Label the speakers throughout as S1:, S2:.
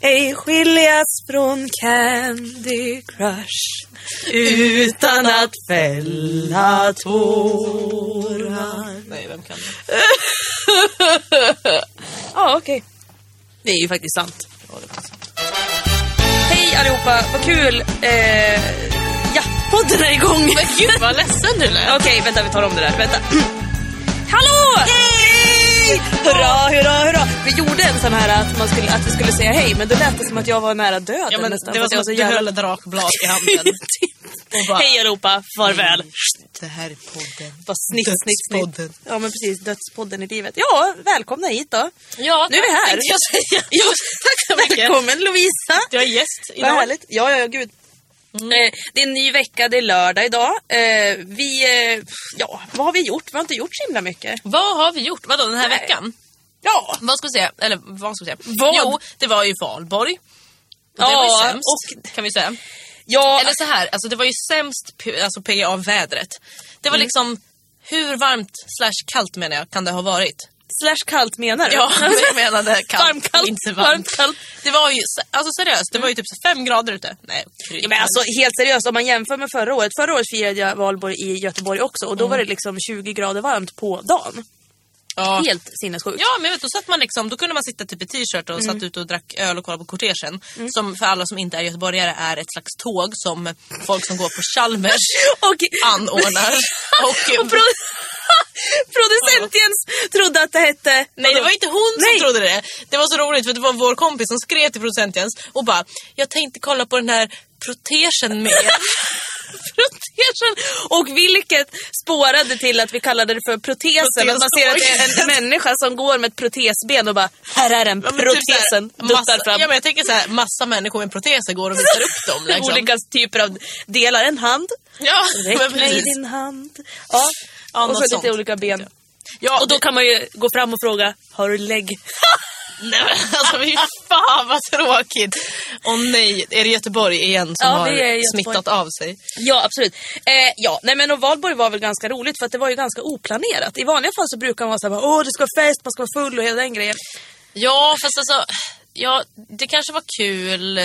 S1: ej skiljas från Candy Crush. Utan att fälla tårar.
S2: Nej, vem kan det?
S1: Ja, okej.
S2: Det är ju faktiskt sant. Ja, det var sant.
S1: Hej allihopa, vad kul. Eh, ja, podden är igång.
S2: Men gud vad ledsen du lät.
S1: Okej, vänta vi tar om det där. Vänta. Hallå! Hej! Hurra, hurra, hurra! Vi gjorde en sån här att, man skulle, att vi skulle säga hej, men då lät det som att jag var nära döden
S2: Ja, men
S1: nästan.
S2: det var
S1: Fast
S2: som
S1: jag
S2: att du höll drakblad i handen. Och bara-
S1: Hej allihopa, farväl.
S2: Det här är podden.
S1: Bara snitt, snitt,
S2: Dödspodden.
S1: snitt. Ja, men precis. Dödspodden i livet. Ja, välkomna hit då.
S2: Ja,
S1: Nu är vi här.
S2: tänkte Jag säga.
S1: Ja,
S2: Tack så mycket.
S1: Välkommen Lovisa.
S2: Du har gäst
S1: Vad
S2: idag.
S1: härligt. Ja, ja, ja gud. Eh, det är en ny vecka, det är lördag idag. Eh, vi, eh, ja, vad har vi gjort? Vi har inte gjort så himla mycket.
S2: Vad har vi gjort? Vadå, den här
S1: Nej.
S2: veckan?
S1: Ja,
S2: Vad ska vi säga? Eller vad ska vi säga?
S1: Vad?
S2: Jo, det var ju valborg. Och det
S1: Ja,
S2: var ju sämst, kan vi säga.
S1: ja,
S2: Eller så här, alltså det var ju sämst p- alltså PGA-vädret. Det
S1: Mm.
S2: var liksom, hur varmt slash kallt menar jag, kan det ha varit?
S1: slash kallt menar du?
S2: Ja, jag menade kallt.
S1: Varmt, kallt,
S2: inte
S1: varmt, kallt. Mm.
S2: Det var ju, alltså seriöst, det var ju typ så fem grader ute. Nej, kryp.
S1: Ja, men alltså helt seriöst, om man jämför med förra året. Förra året firade jag valborg i Göteborg också
S2: Mm.
S1: och då var det liksom 20 grader varmt på dagen.
S2: ja.
S1: Helt sinnessjukt.
S2: Ja, men jag vet, då satt man liksom, då kunde man sitta typ i t-shirt och
S1: Mm.
S2: satt ute och drack öl och kollade på kortegen. Som för alla som inte är göteborgare är ett slags tåg som folk som går på Chalmers
S1: Och,
S2: anordnar. Och, eh,
S1: och pro producent Jens trodde att det hette...
S2: Nej det var inte hon
S1: Nej.
S2: som trodde det. Det var så roligt för det var vår kompis som skrev till producent Jens och bara “Jag tänkte kolla på den här protesen med er."
S1: protesen. Och vilket spårade till att vi kallade det för protesen. Att man ser att det är en människa som går med ett protesben och bara, här är den,
S2: Ja, men typ
S1: protesen
S2: så här,
S1: duttar
S2: massa,
S1: fram.
S2: Ja, men jag tänker så här, massa människor med proteser går och visar upp dem. Liksom.
S1: Olika typer av delar. En hand,
S2: Ja, men
S1: räck mig
S2: precis.
S1: din hand. Ja.
S2: Ja,
S1: och så
S2: något
S1: lite
S2: sånt.
S1: olika ben.
S2: Ja,
S1: Och då
S2: det-
S1: kan man ju gå fram och fråga, har du lägg?
S2: Nej men alltså fy fan vad tråkigt. Och nej, är det Göteborg igen som
S1: Ja, vi är i
S2: har
S1: Göteborg.
S2: smittat av sig?
S1: Ja, absolut. Eh, ja, nej men och valborg var väl ganska roligt för att det var ju ganska oplanerat. I vanliga fall så brukar man vara såhär, åh det ska vara fest, man ska vara full och hela den grejen.
S2: Ja, fast alltså, ja, det kanske var kul eh,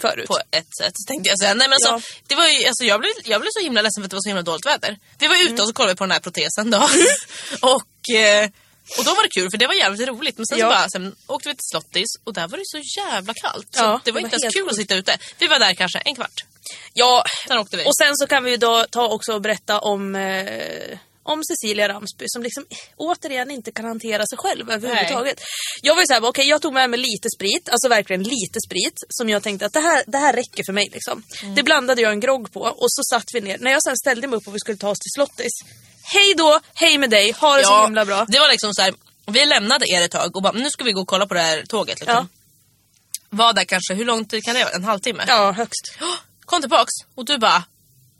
S1: Förut.
S2: på ett sätt tänkte jag säga. Nej, men alltså,
S1: Ja.
S2: det var ju, alltså, jag, blev, jag blev så himla ledsen för att det var så himla dåligt väder. Vi var ute och så kollade vi på den här protesen då. och, eh, och då var det kul för det var jävligt roligt. Men sen
S1: Ja.
S2: så bara, sen åkte vi till Slottis och där var det så jävla kallt.
S1: Ja,
S2: så det
S1: det var
S2: var inte ens
S1: helt
S2: kul att sitta ute. Vi var där kanske en kvart.
S1: Ja,
S2: Sen åkte vi.
S1: Och sen så kan vi ju då ta också och berätta om, eh, om Cecilia Ramsby som liksom återigen inte kan hantera sig själv överhuvudtaget. Jag var ju såhär, okej jag tog med mig lite sprit, alltså verkligen lite sprit som jag tänkte att det här, det här räcker för mig liksom.
S2: Mm.
S1: Det blandade jag en grogg på och så satt vi ner. När jag sen ställde mig upp och vi skulle ta oss till Slottis. Hej då, hej med dig, ha det så himla bra.
S2: Det var liksom så här, vi lämnade er ett tag och bara, nu ska vi gå och kolla på det här tåget. Liksom.
S1: Ja.
S2: Var där kanske, hur lång tid kan det vara? En halvtimme?
S1: Ja, högst.
S2: "Åh, Kom tillbaks och du bara,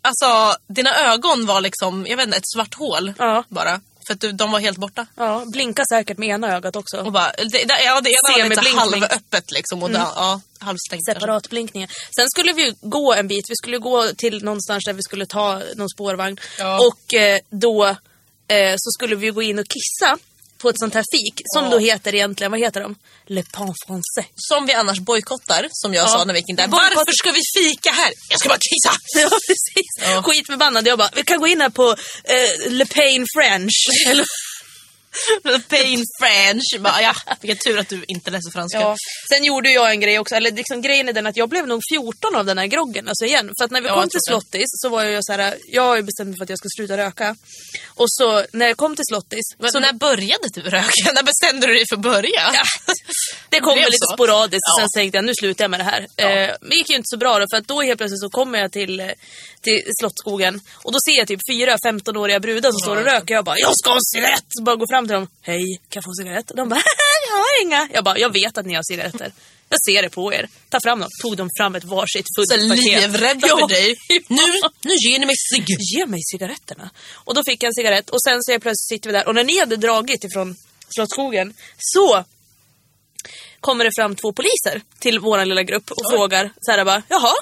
S2: alltså dina ögon var liksom, jag vet inte, ett svart hål
S1: Ja.
S2: bara. För att du, de var helt borta.
S1: Ja, blinka säkert med ena ögat
S2: Och
S1: också.
S2: bara, det, det, ja, det ena var lite
S1: Semiblinkning. Mm.
S2: halvöppet liksom och det, ja, halvstängt. kanske.
S1: Separatblinkningar. Sen skulle vi ju gå en bit. Vi skulle gå till någonstans där vi skulle ta någon spårvagn.
S2: Ja.
S1: Och eh, då eh, så skulle vi ju gå in och kissa på ett sånt här fik. Som
S2: Ja.
S1: då heter egentligen, vad heter de? Le Pan Français.
S2: Som vi annars bojkottar, som jag
S1: Ja.
S2: sa när vi gick in där.
S1: Bojkott-
S2: Varför ska vi fika här? Jag ska bara kissa!
S1: Ja, precis.
S2: Ja.
S1: Skitförbannad. Jag bara, vi kan gå in här på eh, Le Pain French. Eller
S2: Pain French. Bara, ja, vilken tur att du inte läser franska.
S1: Ja. Sen gjorde jag en grej också, eller liksom grejen är den att jag blev nog 14 av den här groggen. Alltså igen, för att när vi
S2: Ja,
S1: kom
S2: jag
S1: till
S2: tror det.
S1: Slottis så var jag ju så här, jag har ju bestämt mig för att jag ska sluta röka. Och så när jag kom till Slottis,
S2: Va-
S1: så
S2: när började du röka? När bestämde du dig för att börja?
S1: det kom
S2: blev
S1: väl lite
S2: så.
S1: sporadiskt och
S2: Ja.
S1: sen tänkte jag nu slutar jag med det här.
S2: Ja.
S1: Eh, men det gick ju inte så bra då för att då helt plötsligt så kommer jag till, eh, till Slottsskogen och då ser jag typ fyra 15-åriga brudar som står och röker. Jag bara, jag ska ha en cigarett! Så bara går fram till dem. Hej, kan jag få en cigarett? Och de bara, jag har inga. Jag bara, jag vet att ni har cigaretter. Jag ser det på er. Ta fram dem. Tog de fram ett varsitt fullt
S2: Så
S1: paket.
S2: livrädda
S1: Ja. typ.
S2: för dig. Nu, nu ger ni mig cigg.
S1: Ge mig cigaretterna. Och då fick jag en cigarett och sen så är plötsligt sitter vi där och när ni hade dragit ifrån Slottsskogen så kommer det fram två poliser till våran lilla grupp och frågar så här bara, jaha?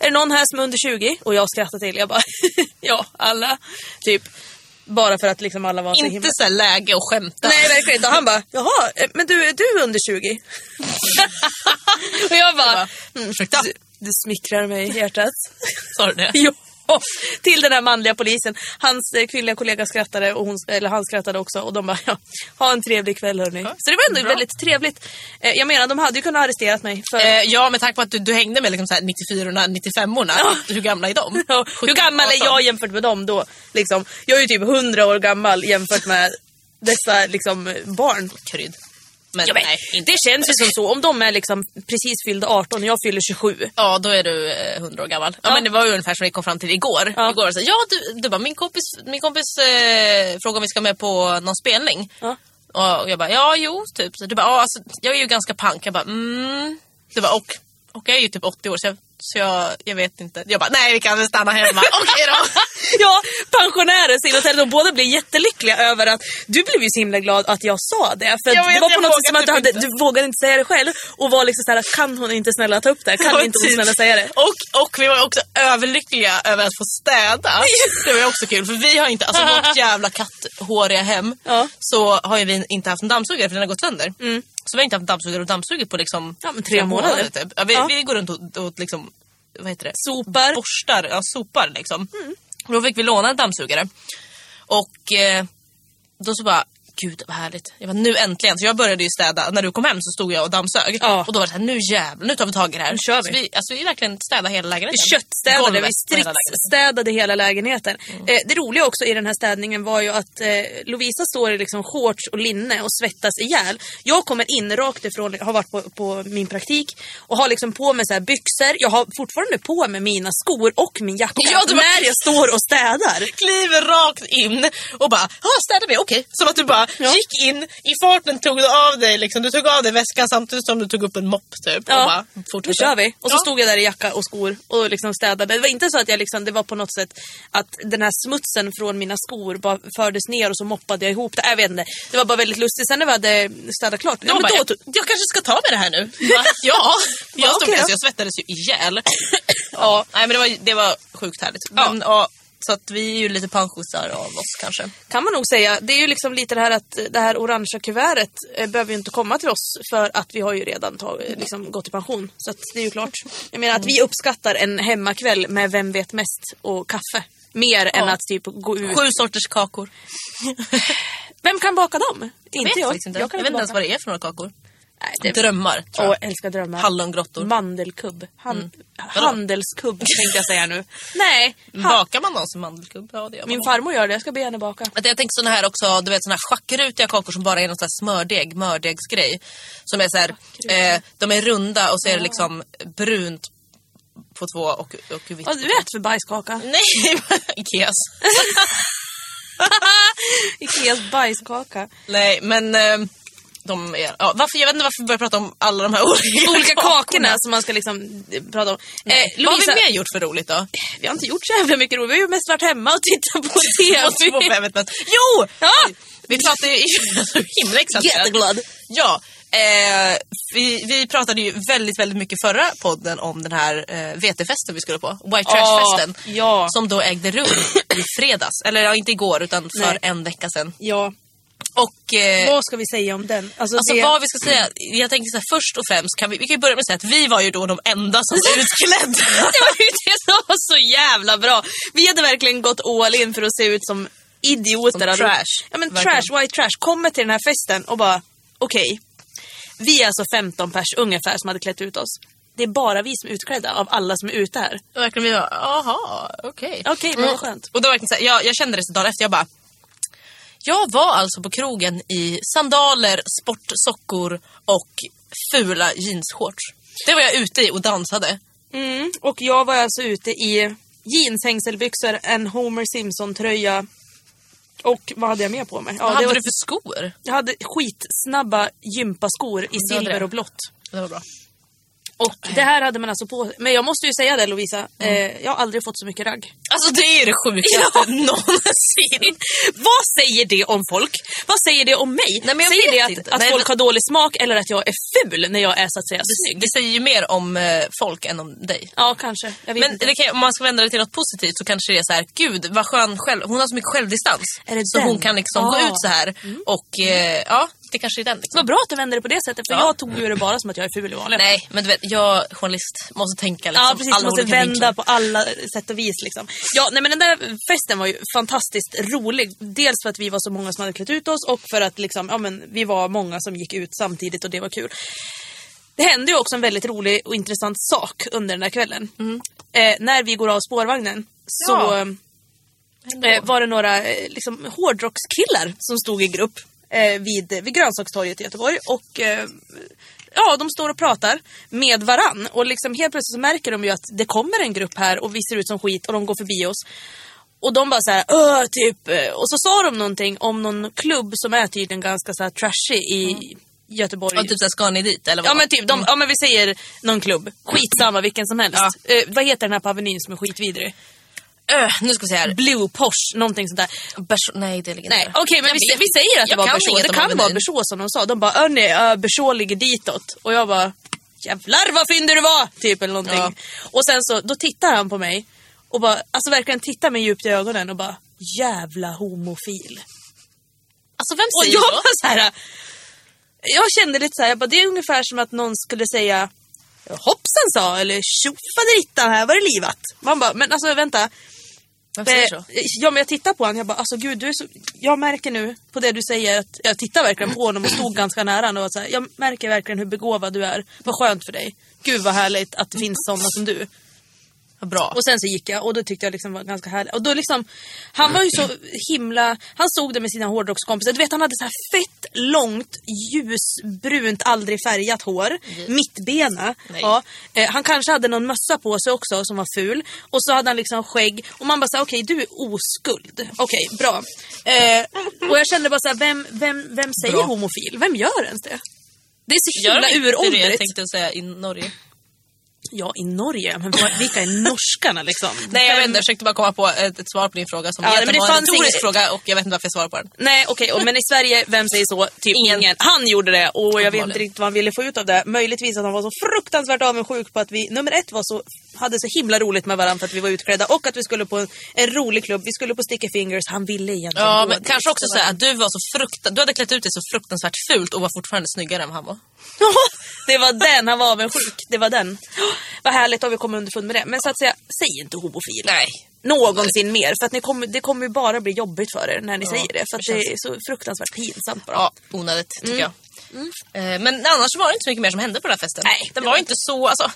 S1: Är det någon här som är under 20? Och jag skrattar till. Jag bara, ja, alla. Typ. Bara för att liksom alla var så himla...
S2: Inte så här läge att skämta.
S1: Nej, verkligen inte. Och han bara, jaha, eh, men du, är du under 20? och jag bara,
S2: Mm, Ursäkta,
S1: du, du smickrar mig i hjärtat.
S2: sa du det?
S1: Jo, till den här manliga polisen. Hans eh, kvinnliga kollega skrattade och hon, eller han skrattade också och de bara ja, ha en trevlig kväll hörni. Så det var ändå
S2: bra.
S1: väldigt trevligt. Eh, Jag menar de hade ju kunnat arresterat mig för
S2: Eh, ja, med tanke på att du, du hängde med liksom så här 94orna, 95orna. Hur gamla är de? alltså.
S1: Ja, Hur gammal är
S2: 17?
S1: jag jämfört med dem då? Liksom, jag är ju typ 100 år gammal jämfört med dessa liksom, eh, barn.
S2: Krydd. Men,
S1: Ja, men,
S2: nej, inte.
S1: Det känns ju som så. Om de är liksom precis fyllda 18 och jag fyller 27.
S2: Ja, då är du eh, 100 år gammal. Ja,
S1: Ja.
S2: men det var ju ungefär som vi kom fram till igår.
S1: Ja.
S2: Igår var det så här, ja du, du bara, min kompis, min kompis eh, frågade om vi ska med på någon spelning.
S1: Ja.
S2: Och jag bara, ja jo, typ. Så du bara, ja, alltså, jag är ju ganska punk. Jag bara, mm. Du bara, och, och jag är ju typ 80 år så jag, så jag, jag vet inte. Jag bara, nej vi kan väl stanna hemma. Okej då.
S1: Ja, pensionärer Signe och Ted, de båda blir jättelyckliga över att du blev ju så himla glad att jag sa det. För
S2: Jag
S1: att
S2: vet,
S1: det var på
S2: jag
S1: något sätt
S2: vågar
S1: som att du,
S2: typ
S1: hade,
S2: inte.
S1: du vågade inte säga det själv och var liksom såhär, kan hon inte snälla ta upp det här? Kan inte hon
S2: Typ.
S1: snälla säga det?
S2: Och, och vi var också överlyckliga över att få städa. Det var ju också kul för vi har inte, alltså vårt jävla katthåriga hem
S1: Ja. Mm.
S2: så har ju vi inte haft en dammsugare för den har gått sönder. Så vi har inte haft dammsugare och dammsugit på liksom
S1: Ja, men tre månader.
S2: typ. ja, vi,
S1: Ja.
S2: vi går runt och, och liksom, vad heter det?
S1: Sopar. Mm.
S2: borstar, ja, sopar liksom. Då fick vi låna en dammsugare. Och eh, då så bara, gud vad härligt. Jag bara, nu äntligen. Så jag började ju städa. När du kom hem så stod jag och dammsög.
S1: Ja.
S2: Och då var det så här, nu jävlar, nu tar vi tag i det här.
S1: Nu kör
S2: Så
S1: vi.
S2: vi, alltså, vi verkligen städade hela lägenheten.
S1: Vi köttstädade,
S2: Golvet
S1: vi
S2: på hela lägenheten. Mm.
S1: stridsstädade hela lägenheten. Eh, det roliga också i den här städningen var ju att eh, Lovisa står i liksom shorts och linne och svettas ihjäl. Jag kommer in rakt ifrån, har varit på, på min praktik och har liksom på mig så här byxor. Jag har fortfarande på mig mina skor och min jacka
S2: Ja, det var-
S1: när jag står och städar.
S2: Kliver rakt in och bara, ja städar vi, okej. Som att du bara
S1: Ja.
S2: gick in, i farten tog du av dig liksom, du tog av dig väskan samtidigt som du tog upp en mopp typ. Och bara,
S1: nu
S2: fortsätter.
S1: kör vi. Och så
S2: Ja.
S1: stod jag där i jacka och skor och liksom städade. Det var inte så att jag liksom, det var på något sätt att den här smutsen från mina skor bara fördes ner och så moppade jag ihop det. Jag vet inte. Det var bara väldigt lustigt. Sen när vi hade städat klart.
S2: Jag,
S1: men
S2: bara,
S1: då
S2: jag,
S1: tog-
S2: jag kanske ska ta med det här nu. Bara, ja, jag, stod,
S1: okej då.
S2: alltså, jag svettades ju ihjäl.
S1: Ja.
S2: Nej, men det, var, det var sjukt härligt. Men, ja, så att vi är ju lite panschisar av oss kanske.
S1: kan man nog säga. Det är ju liksom lite det här att det här orangea kuvertet eh, behöver ju inte komma till oss för att vi har ju redan tag, liksom, gått i pension. Så att det är ju klart. Jag menar att vi uppskattar en hemmakväll med Vem vet mest och kaffe. Mer än att typ gå ut.
S2: Sju sorters kakor.
S1: Vem kan baka dem? Inte
S2: Vet
S1: jag.
S2: faktiskt inte.
S1: Jag
S2: Jag,
S1: kan
S2: vet inte ens
S1: baka.
S2: vad det är för några kakor.
S1: Nej, det-
S2: Drömmar, tror
S1: Åh,
S2: jag.
S1: älskar drömmar.
S2: Hallongrottor.
S1: Mandelkubb. Han,
S2: Mm.
S1: Handelskubb tänkte jag säga nu. Nej, han,
S2: Bakar man någonsin mandelkubb? Ja, det gör man.
S1: min
S2: nog.
S1: farmor gör det. Jag ska be henne baka.
S2: Att jag tänker såna här också, du vet såna här schackrutiga kakor som bara är någon sån här smördeg, mördegsgrej. Som är så här, eh, de är runda och så är det liksom brunt på två och, och vitt
S1: Vad
S2: på
S1: du vet för bajskaka?
S2: Nej, Ikeas.
S1: Ikeas bajskaka.
S2: Nej, men eh, de är, ja, varför, jag vet inte varför vi börjar prata om alla de här olika,
S1: Olika kakorna som man ska liksom eh, prata om. Eh,
S2: Vad har vi
S1: Lovisa,
S2: mer gjort för roligt då?
S1: vi har inte gjort så jävla mycket roligt. Vi har ju mest varit hemma och tittat på TV.
S2: Och två på eventet. Jo!
S1: Ja!
S2: Vi pratade ju... Jag är himla exalterad. Ja. Eh, vi, vi pratade ju väldigt, väldigt mycket förra podden om den här eh, vetefesten vi skulle på. White Trash-festen.
S1: Ja, ja.
S2: Som då ägde rum i fredags. Eller ja, inte igår utan för
S1: Nej.
S2: en vecka sedan.
S1: Ja,
S2: Och... Eh,
S1: vad ska vi säga om den? Alltså,
S2: Alltså
S1: det...
S2: vad vi ska säga, jag tänker så här, först och främst kan vi, vi kan ju börja med att säga att vi var ju då de enda som var utklädda.
S1: Det var ju det som var så jävla bra. Vi hade verkligen gått all in för att se ut som idioter.
S2: Som
S1: Hade-
S2: trash.
S1: Ja men
S2: Verkligen.
S1: trash, white trash. Kommer till den här festen och bara, okej. Vi är alltså 15 pers ungefär som hade klätt ut oss. Det är bara vi som är utklädda av alla som är ute här.
S2: Verkligen, vi var, aha, okej. Mm.
S1: Okej, men vad skönt.
S2: Och då verkligen så här, jag, jag kände det så dagen efter, jag bara... Jag var alltså på krogen i sandaler, sportsockor och fula jeansshorts. Det var jag ute i och dansade.
S1: Mm. Och jag var alltså ute i jeanshängselbyxor, en Homer Simpson-tröja och vad hade jag mer på mig? Ja,
S2: Vad
S1: det
S2: hade
S1: var,
S2: du för skor?
S1: Jag hade skitsnabba gympaskor i
S2: det.
S1: silver och blått.
S2: Det var bra.
S1: Och det här hade man alltså på Men jag måste ju säga det Lovisa, eh, jag har aldrig fått så mycket ragg.
S2: Alltså det är det sjukaste någonsin.
S1: Vad säger det om folk? Vad säger det om mig?
S2: Nej, men jag
S1: säger
S2: vet
S1: det att,
S2: inte.
S1: att
S2: Nej,
S1: folk
S2: men-
S1: har dålig smak eller att jag är ful när jag är så att säga snygg?
S2: Det säger ju mer om eh, folk än om dig.
S1: Ja, kanske. Jag vet
S2: Men
S1: inte.
S2: det kan, om man ska vända det till något positivt så kanske det är så här, gud vad skön själv, hon har så mycket självdistans.
S1: Är det
S2: så
S1: den?
S2: hon kan liksom gå
S1: Ah.
S2: ut så här och eh, ja, det kanske är den. Liksom.
S1: Vad bra att du vänder det på det sättet, för
S2: Ja.
S1: jag tog ju det bara som att jag är ful i vanliga
S2: Nej, men du vet, jag journalist måste tänka liksom,
S1: Ja precis, du
S2: alla
S1: måste
S2: olika
S1: vända
S2: vinklar.
S1: på alla sätt och vis. Liksom. Ja, nej, men den där festen var ju fantastiskt rolig. Dels för att vi var så många som hade klätt ut oss och för att liksom, ja, men, vi var många som gick ut samtidigt och det var kul. Det hände ju också en väldigt rolig och intressant sak under den där kvällen. Eh, när vi går av spårvagnen så
S2: Mm. Ja.
S1: eh, var det några eh, liksom, hårdrockskillar som stod i grupp eh, vid, vid grönsakstorget i Göteborg. Och, eh, ja, de står och pratar med varann och liksom helt plötsligt så märker de ju att det kommer en grupp här och vi ser ut som skit och de går förbi oss. Och de bara så här, öh, typ. eh, Och så sa de någonting om någon klubb som är tydligen ganska så här trashy i Göteborg.
S2: Mm. Ja, typ Mm. såhär, ska ni dit eller vad?
S1: Ja men typ, de, ja men vi säger någon klubb. Skitsamma vilken som helst. Eh, vad heter den här på Avenyn som är skitvidrig?
S2: Ö, Öh, nu ska vi se här.
S1: Blue Porsche, någonting sånt där.
S2: Bers- nej, det ligger inte
S1: Nej,
S2: där.
S1: okej men
S2: Jag
S1: vi,
S2: vet
S1: vi säger att det
S2: Jag
S1: var
S2: kan
S1: Berså.
S2: inget
S1: Det
S2: om
S1: kan vara
S2: Avenyn.
S1: Berså som de sa. De bara, "Ö, nej, uh, Berså ligger ditåt. Och jag bara, jävlar vad fynd du var! Typ eller någonting.
S2: Ja.
S1: Och sen så, då tittar han på mig och bara, alltså verkligen tittar mig djupt i ögonen och bara, jävla homofil.
S2: Alltså vem
S1: Och
S2: säger
S1: jag
S2: så?
S1: var så här. Jag kände lite så här, jag bara, det är ungefär som att någon skulle säga Hoppsan sa eller tjofaderittan här var det livat. Man bara, men alltså vänta.
S2: Vem säger
S1: Eh,
S2: så?
S1: Ja men jag tittar på honom, jag bara alltså gud du är så... Jag märker nu på det du säger att jag tittar verkligen på honom och stod ganska nära honom och var så här, jag märker verkligen hur begåvad du är. Vad skönt för dig. Gud vad härligt att det finns sådana som du.
S2: Vad bra.
S1: Och sen så gick jag och då tyckte jag liksom var ganska härligt. Och då liksom, han var ju så himla, han stod där med sina hårdrockskompisar. Du vet han hade så här fett långt ljusbrunt aldrig färgat hår. Mittbena.
S2: Nej.
S1: Ja. Eh, han kanske hade någon mössa på sig också som var ful. Och så hade han liksom skägg. Och man bara såhär, okej du är oskuld. Okej, bra. Eh, och jag kände bara såhär, vem, vem, vem säger
S2: Bra.
S1: homofil? Vem gör ens det? Det är så
S2: Gör de
S1: himla
S2: inte det
S1: uråldrigt.
S2: jag tänkte säga i Norge?
S1: Ja, i Norge. Men vad- vilka är norskarna liksom?
S2: Nej jag
S1: Vem-
S2: vet inte, jag försökte bara komma på ett, ett svar på din fråga som
S1: Ja,
S2: egentligen
S1: men det
S2: var en
S1: fanns
S2: retorisk
S1: inget-
S2: fråga och jag vet inte varför jag svarar på den.
S1: Nej okej, och- men i Sverige, vem säger så? Typ ingen. Han gjorde det och jag vet inte
S2: Uppenbarligen.
S1: riktigt vad han ville få ut av det. Möjligtvis att han var så fruktansvärt avundsjuk på att vi nummer ett var så, hade så himla roligt med varandra för att vi var utklädda och att vi skulle på en, en rolig klubb. Vi skulle på Sticky Fingers, han ville egentligen
S2: Ja,
S1: gå
S2: men
S1: dit.
S2: kanske också så här att du var så frukta- du hade klätt ut dig så fruktansvärt fult och var fortfarande snyggare än vad han var.
S1: det var den, han var avundsjuk. Det var den. Vad härligt har vi kommit underfund med det. Men så att säga, säg inte homofil.
S2: Nej.
S1: Någonsin mer, för att ni kommer, det kommer ju bara bli jobbigt för er när ni
S2: Ja,
S1: säger det. För att
S2: det
S1: det,
S2: känns-
S1: är så fruktansvärt pinsamt bara.
S2: Ja, onödigt
S1: Mm.
S2: tycker jag. Eh, Men annars så var det inte så mycket mer som hände på den här festen.
S1: Nej,
S2: den
S1: det
S2: var,
S1: var
S2: inte så, alltså,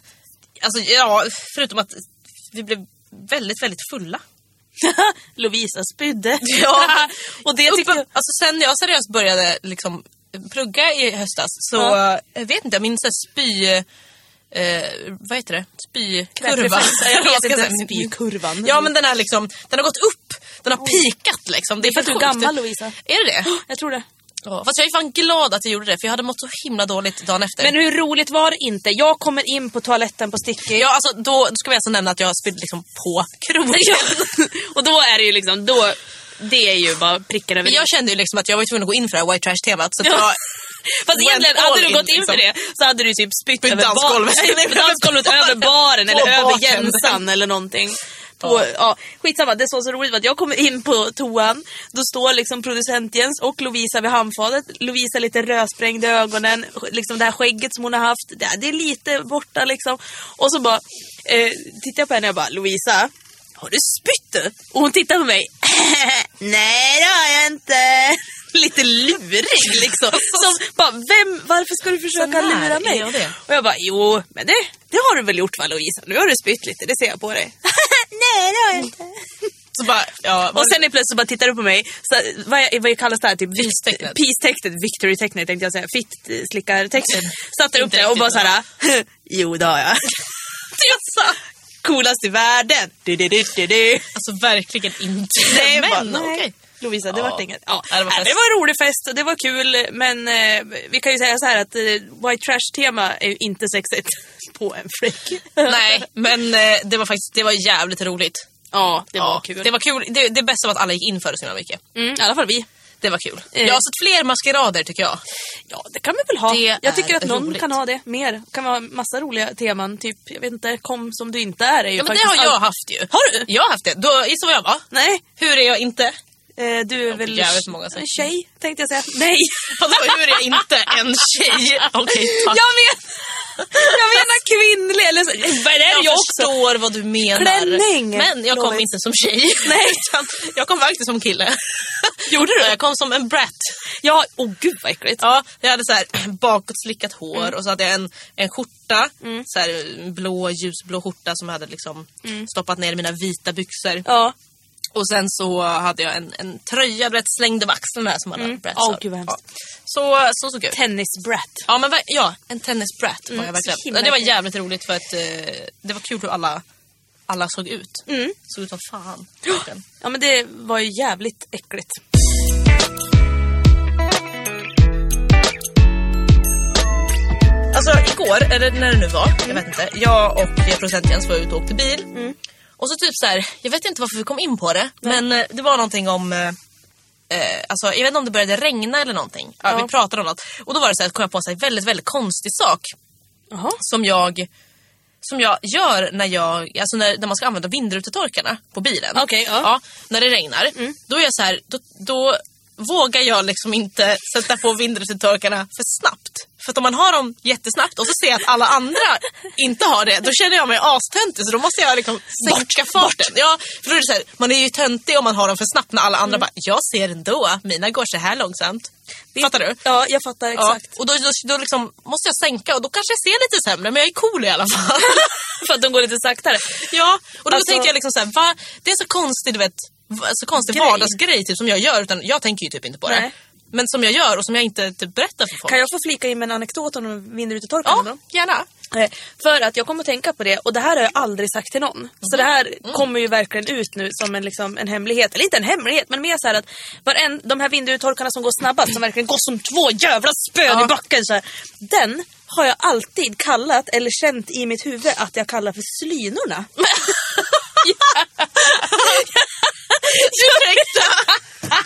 S2: alltså ja, förutom att vi blev väldigt, väldigt fulla.
S1: Lovisa spydde.
S2: Ja,
S1: och det tyckte
S2: Uppe,
S1: jag...
S2: alltså, sen jag seriöst började liksom plugga i höstas så
S1: Ja.
S2: jag vet inte, jag minns en spy... Eh, vad heter det? Spykurva.
S1: Kräkreferens. Jag vet
S2: Ska jag
S1: inte.
S2: säga?
S1: Spykurvan.
S2: Ja men den är liksom, den har gått upp, den har pikat liksom. Det är
S1: för att
S2: helt
S1: du är
S2: sjukt.
S1: gammal, Lovisa.
S2: Är det det?
S1: Jag tror det.
S2: Ja, fast jag är fan glad att jag gjorde det för jag hade mått så himla dåligt dagen efter.
S1: Men hur roligt var det inte? Jag kommer in på toaletten på Sticky.
S2: Ja, alltså då, då ska vi alltså nämna att jag spydde liksom på krogen.
S1: och då är det ju liksom, då, det är ju bara pricken över
S2: Men
S1: i.
S2: jag kände ju liksom att jag var ju tvungen att gå in för det här white trash-temat. Så att
S1: Ja.
S2: jag,
S1: Fast
S2: went
S1: egentligen,
S2: all
S1: hade du
S2: in,
S1: gått in
S2: liksom.
S1: för det så hade du typ spytt
S2: Spytt
S1: över
S2: dansgolvet.
S1: bar- Nej, på dansgolvet, över baren
S2: På
S1: eller över
S2: bartendern.
S1: jänsan eller någonting. På, ja. skitsamma, det som var så roligt var att jag kommer in på toan, då står liksom producent Jens och Lovisa vid handfatet. Lovisa lite rödsprängd i ögonen, liksom det här skägget som hon har haft, det, det är lite borta liksom. Och så bara, eh, tittar jag på henne och bara, Lovisa, har du spytt du? Och hon tittar på mig, nej det har jag inte. Lite lurig liksom. Som, bara, vem, varför ska du försöka
S2: Sån här
S1: lura
S2: är
S1: mig?
S2: jag det.
S1: Och jag bara, jo, men det, det har du väl gjort va Lovisa? Nu har du spytt lite, det ser jag på dig. Nej, det har jag inte.
S2: så bara, ja,
S1: Och sen är plötsligt så bara tittar du på mig, så, vad, jag- vad kallas det här? Typ,
S2: Peace-tecknet.
S1: Peace-tecknet, victory-tecknet tänkte jag säga. Fitt-slickartecknet. Satte upp
S2: Inte
S1: det och
S2: riktigt
S1: bara såhär, jo det har jag. det är så coolast i världen. Du, du, du, du, du.
S2: alltså verkligen inte.
S1: Nej,
S2: men
S1: bara, nej.
S2: okej.
S1: Lovisa, det
S2: Ja.
S1: vart inget. Ja.
S2: Ja, det var
S1: Nej,
S2: fest.
S1: det var en rolig fest och det var kul men eh, vi kan ju säga så här att eh, white trash-tema är ju inte sexigt på en freak.
S2: Nej, men eh, det var faktiskt det var jävligt roligt.
S1: Ja, det var
S2: ja,
S1: kul.
S2: Det, var kul. Det, det bästa var att alla gick in för det så himla mycket.
S1: mm, I alla fall vi.
S2: Det var kul.
S1: Eh.
S2: Jag har sett fler maskerader tycker jag.
S1: Ja, det kan vi väl ha.
S2: Det
S1: jag tycker
S2: är
S1: att någon
S2: roligt.
S1: kan ha det mer. Det kan vara massa roliga teman, typ, jag vet inte, kom som du inte är. är ju
S2: Ja, men det
S1: faktiskt
S2: har jag
S1: allt-
S2: haft ju.
S1: Har du?
S2: Jag har haft det. Då, gissa vad jag var?
S1: Nej,
S2: Hur är jag inte?
S1: eh, du är väl
S2: jävligt många saker.
S1: en tjej, tänkte jag säga. Nej!
S2: Vadå, hur är jag inte en tjej? Okej,
S1: jag,
S2: tack.
S1: men, jag menar kvinnlig, eller så, vad är det jag,
S2: jag,
S1: också?
S2: förstår vad du menar.
S1: Klänning,
S2: Men jag kom
S1: Lovis.
S2: inte som tjej.
S1: Nej.
S2: Utan jag kom faktiskt som kille. Gjorde du? Jag kom som en brat.
S1: Ja, åh oh, gud vad äckligt. Mm.
S2: Ja, jag hade så här bakåtslickat hår och så hade jag en, en skjorta. Så här, en blå, ljusblå skjorta som jag hade liksom stoppat ner i mina vita byxor.
S1: Mm. Ja.
S2: Och sen så hade jag en, en tröja, du vet, slängde över axlarna här som alla mm. brats
S1: Åh,
S2: har.
S1: gud, vad hemskt.
S2: Ja. Så, så såg jag ut.
S1: Tennisbrat.
S2: Ja, men, ver- ja, en tennisbrat var jag verkligen.
S1: Mm, så himla
S2: Ja, det var
S1: kul.
S2: jävligt roligt för att eh, det var kul hur alla, alla såg ut.
S1: Mm.
S2: Såg ut som fan. verkligen.
S1: Ja men det var ju jävligt äckligt.
S2: Alltså igår, eller när det nu var, jag vet inte. Jag och eh, producent Jens var ute och åkte bil.
S1: Mm.
S2: Och så typ så här, jag vet inte varför vi kom in på det, men eh, det var någonting om eh, eh, Alltså, jag vet inte om det började regna eller någonting. Ja,
S1: Ja.
S2: Vi pratade om något. Och då var det så här, kom jag på en så här väldigt, väldigt konstig sak.
S1: Jaha.
S2: som jag, som jag gör när, jag, alltså när, när man ska använda vindrutetorkarna på bilen.
S1: Okej, ja. Mm.
S2: när det regnar, då är jag så här, då, då vågar jag liksom inte sätta på vindrutetorkarna för snabbt. För att om man har dem jättesnabbt och så ser jag att alla andra inte har det, då känner jag mig astöntig så då måste jag liksom sänka farten. Ja, för då är det så här, man är ju töntig om man har dem för snabbt när alla andra
S1: Mm.
S2: bara, jag ser ändå, mina går så här långsamt. Fattar du?
S1: Ja, jag fattar exakt.
S2: Ja, och då, då, då liksom måste jag sänka och då kanske jag ser lite sämre men jag är cool i alla fall.
S1: För att de går lite saktare.
S2: ja, och då
S1: Alltså-
S2: tänkte jag liksom så här, va? Det är så konstigt, du vet, va- så konstig
S1: Grej.
S2: vardagsgrej typ, som jag gör utan jag tänker ju typ inte på det.
S1: Nej.
S2: Men som jag gör och som jag inte typ, berättar för folk.
S1: Kan jag få flika in med en anekdot om vindrutetorkarna
S2: Ja,
S1: då?
S2: gärna.
S1: Eh, För att jag kommer att tänka på det och det här har jag aldrig sagt till någon. Så det här
S2: Mm.
S1: kommer ju verkligen ut nu som en, liksom, en hemlighet. Eller inte en hemlighet men mer så här att varen, de här vindrutetorkarna som går snabbast som verkligen går som två jävla spön
S2: Ja.
S1: i backen så här. Den har jag alltid kallat eller känt i mitt huvud att jag kallar för slynorna.
S2: Ursäkta!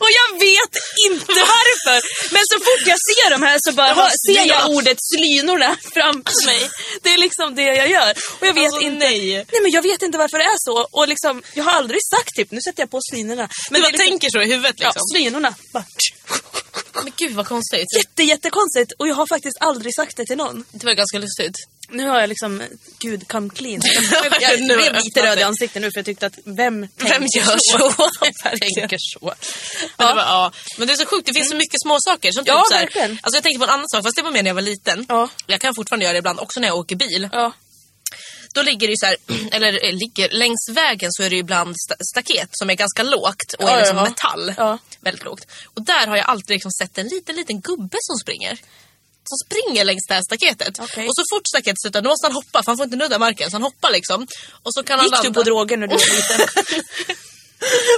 S1: Och jag vet inte varför. Men så fort jag ser de här så bara
S2: Jaha,
S1: ser jag
S2: slynorna.
S1: ordet slynorna framför mig. Det är liksom det jag gör. Och jag vet
S2: Alltså,
S1: inte.
S2: nej.
S1: nej men jag vet inte varför det är så. Och liksom, jag har aldrig sagt typ, nu sätter jag på slynorna. Men
S2: Men
S1: det
S2: man
S1: är liksom,
S2: tänker så i huvudet
S1: ja,
S2: liksom.
S1: slynorna. Bara,
S2: Men gud vad konstigt.
S1: jätte, jättekonstigt. Och jag har faktiskt aldrig sagt det till någon.
S2: Det var ganska lustigt.
S1: Nu har jag liksom, gud come clean. Jag
S2: Verkligen, nu har
S1: blev
S2: jag
S1: lite
S2: öppnat
S1: röd i
S2: det.
S1: ansiktet nu för jag tyckte att vem,
S2: Vem gör så? Vem
S1: Verkligen.
S2: tänker
S1: Ja.
S2: så?
S1: Mm.
S2: Men, det var, ja. men det är så sjukt, det finns så mycket små saker som typ
S1: Ja,
S2: så här,
S1: verkligen.
S2: Alltså jag tänkte på en annan sak, fast det var mer när jag var liten.
S1: Ja.
S2: Jag kan fortfarande göra det ibland, också när jag åker bil.
S1: Ja.
S2: Då ligger det ju så här, eller eh, ligger, längs vägen så är det ju ibland sta- staket som är ganska lågt och
S1: Ja,
S2: är
S1: ja,
S2: liksom
S1: ja.
S2: metall.
S1: Ja.
S2: Väldigt lågt. Och där har jag alltid liksom sett en liten, liten gubbe som springer. Som springer längs det här staketet.
S1: Okej.
S2: Och så fort staketet slutar, då måste han hoppa för han får inte nudda marken. Så han hoppar liksom. Och så kan han
S1: Gick du
S2: landa.
S1: på droger när du var liten?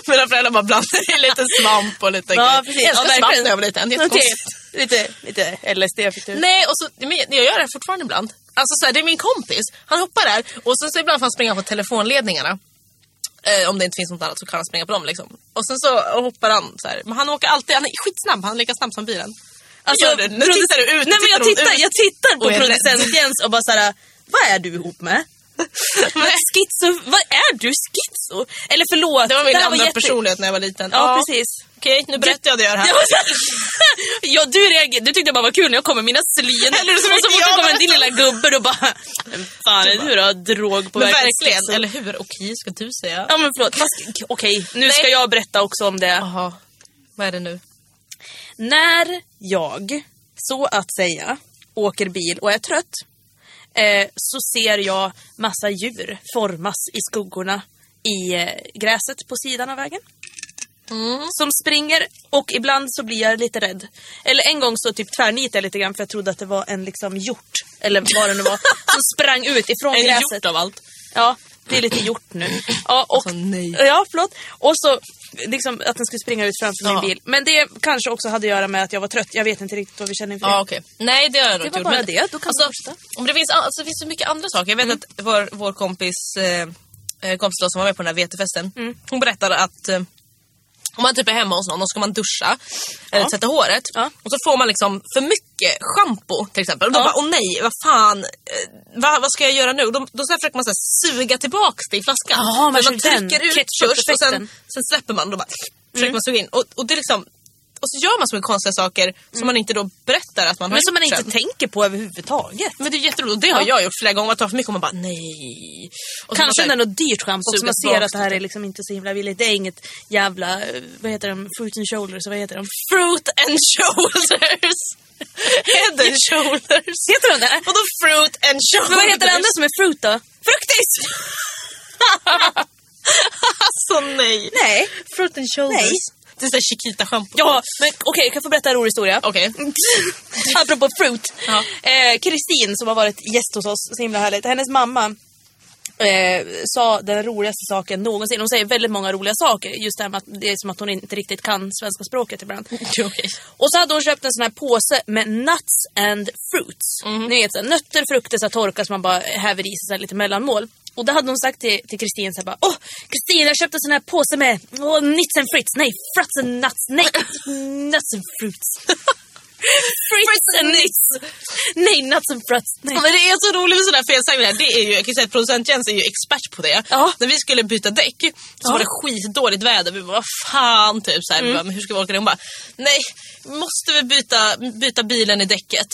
S2: Mina föräldrar bara blandade i lite svamp och lite
S1: Ja,
S2: grejer.
S1: precis.
S2: Jag älskar
S1: Ja,
S2: svamp
S1: verkligen.
S2: när jag var liten.
S1: Okej,
S2: Jättekonstigt.
S1: lite, lite LSD fick du.
S2: Nej, och så, men jag jag gör det fortfarande ibland. Alltså så här, det är min kompis, han hoppar där och sen så ibland får han springa på telefonledningarna. Eh, om det inte finns något annat så kan han springa på dem liksom. Och sen så hoppar han så här. Men han åker alltid, han är skitsnabb, han är lika snabb som bilen. Alltså, gör du? Nu
S1: produc-
S2: tittar du ut.
S1: Nej, men jag,
S2: hon
S1: tittar,
S2: ut.
S1: jag tittar på
S2: Och är rädd.
S1: producent Jens och bara såhär, vad är du ihop med?
S2: Nej,
S1: Schizo, vad är du? Schizo? Eller förlåt,
S2: Det var min
S1: här
S2: andra
S1: jätte-
S2: personlighet när jag var liten.
S1: Ja, precis.
S2: Okej, nu berättar jag det här.
S1: Jag var såhär, ja, du, reagerade, du tyckte det bara var kul när jag kom med mina slyen.
S2: Eller
S1: och
S2: så
S1: så
S2: försökte
S1: fort
S2: jag
S1: det kom en
S2: berätta.
S1: till lilla gubbe och bara, "Vem fan är du då? Drog på
S2: Men verkligen,
S1: schizo."
S2: eller hur? Okej, ska du säga.
S1: Ja men förlåt, Vad ska- okej nu ska
S2: Nej.
S1: jag berätta också om det.
S2: Jaha, vad är det nu?
S1: När jag, så att säga, åker bil och är trött eh, så ser jag massa djur formas i skuggorna i eh, gräset på sidan av vägen.
S2: Mm.
S1: Som springer och ibland så blir jag lite rädd. Eller en gång så typ tvärnitade jag lite grann för jag trodde att det var en liksom hjort, eller vad det nu var, som sprang ut ifrån
S2: En
S1: gräset.
S2: hjort av allt.
S1: Ja, det är lite gjort nu. Ja, och,
S2: Alltså, nej.
S1: Ja, förlåt. Och så liksom att den skulle springa ut framför
S2: Ja.
S1: min bil. Men det kanske också hade att göra med att jag var trött. Jag vet inte riktigt vad vi känner inför
S2: Ja, okej. Nej, det har jag nog
S1: var
S2: inte gjort.
S1: bara
S2: men-
S1: det. Då kan
S2: alltså,
S1: man fortsätta. Mm.
S2: om det, finns, an- alltså, det finns så mycket andra saker. Jag vet att vår, vår kompis, eh, eh, kompis då som var med på den här vetefesten,
S1: Mm.
S2: hon berättade att eh, om man typ är hemma hos någon och ska man duscha, eh, tvätta håret
S1: Ja.
S2: och så får man liksom för mycket schampo till exempel. Och då
S1: Ja.
S2: bara, åh nej, vad fan, eh, va, vad ska jag göra nu? Då, då så här försöker man så här, suga tillbaks det i flaskan.
S1: Ja, man
S2: Men man
S1: kör den
S2: trycker ut först och sen,
S1: ketchup-effekten.
S2: sen släpper man och då bara, försöker
S1: Mm.
S2: man suga in. Och, och det är liksom och så gör man så mycket konstiga saker som man inte då berättar att man har
S1: Mm. Men som man
S2: gjort
S1: inte
S2: sen.
S1: tänker på överhuvudtaget.
S2: Men det är jätteroligt och det har jag gjort flera gånger. Man tar för mycket och man bara nej. Och så
S1: Kanske
S2: man
S1: när
S2: bara,
S1: det är något dyrt schampo
S2: suger
S1: som man ser
S2: tillbaka
S1: att det här är liksom inte så himla billigt. Det är inget jävla, eh, vad heter de, fruit and shoulders, vad heter de?
S2: Fruit and shoulders. Head and shoulders.
S1: Heter de det?
S2: Vadå fruit and shoulders?
S1: Men vad heter det andra som är fruit då?
S2: Fruktis! alltså nej.
S1: Nej.
S2: Fruit and shoulders.
S1: Nej.
S2: Det är sådär Chiquita-schampo.
S1: Ja, men okej, jag kan få berätta en rolig historia.
S2: Okej.
S1: Apropå fruit.
S2: Ja.
S1: Eh, Kristin som har varit gäst hos oss, så himla härligt. Hennes mamma eh, sa den roligaste saken någonsin. Hon säger väldigt många roliga saker. Just det här med att det är som att hon inte riktigt kan svenska språket ibland.
S2: Okej.
S1: Och så hade hon köpt en sån här påse med nuts and fruits. Ni vet, så här, nötter, frukter så här, torkar som man bara häver i sig så här, lite mellanmål. Och då hade hon sagt till till Kristin så här bara, Åh, Kristin jag köpte en sån här påse med åh, nits and frits, nej, fruits and nuts, nej, nuts and fruits. Frits and nits. Nej, nuts and fruits. Nej.
S2: Ja, Men det är så roligt med sådana felsägningar. Det är ju, jag kan säga att producent Jens är ju expert på det.
S1: Ja.
S2: När vi skulle byta däck så var det skitdåligt väder. Vi bara, vad fan typ så här.
S1: Mm.
S2: Vi bara, men hur ska vi orka det? Hon bara, nej, måste vi byta, byta bilen i däcket?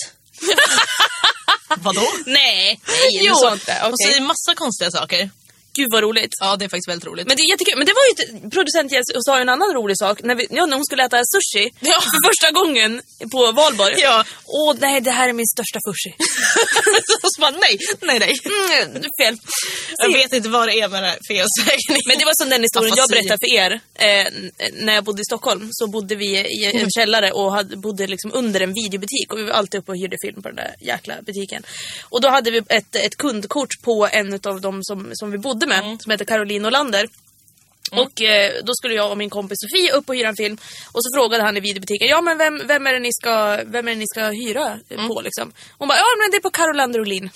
S2: Vadå?
S1: Nej, nej,
S2: Jo,
S1: jo. sånt där.
S2: hon
S1: okej.
S2: säger massa konstiga saker.
S1: Gud vad roligt.
S2: Ja, det är faktiskt väldigt roligt.
S1: Men det är jättekul. Men det var ju inte, producent Jens sa ju en annan rolig sak. När, vi, ja, när hon skulle äta sushi
S2: Ja.
S1: för första gången på valborg.
S2: Ja.
S1: Åh nej, det här är min största sushi.
S2: och så bara, nej, nej, nej.
S1: Mm, fel.
S2: Jag vet inte vad det är med den här felsägningen.
S1: Men det var som den historien jag
S2: Afasi.
S1: berättade för er. Eh, n- när jag bodde i Stockholm så bodde vi i en källare och hade, bodde liksom under en videobutik. Och vi var alltid uppe och hyrde film på den där jäkla butiken. Och då hade vi ett, ett kundkort på en av de som, som vi bodde med, som heter Caroline Olander. Och eh, då skulle jag och min kompis Sofie upp och hyra en film. Och så frågade han i videobutiken, ja men vem, vem, är, det ni ska, vem är det ni ska hyra eh, på liksom? Hon bara, ja men det är på Carolander Olin.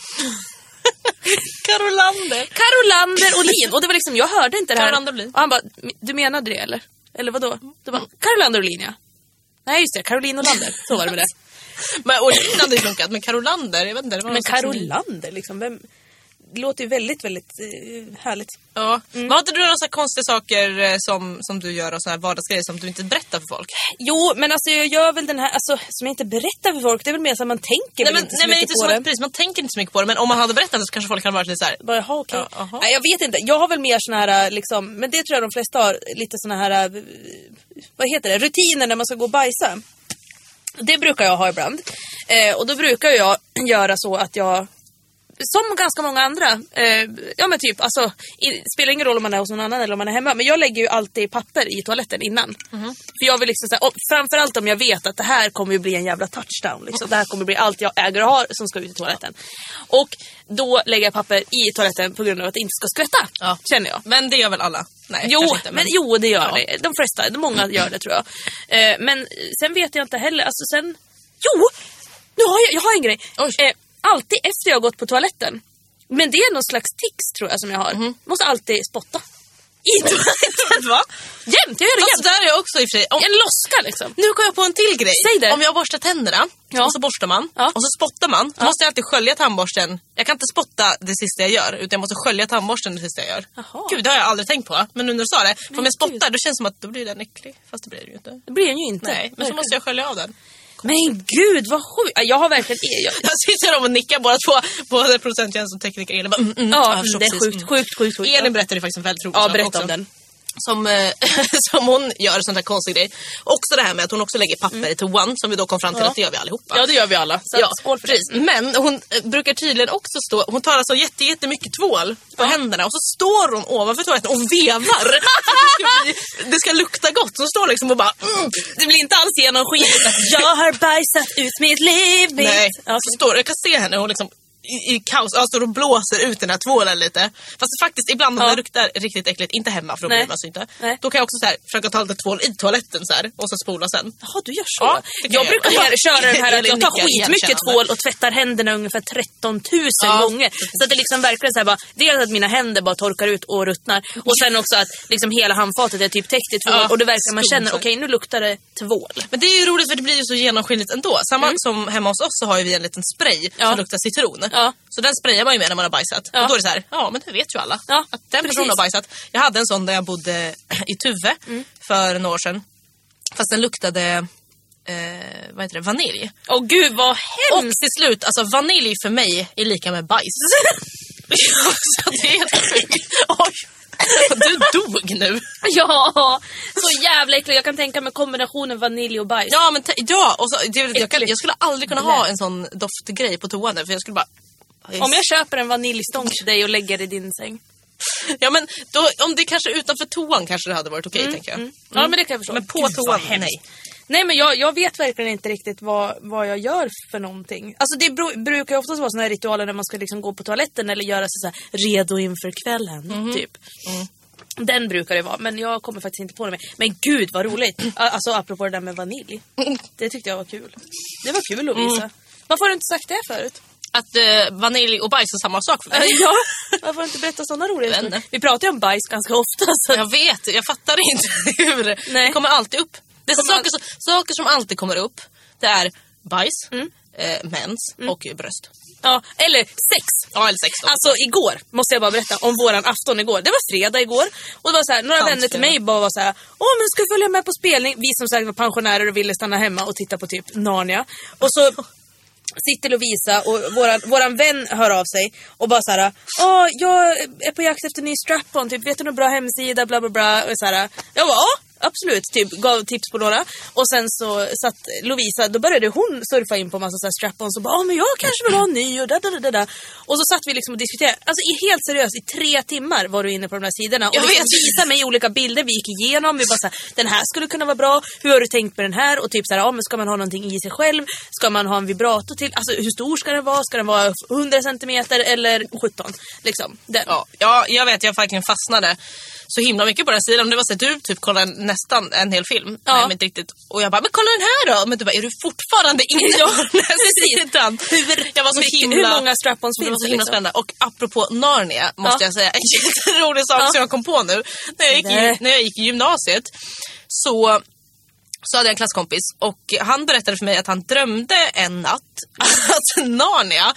S2: Karolander.
S1: Karolander Olin. Och det var liksom, jag hörde inte det här.
S2: Karolander Olin.
S1: Och han bara, du menade det eller? Eller vadå? Du bara, Karolander Olin ja. Nej just det, Caroline Olander. Så var det med det.
S2: Men Olin hade ju funkat, men Karolander, jag vet inte. Det var någon
S1: Men
S2: slags-
S1: Karolander liksom, vem? Det låter ju väldigt, väldigt eh, härligt.
S2: Ja.
S1: Mm.
S2: Men har inte du några så här konstiga saker eh, som, som du gör och såna här vardagsgrejer som du inte berättar för folk?
S1: Jo, men alltså jag gör väl den här, alltså som jag inte berättar för folk, det är väl mer så att man tänker
S2: Nej
S1: väl
S2: men,
S1: inte så
S2: nej, men
S1: mycket
S2: inte
S1: på
S2: så
S1: det.
S2: mycket, precis, man tänker inte så mycket på det men om man hade berättat det så kanske folk hade varit lite såhär
S1: Bara, jaha, okej.
S2: Ja, aha.
S1: Nej, jag vet inte. Jag har väl mer såna här, liksom, men det tror jag de flesta har, lite såna här, eh, vad heter det, rutiner när man ska gå och bajsa. Det brukar jag ha ibland. Eh, och då brukar jag göra så att jag som ganska många andra, eh, ja men typ alltså, i, spelar ingen roll om man är hos någon annan eller om man är hemma, men jag lägger ju alltid papper i toaletten innan. För jag vill liksom såhär, och framförallt om jag vet att det här kommer ju bli en jävla touchdown. Liksom. Det här kommer bli allt jag äger och har som ska ut i toaletten. Och då lägger jag papper i toaletten på grund av att det inte ska skvätta,
S2: Ja.
S1: känner jag.
S2: Men det gör väl alla? Nej,
S1: Jo,
S2: kanske inte,
S1: men... jo, det gör det. De flesta, många gör det tror jag. Eh, men sen vet jag inte heller, alltså sen... Jo! Nu har jag, jag har en grej.
S2: Oj.
S1: Eh, alltid efter jag har gått på toaletten. Men det är någon slags tics tror jag som jag har. Måste alltid spotta. I toaletten!
S2: Mhm. Va?
S1: jämt, jag gör det
S2: Alltså
S1: jämt.
S2: där är jag också i och för sig. Om,
S1: En loska liksom.
S2: nu kom jag på en till grej.
S1: Säg det.
S2: Om jag borstar tänderna
S1: Ja.
S2: och så borstar man
S1: Ja.
S2: och så spottar man. Då måste jag alltid skölja tandborsten. Jag kan inte spotta det sista jag gör utan jag måste skölja tandborsten det sista jag gör.
S1: Jaha.
S2: Gud, det har jag aldrig tänkt på. Men nu när du sa det. För om jag
S1: gud.
S2: spottar då känns det som att då blir den äcklig. Fast det blir det ju inte.
S1: Det blir den ju inte.
S2: Nej, men så
S1: Verkligen.
S2: måste jag Mm. skölja av den.
S1: Men gud vad sjukt. Ja, Jag har verkligen... Jag,
S2: Jag sitter om och nickar båda två. Både producenttjänst och tekniker Elin. bara, Mm, mm,
S1: ja,
S2: jag förstår
S1: det är
S2: precis,
S1: sjukt,
S2: mm.
S1: sjukt, sjukt, sjukt.
S2: Elin berättade ju faktiskt en väldigt rolig
S1: ja,
S2: sak
S1: berätta
S2: också.
S1: om den.
S2: som, eh, som hon gör, sån där konstig grej. Också det här med att hon också lägger papper i toan som vi då kom fram till
S1: Mm. Ja.
S2: att det gör vi allihopa.
S1: Ja, det gör vi alla. Så
S2: Ja,
S1: att, skål för det.
S2: precis. Men hon eh, brukar tydligen också stå, hon tar alltså jätte, jättemycket tvål på händerna och så står hon ovanför toaletten och vevar. Så att det, ska bli, det ska lukta gott. Så Hon står liksom och bara mm.
S1: Det blir inte alls genomskinligt att jag har bajsat ut mitt liv. mitt.
S2: Nej.
S1: Ja,
S2: Så står, jag kan se henne, hon liksom i, i kaos, ja, står och blåser ut den här tvålen lite. Fast faktiskt ibland om
S1: Ja.
S2: det luktar riktigt äckligt, inte hemma för då
S1: Nej.
S2: bryr man sig inte.
S1: Nej.
S2: Då kan jag också så här, försöka ta lite tvål i toaletten så här, och sen spola sen.
S1: Jaha, du gör så?
S2: Ja, det kan
S1: jag
S2: jag
S1: brukar
S2: göra.
S1: mer köra den här att
S2: Elin
S1: jag tar
S2: nickar
S1: skitmycket
S2: igenkännande.
S1: tvål och tvättar händerna ungefär 13 000
S2: Ja.
S1: gånger. Så att det liksom verkligen så här bara, dels att mina händer bara torkar ut och ruttnar och sen också att liksom hela handfatet är typ täckt i tvål
S2: Ja,
S1: och det verkar man
S2: skon,
S1: känner,
S2: så.
S1: okej nu luktar det tvål.
S2: Men det är ju roligt för det blir ju så genomskinligt ändå. Samma som hemma hos oss så har ju vi en liten spray
S1: Mm. Ja.
S2: som luktar citron.
S1: Ja.
S2: Så den sprayar man ju med när man har bajsat.
S1: Ja.
S2: Och då är det så här, ja men det vet ju alla.
S1: Ja,
S2: att den
S1: precis. Mm.
S2: personen har bajsat. Jag hade en sån där jag bodde i Tuve för några år sedan. Fast den luktade, eh, vad heter det, vanilj.
S1: Åh gud vad
S2: Och
S1: hemskt!
S2: till slut, alltså vanilj för mig är lika med bajs. så det är helt sjukt. Oj! Du dog nu.
S1: Ja, så jävla äckligt. Jag kan tänka mig kombinationen vanilj och bajs.
S2: Ja, men te- ja och så, det, jag, kan, jag skulle aldrig kunna ha
S1: Nej.
S2: en sån doftgrej på toan där, för jag skulle bara...
S1: Om jag köper en vaniljstång till dig och lägger det i din säng.
S2: ja, men då, om det kanske utanför toan kanske det hade varit okej, tänker jag.
S1: Ja, Mm. men det kan jag förstå.
S2: Men på
S1: Gud, vad
S2: toan,
S1: hemskt.
S2: nej.
S1: Nej, men jag, jag vet verkligen inte riktigt vad, vad jag gör för någonting. Alltså det bro, brukar ju oftast vara såna här ritualer när man ska liksom gå på toaletten eller göra sig så här redo inför kvällen,
S2: Mhm.
S1: typ.
S2: Mm.
S1: Den brukar det vara, men jag kommer faktiskt inte på det. Med. Men gud vad roligt! A- Alltså apropå det där med vanilj. Det tyckte jag var kul. Det var kul att visa.
S2: Mm.
S1: Varför har du inte sagt det förut?
S2: Att eh, vanilj och bajs är samma sak för mig.
S1: ja. Varför har du inte berättat sådana roliga
S2: Jag vet
S1: historier?
S2: inte.
S1: Vi pratar ju om bajs ganska ofta. Så
S2: Jag vet, jag fattar inte hur.
S1: Nej.
S2: Det kommer alltid upp. Det är
S1: Kommer
S2: saker, som, saker som alltid kommer upp, det är bajs,
S1: Mm.
S2: eh, mens och bröst.
S1: ja. Eller sex!
S2: Ja, eller sex då.
S1: Mm. Alltså igår, måste jag bara berätta om våran afton igår. Det var fredag igår och det var så här, några
S2: Sant,
S1: vänner till
S2: det var.
S1: mig bara var så här, åh men ska du följa med på spelning? Vi som sagt var pensionärer och ville stanna hemma och titta på typ Narnia. Och så sitter Lovisa och våran, våran vän hör av sig och bara så här, åh jag är på jakt efter en ny strap-on, typ vet du någon bra hemsida, bla bla bla. Och så här, jag bara, ja. Absolut, typ gav tips på några. Och sen så satt Lovisa, då började hon surfa in på massa så här strap-ons och bara ah, men jag kanske vill ha en ny och da, da, da, da, da. Och så satt vi liksom och diskuterade, alltså i, helt seriöst i tre timmar var du inne på de här sidorna och
S2: Jag
S1: liksom
S2: vet.
S1: visade mig olika bilder vi gick igenom. Vi bara så här, den här skulle kunna vara bra, hur har du tänkt med den här? Och typ så här, ah, men ska man ha någonting i sig själv? Ska man ha en vibrator till? Alltså hur stor ska den vara? Ska den vara 100 centimeter eller 17? Liksom, den.
S2: Ja, ja, jag vet, jag verkligen fastnade så himla mycket på den sidan. Det var så att du typ kollade nästan en hel film.
S1: Ja.
S2: Nej, men inte riktigt. Och jag bara, men kolla den här då! Men du bara, är du fortfarande inne
S1: Ja,
S2: på den här
S1: precis.
S2: sidan? Jag var så
S1: mycket-
S2: himla...
S1: hur många strap-ons
S2: Det var
S1: finns
S2: så
S1: det,
S2: himla
S1: liksom?
S2: spännande. Och apropå Narnia måste
S1: Ja.
S2: jag säga en jätterolig sak
S1: Ja.
S2: som jag kom på nu. När jag gick,
S1: Nej.
S2: i, när jag gick i gymnasiet så så hade jag en klasskompis och han berättade för mig att han drömde en natt att Narnia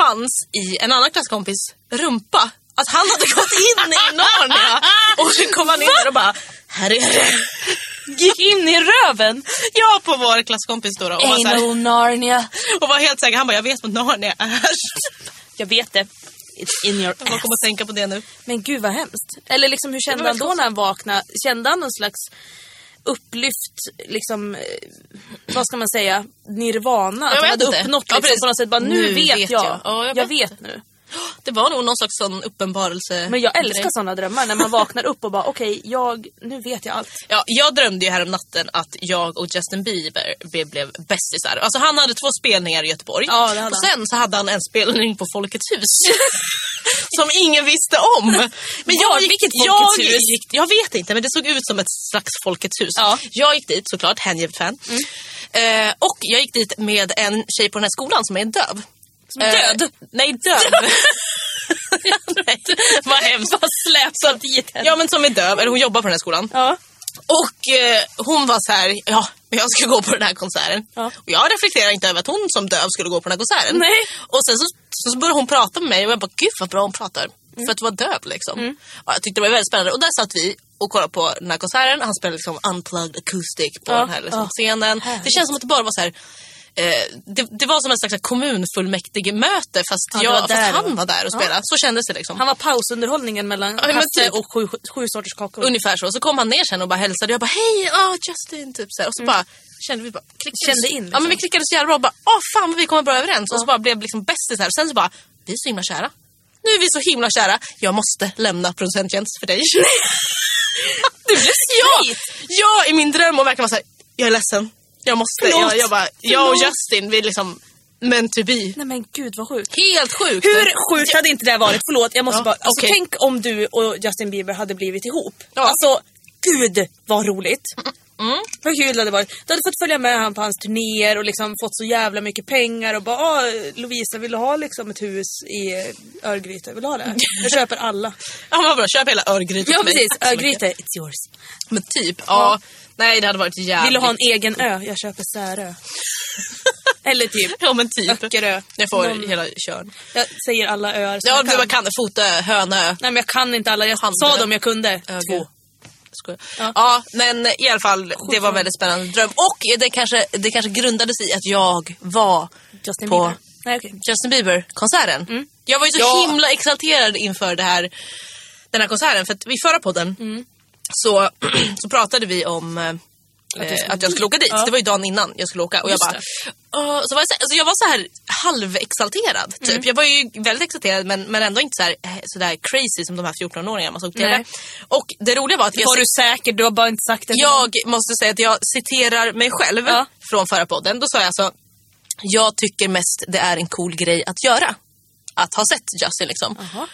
S2: fanns i en annan klasskompis rumpa. Att han hade gått in i Narnia och så kom han in där och bara här är det.
S1: Gick in i röven!
S2: Jag på vår klasskompis då, då och, var så här,
S1: Narnia.
S2: och var helt säker. Han bara jag vet vad Narnia är.
S1: Jag vet det. It's in your
S2: Jag kommer att tänka på det nu.
S1: Men gud vad hemskt. Eller liksom hur
S2: Det
S1: kände
S2: var
S1: han då när han vaknade? Kände han någon slags upplyft liksom eh, vad ska man säga, nirvana. Att
S2: Jag
S1: hon
S2: vet
S1: hade
S2: inte.
S1: uppnått
S2: Ja,
S1: liksom,
S2: precis.
S1: på något sätt. Bara, nu, vet jag.
S2: Ja, jag
S1: jag,
S2: vet
S1: vet nu.
S2: Det var nog någon slags sån uppenbarelse.
S1: Men jag älskar sådana drömmar. När man vaknar upp och bara okej, jag, nu vet jag allt.
S2: Ja, jag drömde ju häromnatten att jag och Justin Bieber be- blev bästisar. Alltså han hade två spelningar i Göteborg.
S1: Ja, det hade
S2: och sen så hade han en spelning på Folkets hus. som ingen visste om. Men
S1: Var?
S2: jag gick,
S1: Vilket
S2: jag,
S1: Folkets hus?
S2: Gick, jag vet inte, men det såg ut som ett slags Folkets hus.
S1: Ja. Mm.
S2: Jag gick dit såklart, hängivet fan. Eh, och jag gick dit med en tjej på den här skolan som är döv. Som
S1: är död?
S2: nej, döv. nej, vad hemskt.
S1: Bara släpsamt i henne.
S2: Ja men som är döv, eller hon jobbar på den här skolan.
S1: Ja.
S2: Och eh, hon var så här, ja, men jag ska gå på den här konserten.
S1: Ja.
S2: Och jag reflekterade inte över att hon som döv skulle gå på den här konserten.
S1: Nej.
S2: Och sen så, så så började hon prata med mig och jag bara, gud vad bra hon pratar.
S1: Mm.
S2: För att vara döv liksom. Ja, jag tyckte det var väldigt spännande. Och där satt vi och kollade på den här konserten. Han spelade liksom unplugged acoustic på
S1: Ja.
S2: den här liksom,
S1: Ja.
S2: scenen. Det
S1: Härligt.
S2: känns som att det bara var så här. Eh, det, det var som en slags kommunfullmäktigemöte fast,
S1: Ja, det
S2: jag,
S1: var
S2: fast
S1: där det
S2: han
S1: var.
S2: var där och spelade. Så kändes det liksom.
S1: Han var pausunderhållningen mellan
S2: men
S1: Hasse
S2: typ.
S1: och sju, sju sorters kakor.
S2: Ungefär så. Så kom han ner sen och bara hälsade. Jag bara hej, ah Justin. Typ så här. Och så bara kände vi bara, klickades.
S1: Mm. Kände in, liksom.
S2: Ja men vi klickade så jävla bra. Och bara, ah fan vad vi kommer bra överens. Och så bara blev liksom bästisar. Och Sen så bara, vi är så himla kära. Nu är vi så himla kära. Jag måste lämna producenttjänst för dig. du blev ja, ja, i min dröm och verkligen vara såhär, jag är ledsen. Jag måste.
S1: Förlåt.
S2: Jag, jag bara, jag och
S1: Förlåt.
S2: Justin, vi är liksom meant to be.
S1: Nej men gud vad sjukt.
S2: Helt sjukt.
S1: Hur sjukt hade inte det här varit? Förlåt, jag måste
S2: Ja,
S1: bara... Alltså,
S2: okej.
S1: Tänk om du och Justin Bieber hade blivit ihop.
S2: Ja.
S1: Alltså, gud vad roligt.
S2: Mm.
S1: Vad kul det hade varit. Du hade fått följa med honom på hans turnéer och liksom fått så jävla mycket pengar och bara ah, Lovisa vill du ha liksom ett hus i eh, Örgryte? Vill du ha det? här?" Jag köper alla.
S2: Ja, vad bra. Köp hela Örgryte
S1: ja
S2: till mig.
S1: precis,
S2: Tack så mycket.
S1: Örgryte, it's yours.
S2: Men typ, ja. Nej, det hade varit jävligt...
S1: Vill du ha en egen ö? Jag köper Särö. Eller typ
S2: Ja men typ.
S1: Öckerö.
S2: Jag får
S1: Någon-
S2: hela körn.
S1: Jag säger alla öar som
S2: Ja,
S1: jag
S2: du
S1: kan.
S2: bara kan det. Fotö, Hönö,
S1: Nej men jag kan inte alla, jag sa
S2: Handö.
S1: dem jag kunde.
S2: Ögö.
S1: Två.
S2: Skojar. Ja.
S1: Ja.
S2: ja men i alla fall det var en väldigt spännande dröm och det kanske, det kanske grundades i att jag var
S1: Justin
S2: på
S1: Bieber. Nej okej.
S2: Justin Bieber-konserten. Mm. Jag var ju så
S1: Ja.
S2: himla exalterad inför det här, den här konserten för att vid förra podden
S1: Mm.
S2: så, så pratade vi om eh,
S1: Att du skulle
S2: eh, att jag skulle åka dit.
S1: Ja.
S2: Det var ju dagen innan jag skulle åka och jag
S1: Just
S2: bara... "Åh", Så var jag, så, alltså jag var så här halvexalterad. Typ.
S1: Mm.
S2: Jag var ju väldigt exalterad men, men ändå inte så, här, eh, så där crazy som de här 14-åringarna man såg på TV.
S1: Nej.
S2: Och det roliga var att jag,
S1: Var du säker? Du har bara inte sagt det. till någon.
S2: jag måste säga att jag citerar mig själv
S1: Ja.
S2: från förra podden. Då sa jag alltså, jag tycker mest det är en cool grej att göra. Att ha sett Justin liksom.
S1: Jaha.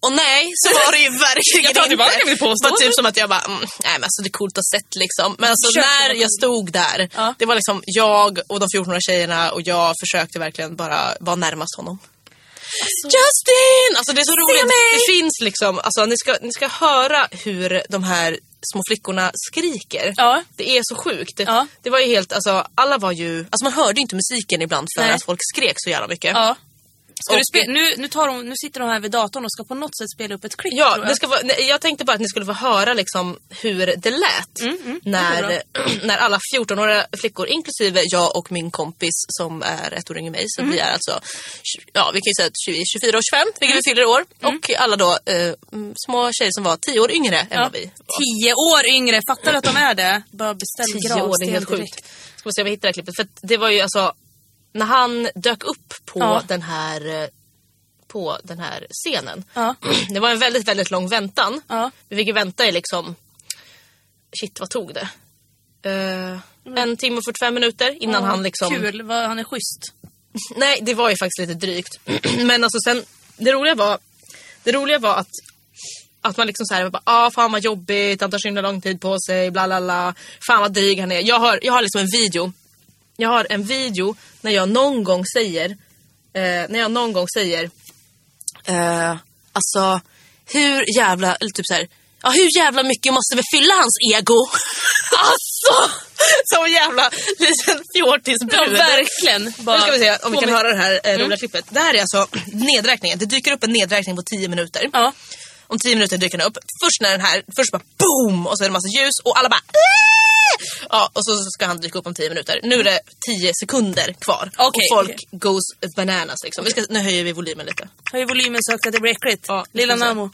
S2: Och nej, så var det ju verkligen
S1: Jag tar tillbaka
S2: inte.
S1: mitt
S2: Det
S1: påstående.
S2: var typ som att jag bara, mm, nej men alltså det är coolt att ha sett liksom. Men alltså
S1: Försökte
S2: när
S1: vara
S2: jag
S1: cool.
S2: stod där,
S1: Ja.
S2: det var liksom jag och de 14 tjejerna och jag försökte verkligen bara vara närmast honom. Justin! Alltså det är så roligt.
S1: mig!
S2: Det finns liksom, alltså ni ska, ni ska höra hur de här små flickorna skriker.
S1: Ja.
S2: Det är så sjukt.
S1: Ja.
S2: Det var ju helt, alltså alla var ju, alltså man hörde ju inte musiken ibland för
S1: Nej.
S2: att folk skrek så jävla mycket.
S1: Ja. Ska
S2: Och-
S1: du spela? Nu, nu, tar hon, nu sitter hon här vid datorn och ska på något sätt spela upp ett klipp
S2: Ja,
S1: tror
S2: det
S1: jag.
S2: ska vara, nej, jag tänkte bara att ni skulle få höra liksom hur det lät
S1: Mm,
S2: när, när alla 14-åriga flickor, inklusive jag och min kompis som är ett år yngre än mig, så
S1: Mm.
S2: vi är alltså tj- ja, vi kan ju säga 20, 24 och 25, vilket
S1: Mm.
S2: vi fyller i år. Och alla då eh, mm, små tjejer som var 10 år yngre än vad vi var.
S1: Tio år yngre, fattar du att de är det? Bara beställ
S2: 10
S1: gravsten
S2: år, det är helt
S1: direkt.
S2: sjukt. Ska vi se om vi hittar det här klippet. För att det var ju alltså, när han dök upp på
S1: Ja.
S2: den här eh, på den här scenen.
S1: Ja.
S2: Det var en väldigt, väldigt lång väntan.
S1: Ja.
S2: Vi fick ju vänta i liksom... Shit, vad tog det? Eh, En timme och 45 minuter innan
S1: Mm. Ja,
S2: han liksom...
S1: Kul, vad, han är schysst.
S2: Nej, det var ju faktiskt lite drygt. Men alltså sen, det roliga var, det roliga var att, att man liksom såhär, ja ah, fan vad jobbigt, han tar så himla lång tid på sig, bla bla bla. Fan vad dryg han är. Jag har, jag har liksom en video. Jag har en video när jag någon gång säger, eh, när jag någon gång säger, eh, alltså hur jävla, eller typ såhär, ja hur jävla mycket måste vi fylla hans ego? alltså! Som jävla liten fjortisbrud.
S1: Ja, verkligen.
S2: Nu ska vi se om vi
S1: Få
S2: kan
S1: mig-
S2: höra det här eh, roliga
S1: Mm.
S2: klippet. Det här är alltså nedräkningen. Det dyker upp en nedräkning på 10 minuter.
S1: Ja.
S2: Om 10 minuter dyker den upp. Först när den här, först bara boom och så är det massa ljus och alla bara "Aah!" Ja, och så ska han dyka upp om 10 minuter. Nu är det 10 sekunder kvar.
S1: Okej,
S2: och folk
S1: okej.
S2: goes bananas liksom. Vi ska, nu höjer vi volymen lite.
S1: Höj volymen så högt att det blir äckligt.
S2: Ja, nu
S1: Lilla
S2: ska vi se.
S1: Namo.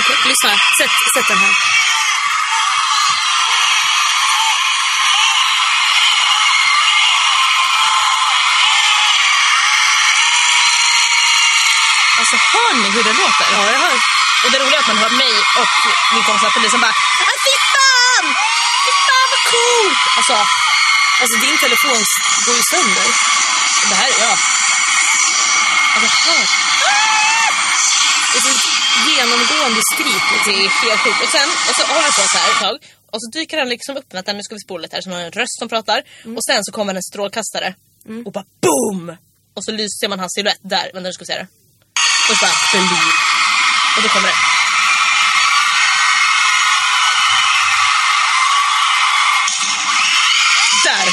S1: Okej, lyssna. Sätt, sätt den här.
S2: Alltså, Hör ni hur den låter? Ja, jag hör. Och det roliga är att man hör mig och min kompis Nathalie som bara "Ah, Fy fan! Fy fan vad coolt! Alltså,
S1: Alltså din telefon s- går ju sönder.
S2: det här, ja.
S1: Alltså, hör.
S2: Ah!
S1: Det är sånt genomgående skrik.
S2: Det är helt sjukt. Och sen och så håller det på så här ett tag. Och så dyker den liksom upp. Vänta, nu ska vi spola lite här. Så man har en röst som pratar. Och sen så kommer en strålkastare. Och bara BOOM! Och så lyser man hans silhuett där. Vänta, nu ska vi se det. Och så bara BLIV! Och då kommer den. Där!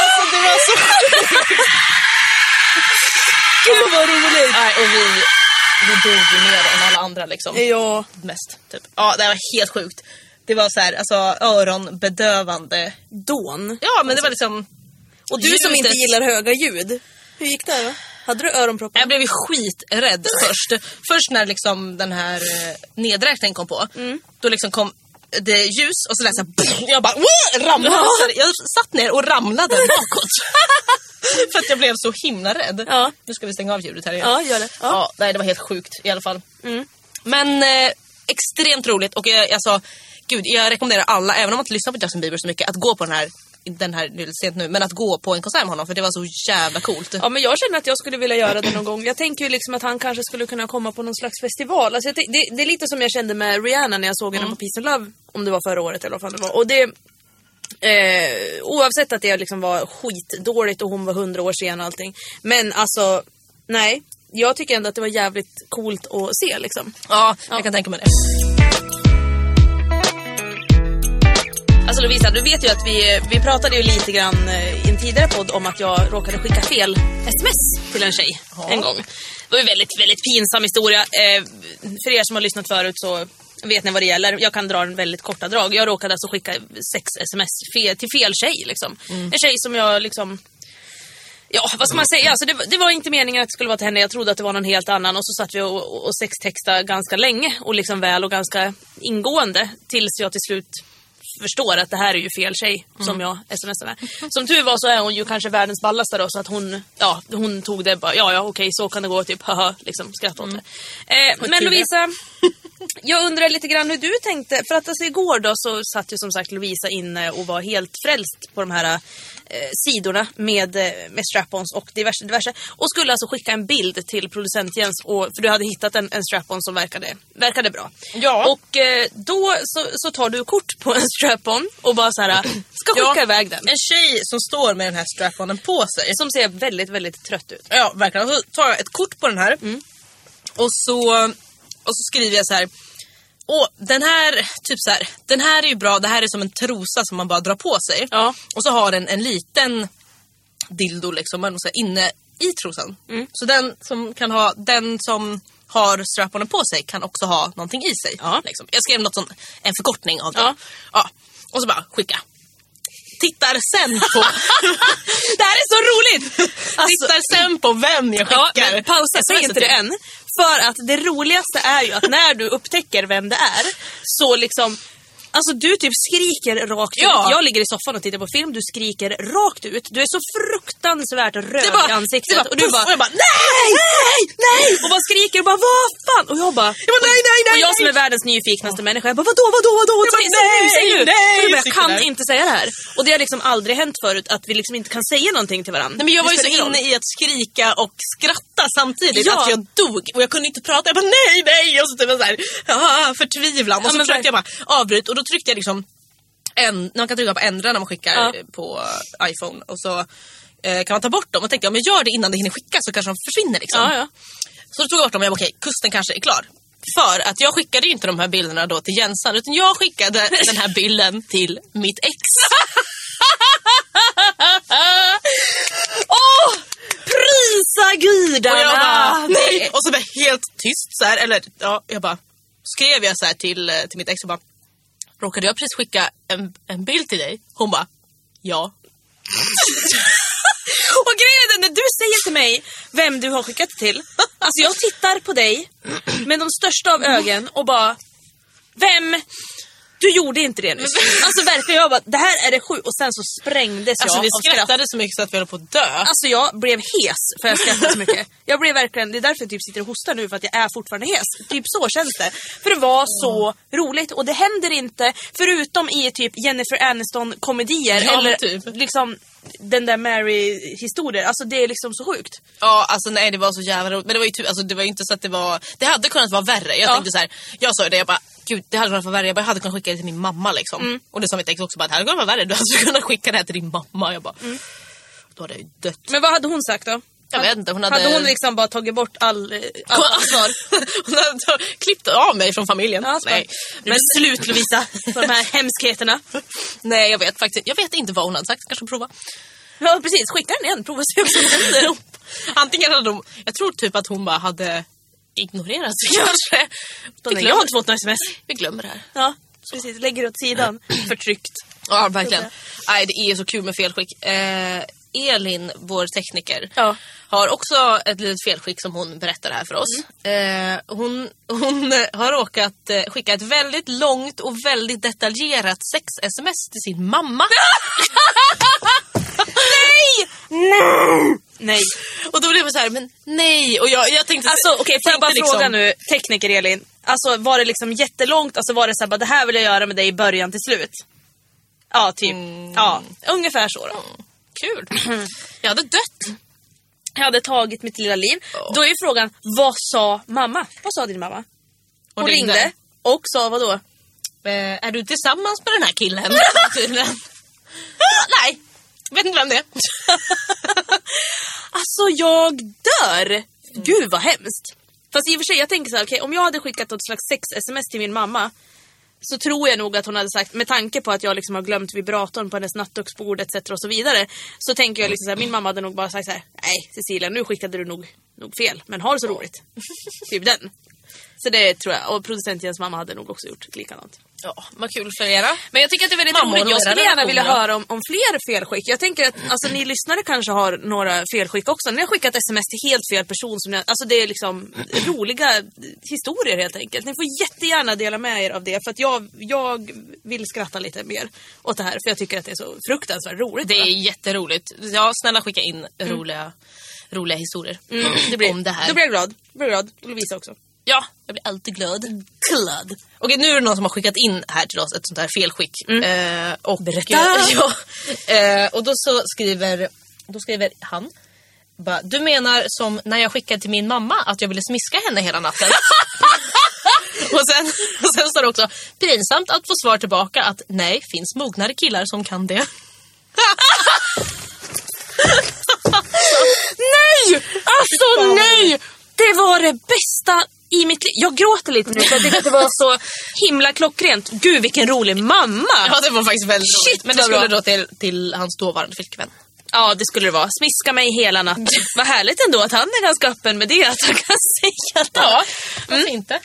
S2: alltså det var så
S1: Gud vad roligt!
S2: Nej, och vi, vi dog ju mer än alla andra liksom.
S1: Ja,
S2: mest. Typ. Ja, det var helt sjukt. Det var så här, alltså öronbedövande.
S1: dån.
S2: Ja, men det var liksom...
S1: Och du som inte
S2: ljudet-
S1: gillar höga ljud. Hur gick det då? Hade du öronproppar?
S2: Alltså, Jag blev ju skiträdd först. Först när liksom den här eh, nedräkningen kom på.
S1: Mm.
S2: Då liksom kom det ljus och så lät det såhär... Jag bara "Wah!" ramlade. Så här, jag satt ner och ramlade bakåt. För att jag blev så himla rädd.
S1: Ja.
S2: Nu ska vi stänga av ljudet här igen.
S1: Ja, Mm. gör det.
S2: Ja.
S1: Ja.
S2: nej, det var helt sjukt i alla fall. Men eh, extremt roligt och jag, jag sa, gud jag rekommenderar alla, även om man inte lyssnar på Justin Bieber så mycket, att gå på den här, den här, nu är det sent nu, men att gå på en konsert med honom för det var så jävla coolt.
S1: Ja men jag känner att jag skulle vilja göra det någon gång. Jag tänker ju liksom att han kanske skulle kunna komma på någon slags festival. Alltså jag tänk- det, det är lite som jag kände med Rihanna när jag såg henne på Peace and Love. Om det var förra året eller vad fan det var. Och det, eh, oavsett att det liksom var skitdåligt och hon var hundra år sen och allting. Men alltså, nej. Jag tycker ändå att det var jävligt coolt att se liksom.
S2: Ja, jag kan tänka mig det.
S1: Alltså Lovisa, du vet ju att vi, vi pratade ju lite grann eh, i en tidigare podd om att jag råkade skicka fel sms till en tjej en gång. Det var ju väldigt, väldigt pinsam historia. Eh, för er som har lyssnat förut så vet ni vad det gäller. Jag kan dra en väldigt korta drag. Jag råkade alltså skicka sex sms fel, till fel tjej liksom. En tjej som jag liksom Ja, vad ska man säga? Alltså det, var- det var inte meningen att det skulle vara till henne. Jag trodde att det var någon helt annan. Och så satt vi och, och- och sextextade ganska länge och liksom väl och ganska ingående. Tills jag till slut förstår att det här är ju fel tjej som jag smsar med. Som tur var så är hon ju kanske världens ballaste då, så att hon, ja, hon tog det bara, ja, ja, okej, så kan det gå, typ, haha, liksom skratta åt det. Eh, men
S2: tur det.
S1: Lovisa, jag undrar lite grann hur du tänkte. För att alltså, igår då så satt ju som sagt Lovisa inne och var helt frälst på de här eh, sidorna med, eh, med strap-ons och diverse, diverse. Och skulle alltså skicka en bild till producent Jens, och, för du hade hittat en, en strap-on som verkade, verkade bra.
S2: Ja.
S1: Och eh, då så, så tar du kort på en strap-on och bara så här, ska skicka
S2: Ja.
S1: iväg den.
S2: En tjej som står med den här strap-onen på sig.
S1: Som ser väldigt, väldigt trött ut. Mm.
S2: Ja, verkligen. Och så tar jag ett kort på den här. Och, så, och så skriver jag så här. Åh, den här, typ så här, den här är ju bra, det här är som en trosa som man bara drar på sig.
S1: Ja.
S2: Och så har den en liten dildo liksom, man säga, inne i trosan.
S1: Mm.
S2: Så den som, kan ha, den som har strap-onen på sig kan också ha någonting i sig.
S1: Ja.
S2: Liksom. Jag skrev något sånt, en förkortning av det.
S1: Ja.
S2: Ja. Och så bara skicka. Tittar sen på... det här är så roligt! Tittar sen på vem jag
S1: Alltså- Ja,
S2: skickar.
S1: men pausa, säg
S2: SMS-et
S1: inte det
S2: till.
S1: än. För att det roligaste är ju att när du upptäcker vem det är, så liksom Alltså du typ skriker rakt
S2: Ja.
S1: ut. Jag ligger i soffan och tittar på film, du skriker rakt ut. Du är så fruktansvärt röd
S2: Det bara,
S1: i ansiktet.
S2: Det bara,
S1: och du bara,
S2: och jag bara nej!
S1: nej, nej! Och bara skriker och bara vad fan? Och jag bara,
S2: Jag bara, nej, nej, nej,
S1: Och jag som är
S2: nej.
S1: världens nyfiknaste människa, jag bara vadå, vadå, vadå? Och
S2: Jag bara,
S1: så- så-
S2: nej,
S1: säg nu.
S2: nej,
S1: Och jag bara, jag
S2: sitter
S1: kan
S2: där.
S1: inte säga det här. Och det har liksom aldrig hänt förut att vi liksom inte kan säga någonting till varandra.
S2: Nej, men jag
S1: Det
S2: var ju så
S1: spelar ingen roll.
S2: inne i att skrika och skratta samtidigt
S1: Ja.
S2: att jag dog och jag kunde inte prata. Jag bara nej, nej! Och så typ så här, ah, förtvivlan. Och
S1: Ja,
S2: så
S1: men
S2: försökte jag bara avbryta och då tryckte jag liksom en, man kan trycka på ändra när man skickar
S1: Ja.
S2: eh, på iPhone och så eh, kan man ta bort dem och tänka om jag gör det innan det hinner skickas så kanske de försvinner liksom.
S1: Ja, ja.
S2: Så då tog jag bort dem och jag bara, okej, kusten kanske är klar. För att jag skickade ju inte de här bilderna då till Jensan utan jag skickade den här bilden till mitt ex.
S1: Åh! Prisa gudarna!
S2: Och jag bara,
S1: nej.
S2: nej. Och så bara helt tyst så här, eller ja, jag bara skrev jag så här till, eh, till mitt ex och bara råkade jag precis skicka en, en bild till dig? Hon bara ja.
S1: Och grejen är när du säger till mig vem du har skickat till. Alltså jag tittar på dig med de största av ögonen och bara... Vem? Alltså, Du gjorde inte det nyss. Alltså verkligen, jag bara, det här är det sju. Och sen så sprängdes jag
S2: Alltså vi
S1: av skratt.
S2: skrattade så mycket så att vi höll på att dö.
S1: Alltså jag blev hes för jag skrattade så mycket. Jag blev verkligen, det är därför jag typ sitter och hostar nu för att jag är fortfarande hes. Typ så känns det. För det var så roligt och det händer inte förutom i typ Jennifer Aniston komedier
S2: Ja, men
S1: eller
S2: typ.
S1: liksom den där Mary historier. Alltså det är liksom så sjukt.
S2: Ja, alltså nej det var så jävla roligt. Men det var ju typ, alltså, det var ju inte så att det var... Det hade kunnat vara värre. Jag
S1: Ja.
S2: tänkte så här, jag sa ju det, jag bara gud det hade kunnat vara värre. Jag bara, jag hade kunnat skicka det till min mamma liksom.
S1: Mm.
S2: Och det sa mitt ex också, bara, det hade kunnat vara värre. Du hade kunnat skicka det här till din mamma. Jag bara,
S1: Mm.
S2: då hade jag ju dött.
S1: Men vad hade hon sagt då?
S2: Jag vet inte, hon hade...
S1: Hade hon liksom bara tagit bort all, eh, all ansvar?
S2: hon hade ta- klippt av mig från familjen.
S1: Ja, smart.
S2: nej.
S1: Nu är det slut Lovisa på de här hemskheterna.
S2: nej, jag vet faktiskt Jag vet inte vad hon hade sagt. Kanske prova.
S1: Ja precis, skicka den igen, prova se vad som händer.
S2: Antingen hade hon... Jag tror typ att hon bara hade ignorerat det kanske.
S1: Då
S2: Vi
S1: när jag
S2: glömmer,
S1: inte fått något sms.
S2: vi glömmer det här.
S1: Ja, precis. Lägger det åt sidan. Förtryckt.
S2: Ja, verkligen.
S1: Okej.
S2: Nej, det är så kul med felskick. Eh, Elin, vår tekniker,
S1: Ja.
S2: har också ett litet felskick som hon berättar här för oss.
S1: Mm.
S2: Eh, hon, hon eh, har råkat eh, skicka ett väldigt långt och väldigt detaljerat sex-sms till sin mamma.
S1: Nej.
S2: och då blev det så här, men nej. Och jag, jag tänkte... liksom-
S1: Alltså okej, får jag bara
S2: tänkte
S1: fråga nu, tekniker Elin. Alltså var det liksom jättelångt? Alltså var det såhär, bara, det här vill jag göra med dig i början till slut? Ja, typ. Ja, ungefär så då.
S2: Kul. Jag hade dött.
S1: Jag hade tagit mitt lilla liv.
S2: Ja.
S1: Då är ju frågan, vad sa mamma? Vad sa din mamma? Hon, ringde. och sa vad då?
S2: Eh, är du tillsammans med den här killen? Tydligen. nej, vet inte vem det är.
S1: Alltså jag dör! Gud vad hemskt. Fast i och för sig, jag tänker så här, okej, om jag hade skickat något slags sex-sms till min mamma så tror jag nog att hon hade sagt, med tanke på att jag liksom har glömt vibratorn på hennes nattduksbord etc. och så vidare. Så tänker jag liksom så här, min mamma hade nog bara sagt så här, nej Cecilia nu skickade du nog, nog fel, men har så roligt. typ den. Så det tror jag, och producent Jens mamma hade nog också gjort likadant.
S2: Ja, vad kul för er.
S1: Men jag tycker att det är väldigt
S2: Mammor
S1: roligt. Jag
S2: och era
S1: skulle gärna vilja
S2: relationer.
S1: höra om, om fler felskick. Jag tänker att alltså, ni lyssnare kanske har några felskick också. Ni har skickat sms till helt fel person. Som ni, alltså, det är liksom roliga historier helt enkelt. Ni får jättegärna dela med er av det. För att jag, jag vill skratta lite mer åt det här. För jag tycker att det är så fruktansvärt roligt.
S2: Det är jätteroligt. Ja, snälla skicka in roliga, roliga historier
S1: Mm. det blir,
S2: om det här.
S1: Då blir jag glad. Då blir jag glad. Och Lovisa också.
S2: Ja, jag blir alltid glad. Glad. Okej, nu är det någon som har skickat in här till oss ett sånt här felskick. Eh, och,
S1: Mm. Berätta.
S2: Ja, eh, och då så skriver, då skriver han. Bara, du menar som när jag skickade till min mamma att jag ville smiska henne hela natten. och, sen, och sen står det också, pinsamt att få svar tillbaka att nej, finns mognare killar som kan det.
S1: Nej! Alltså nej! Det var det bästa i mitt liv. Jag gråter lite nu för jag tycker att det var så himla klockrent. Gud vilken rolig mamma!
S2: Ja, det var faktiskt väldigt
S1: Shit,
S2: roligt. Men det
S1: vad
S2: skulle
S1: bra.
S2: då till, till hans dåvarande flickvän.
S1: Ja, det skulle det vara. Smiska mig hela natten. Vad härligt ändå att han är ganska öppen med det, att han kan säga det.
S2: Ja, Mm. varför inte?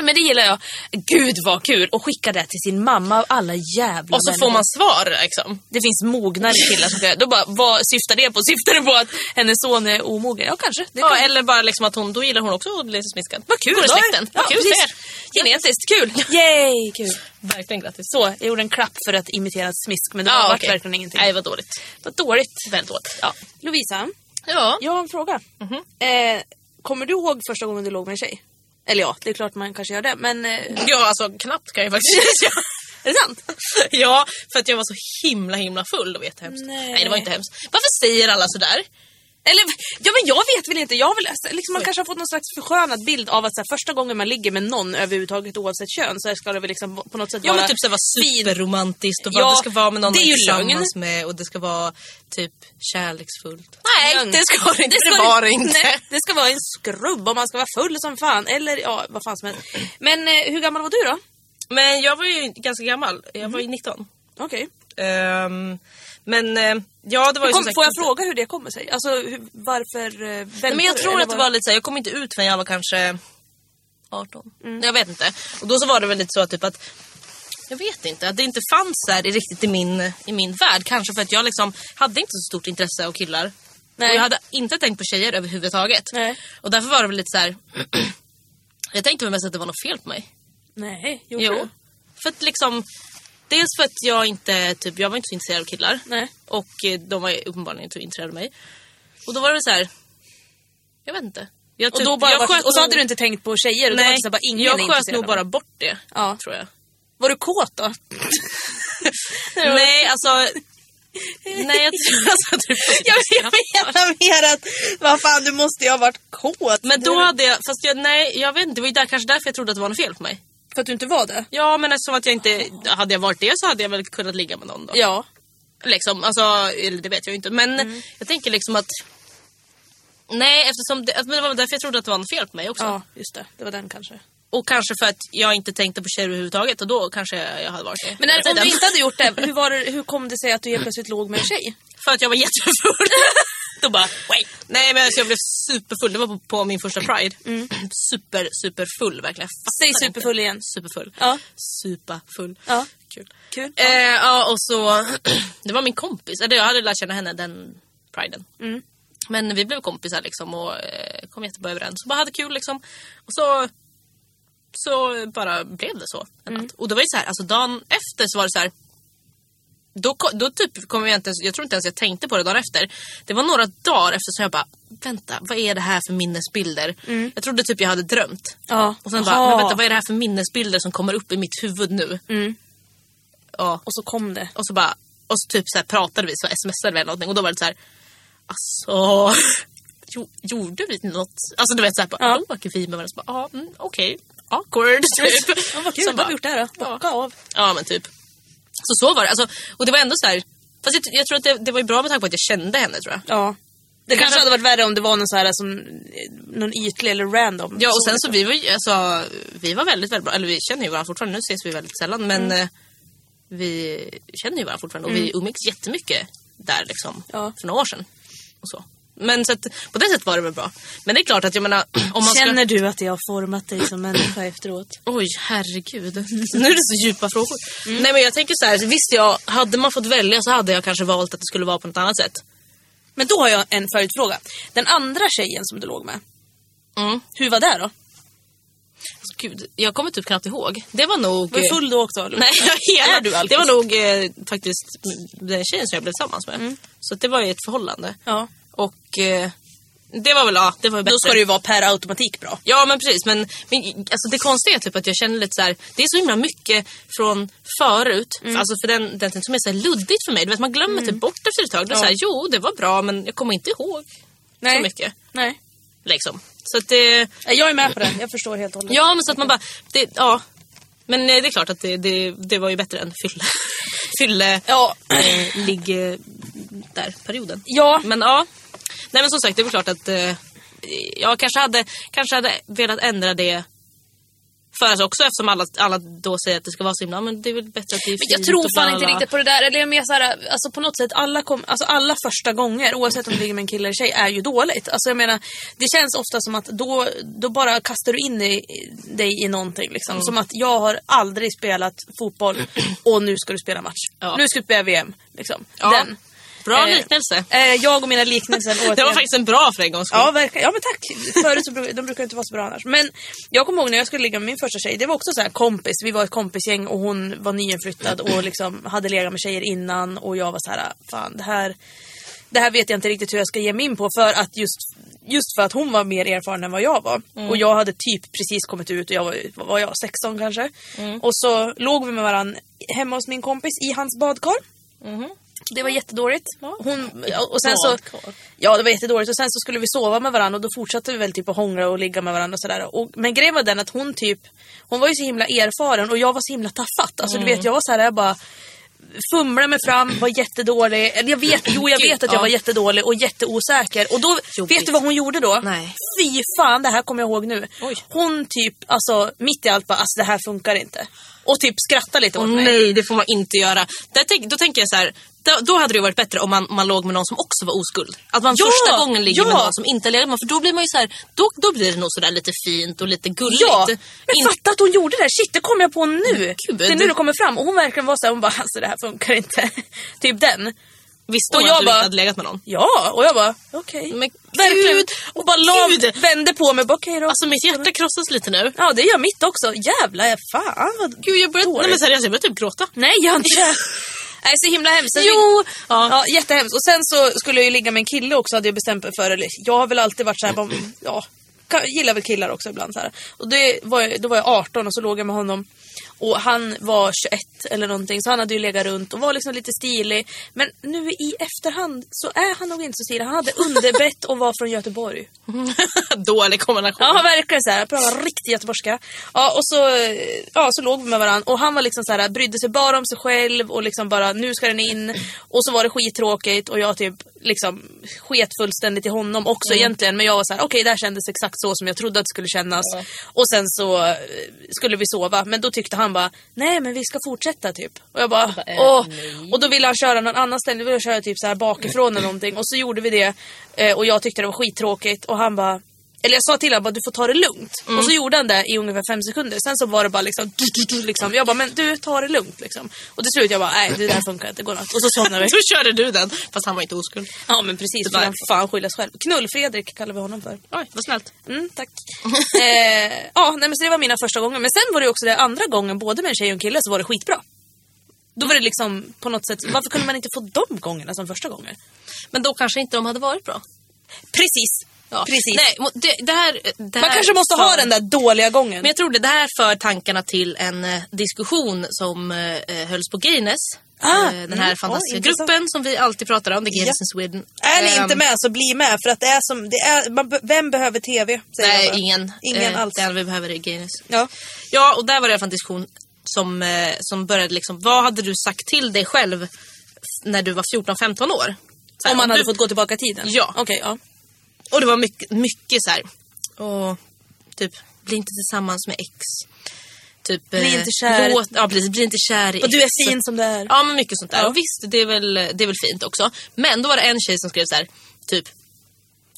S1: Men det gillar jag. Gud vad kul! Och skicka det till sin mamma av alla jävla
S2: Och så
S1: människor.
S2: får man svar liksom.
S1: Det finns mognare killar som kan Då bara, vad syftar det på? Syftar det på att hennes son är omogen? Ja, kanske. Det
S2: Ja,
S1: kan-
S2: eller bara liksom att hon, då gillar hon också att bli smiskad.
S1: Vad kul!
S2: Går i
S1: då.
S2: släkten.
S1: Ja,
S2: Vad kul
S1: precis.
S2: för er.
S1: Genetiskt, kul! Yay! Kul.
S2: Verkligen grattis.
S1: Så, jag gjorde en klapp för att imitera ett smisk, men det
S2: Ja,
S1: var
S2: Ah, okej.
S1: verkligen ingenting.
S2: Nej, vad dåligt.
S1: Vad dåligt.
S2: Väldigt dåligt.
S1: Ja. Lovisa,
S2: Ja.
S1: Jag har en fråga.
S2: Mhm.
S1: eh, kommer du ihåg första gången du låg med en tjej? Eller ja, det är klart man kanske gör det, men eh, är
S2: ja, alltså knappt kan jag faktiskt säga.
S1: det sant?
S2: ja, för att jag var så himla himla full. Det var jättehemskt.
S1: Nej.
S2: Nej, det var inte hemskt. Varför säger alla sådär?
S1: Eller, ja men jag vet väl inte. Jag har väl, alltså, liksom, man kanske har fått någon slags förskönad bild av att så här, första gången man ligger med någon överhuvudtaget oavsett kön så här ska det väl liksom på något sätt
S2: Ja
S1: vara...
S2: men typ såhär vara superromantiskt och bara,
S1: Ja,
S2: det ska vara med någon
S1: det är
S2: man
S1: ju
S2: tillsammans med och det ska vara typ kärleksfullt.
S1: Lugn.
S2: Det var det inte.
S1: Nej, det ska vara en skrubb om man ska vara full som fan. Eller ja, vad fan som helst. Men eh, hur gammal var du då?
S2: Men jag var ju ganska gammal, jag var ju 19.
S1: Okej.
S2: Ehm, men eh, ja det var ju
S1: Kom,
S2: som sagt...
S1: Får jag fråga hur det kommer sig? Alltså hur, varför eh, väntade
S2: Nej, men jag
S1: du?
S2: tror
S1: Eller
S2: att det var lite såhär, jag kom inte ut förrän jag var kanske 18.
S1: Mm.
S2: Jag vet inte. Och då så var det väl lite så att typ att jag vet inte, att det inte fanns så här i- riktigt i min, i min värld. Kanske för att jag liksom hade inte så stort intresse av killar.
S1: Nej.
S2: Och jag hade inte tänkt på tjejer överhuvudtaget.
S1: Nej.
S2: Och därför var det väl lite så här. jag tänkte väl mest att det var något fel på mig.
S1: Nej, gjorde du?
S2: För att liksom, dels för att jag inte, typ, jag var inte så intresserad av killar.
S1: Nej.
S2: Och eh, de var ju uppenbarligen inte intresserade av mig. Och då var det så här. jag vet inte. Jag
S1: Och,
S2: typ-
S1: då bara
S2: jag
S1: varit,
S2: sköt
S1: och så
S2: nog-
S1: hade du inte tänkt på tjejer. Och det var
S2: Nej,
S1: inte så här, bara, ingen är
S2: jag sköt
S1: intresserad
S2: nog
S1: av
S2: bara
S1: mig.
S2: bort det.
S1: Ja.
S2: Tror jag.
S1: Var du kåt då?
S2: Nej, alltså... Nej, jag tror alltså att du...
S3: Jag menar mer att, vad fan du måste ju ha varit kåt.
S2: Men då hdär. hade jag, fast jag, nej, jag vet inte, det var ju där, kanske därför jag trodde att det var något fel på mig.
S1: För att du inte var det?
S2: Ja, men eftersom att jag inte, hade jag varit det så hade jag väl kunnat ligga med någon då.
S1: Ja. Mm.
S2: Liksom, alltså, eller det vet jag ju inte. Men jag tänker liksom att... Nej, eftersom det, att- men det var därför jag trodde att det var något fel på mig också.
S1: Ja, just det. Det var den kanske.
S2: Och kanske för att jag inte tänkte på tjejer överhuvudtaget och då kanske jag, jag hade varit det.
S1: Men
S2: hela
S1: när, om
S2: tiden.
S1: du inte hade gjort det, hur, var det, hur kom det sig att du helt plötsligt låg med en tjej?
S2: För att jag var jättefull. Då bara, wait. Nej men alltså, jag blev superfull. Det var på, på min första pride. Super, superfull verkligen. Jag
S1: Säg
S2: fattar inte.
S1: superfull igen.
S2: Mm. Superfull.
S1: Ja.
S2: Superfull.
S1: Ja.
S2: Kul.
S1: Kul.
S2: Eh, ja och så, det var min kompis. Eller jag hade lärt känna henne den priden. Men vi blev kompisar liksom och eh, kom jättebra överens. Och bara hade kul liksom. Och så, så bara blev det så. en natt. Och då var det så här, alltså dagen efter så var det så här. Då, ko- då typ kom jag inte ens, jag tror inte ens jag tänkte på det dagen efter. Det var några dagar efter som jag bara, vänta vad är det här för minnesbilder? Jag trodde typ jag hade drömt.
S1: Ja.
S2: Och sen bara,
S1: Aha. Mm.
S2: men vänta vad är det här för minnesbilder som kommer upp i mitt huvud nu? Ja.
S1: Och så kom det.
S2: Och så bara, och så typ så här pratade vi, så smsade vi eller någonting och då var det så här, alltså, jo, gjorde vi något? Alltså du vet såhär,
S1: Ja.
S2: ja. åker vi med varandra? Så bara, Ja, mm, okej, awkward typ.
S1: Ja, vad kul,
S2: Så
S1: då har vi
S2: bara,
S1: gjort det här då.
S2: Ja.
S1: Bocka av.
S2: Ja men typ. Så så var det, alltså, och det var ändå så här, fast jag, jag tror att det, det var ju bra med tanke på att jag kände henne tror jag.
S1: Ja. Det kanske
S2: kanske-
S1: hade varit värre om det var någon, så här, som, eh, någon ytlig eller random.
S2: Ja och sen så vi var ju, alltså, vi var väldigt, väldigt bra, eller vi känner ju varandra fortfarande, nu ses vi väldigt sällan men
S1: Mm.
S2: eh, vi känner ju varandra fortfarande och vi umgicks jättemycket där liksom
S1: Ja.
S2: för några år sedan. Och så. Men så att, på det sättet var det väl bra. Men det är klart att jag menar om man
S1: Känner
S2: ska...
S1: du att jag har format dig som människa efteråt?
S2: Oj herregud, nu är det så djupa frågor.
S1: Mm.
S2: Nej men jag tänker så här, visst jag, hade man fått välja så hade jag kanske valt att det skulle vara på något annat sätt.
S1: Men då har jag en följdfråga. Den andra tjejen som du låg med,
S2: Mm.
S1: hur var det då?
S2: Så Gud, jag kommer typ knappt ihåg. Det var nog...
S1: Var du
S2: eh,
S1: full då också? eller?
S2: Nej, hela.
S1: Är du alkis?
S2: det var nog eh, faktiskt den tjejen som jag blev tillsammans med. Så att det var ju ett förhållande.
S1: Mm. Ja.
S2: Och eh, det var väl, ja, det var ju bättre.
S1: Då ska det ju vara per automatik bra.
S2: Ja men precis, men, men alltså, det konstiga är typ att jag känner lite så här. det är så himla mycket från förut,
S1: Mm.
S2: alltså för den, den tiden som är så här luddigt för mig. Du vet, man glömmer typ bort efter ett tag. Då är det så här, jo det var bra men jag kommer inte ihåg så mycket.
S1: Nej.
S2: Liksom. Så att det,
S1: Nej, Jag är med på det, jag förstår helt och hållet.
S2: ja men så att man bara, det, ja. Men eh, det är klart att det, det, det var ju bättre än fylle, fylle
S1: Ja.
S2: eh, ligg eh, där perioden.
S1: Ja.
S2: Men ja. Nej men som sagt det är väl klart att eh, jag kanske hade, kanske hade velat ändra det för alltså också eftersom alla, alla då säger att det ska vara så himla, men det är väl bättre att det är
S1: Men
S2: fint
S1: jag tror
S2: och bla,
S1: fan inte
S2: bla.
S1: riktigt på det där. Eller jag är mer så här, alltså på något sätt, alla, kom, alltså alla första gånger, oavsett om du ligger med en kille eller tjej, är ju dåligt. Alltså jag menar, det känns ofta som att då, då bara kastar du in i, i dig i någonting. Liksom.
S2: Mm.
S1: Som att jag har aldrig spelat fotboll och nu ska du spela match.
S2: Ja.
S1: Nu ska du spela VM. Liksom.
S2: Ja.
S1: Den.
S2: Bra
S1: Eh,
S2: liknelse.
S1: Eh, jag och mina liknelser
S2: Det var
S1: återigen.
S2: faktiskt en bra för en gångs skull.
S1: Ja, verkligen. Ja, men tack. Förut så brukar, de brukar inte vara så bra annars. Men jag kommer ihåg när jag skulle ligga med min första tjej. Det var också så här kompis. Vi var ett kompisgäng och hon var nyinflyttad och liksom hade legat med tjejer innan. Och jag var så här, fan det här, det här vet jag inte riktigt hur jag ska ge mig in på. För att just, just för att hon var mer erfaren än vad jag var. Och jag hade typ precis kommit ut och jag var, vad var jag 16 kanske. Och så låg vi med varandra hemma hos min kompis i hans badkar. Det var jättedårigt. Hon, och sen så,
S2: Badkar.
S1: ja, det var jättedåligt. Och sen så skulle vi sova med varandra och då fortsatte vi väl typ att hångla och ligga med varandra och sådär. Och, men grejen var den att hon typ, hon var ju så himla erfaren och jag var så himla tafatt. Alltså
S2: Mm.
S1: du vet, jag var så här, jag bara fumlade mig fram, var jättedålig. Eller jag vet, jo jag
S2: Gud,
S1: vet att jag
S2: ja.
S1: var jättedålig och jätteosäker. Och då,
S2: Jobbigt.
S1: vet du vad hon gjorde då?
S2: Nej.
S1: Fy fan, det här kommer jag ihåg nu.
S2: Oj.
S1: Hon typ, alltså mitt i allt bara, alltså det här funkar inte. Och typ skrattade lite åt
S2: Åh,
S1: mig.
S2: nej, det får man inte göra. Där tänk, då tänker jag så här. Då, då hade det ju varit bättre om man, man låg med någon som också var oskuld. Att man
S1: Ja,
S2: första gången ligger med
S1: ja.
S2: någon som inte legat med För då blir man ju så här, då, då blir det nog sådär lite fint och lite gulligt.
S1: Ja, men
S2: In-
S1: fatta att hon gjorde det. här. Shit, det kom jag på nu.
S2: Gud.
S1: det är nu det kommer fram. Och hon verkligen var så här, hon bara alltså det här funkar inte. typ den.
S2: Visste
S1: Och
S2: hon
S1: jag
S2: att du
S1: bara-
S2: inte hade legat med någon?
S1: Ja, och jag bara okej.
S2: Men
S1: Verkligen.
S2: gud,
S1: Och bara la,
S2: gud.
S1: vände på mig bara okej då.
S2: Alltså mitt hjärta krossas lite nu.
S1: ja, det gör mitt också. Jävlar, fan vad...
S2: Gud jag började, nej men seriöst jag började typ gråta.
S1: Nej, jag inte. Nej, så himla hemskt. Sen
S2: Jo!
S1: Ja. ja, jättehemskt. Och sen så skulle jag ju ligga med en kille också hade jag bestämt mig för. Eller, jag har väl alltid varit så här, bara, ja, kan- gillar väl killar också ibland. Så här. Och det var, jag- då var jag 18 och så låg jag med honom. Och han var 21 eller någonting så han hade ju legat runt och var liksom lite stilig. Men nu i efterhand så är han nog inte så stilig. Han hade underbett och var från Göteborg.
S2: Dålig kombination.
S1: Ja, verkligen så här. Pratar riktig göteborgska. Ja, och så, eh, ja, så låg vi med varandra och han var liksom så här, brydde sig bara om sig själv och liksom bara nu ska den in. Och så var det skittråkigt och jag typ liksom sket fullständigt i honom också egentligen. Men jag var så här, okej det här kändes exakt så som jag trodde att det skulle kännas. Och sen så eh, skulle vi sova men då tyckte han bara nej men vi ska fortsätta typ. Och jag bara åh. Och då ville han köra någon annanstans, då ville jag köra typ så här bakifrån eller någonting. Och så gjorde vi det eh, och jag tyckte det var skittråkigt och han bara eller jag sa till honom att du får ta det lugnt. Och så gjorde han det i ungefär fem sekunder. Sen så var det bara liksom... Du, du, du, liksom. Jag bara, men du, ta det lugnt liksom. Och till slut jag bara, nej det där funkar inte, godnatt. Och så somnade vi.
S2: Då körde du den, fast han var inte oskuld.
S1: Ja men precis, för han får fan skylla sig själv. Knull-Fredrik kallar vi honom för.
S2: Oj, vad snällt.
S1: Mm, tack. eh, ja, nej, men så det var mina första gånger. Men sen var det också det andra gången, både med en tjej och en kille, så var det skitbra. Då var det liksom på något sätt, varför kunde man inte få de gångerna som första gången?
S2: Men då kanske inte de hade varit bra.
S1: Precis.
S2: Ja.
S1: Precis.
S2: Nej, mo- det, det här, det
S1: Man
S2: här
S1: kanske måste ha
S2: för-
S1: den där dåliga gången.
S2: Men jag tror det, det här för tankarna till en eh, diskussion som eh, hölls på Gayness.
S1: Ah,
S2: eh, den här
S1: mm,
S2: fantastiska
S1: oj, intressant.
S2: gruppen som vi alltid pratar om, The Gayness in Sweden.
S3: Är ni
S2: Ehm,
S3: inte med så bli med för att det är som, det är, man, be- vem behöver TV? Säger
S2: Nej,
S3: jag bara.
S2: ingen.
S3: Ingen
S2: Eh,
S3: alls.
S2: Det enda vi behöver är Gayness.
S3: Ja.
S2: Ja, och där var det i alla fall en diskussion som, eh, som började liksom, vad hade du sagt till dig själv f- när du var 14-15 år? Så här,
S1: Om man hade
S2: du,
S1: fått gå tillbaka i tiden?
S2: Ja.
S1: Okej, ja.
S2: Och det var mycket, mycket så här, och typ, bli inte tillsammans med ex. Typ, bli
S1: inte kär.
S2: Låt, ja, precis, bli inte kär i
S1: Och du
S2: ex.
S1: är fin som du är.
S2: Ja, men mycket sånt där. Och visst, det är, väl, det är väl fint också. Men då var det en tjej som skrev så här, typ.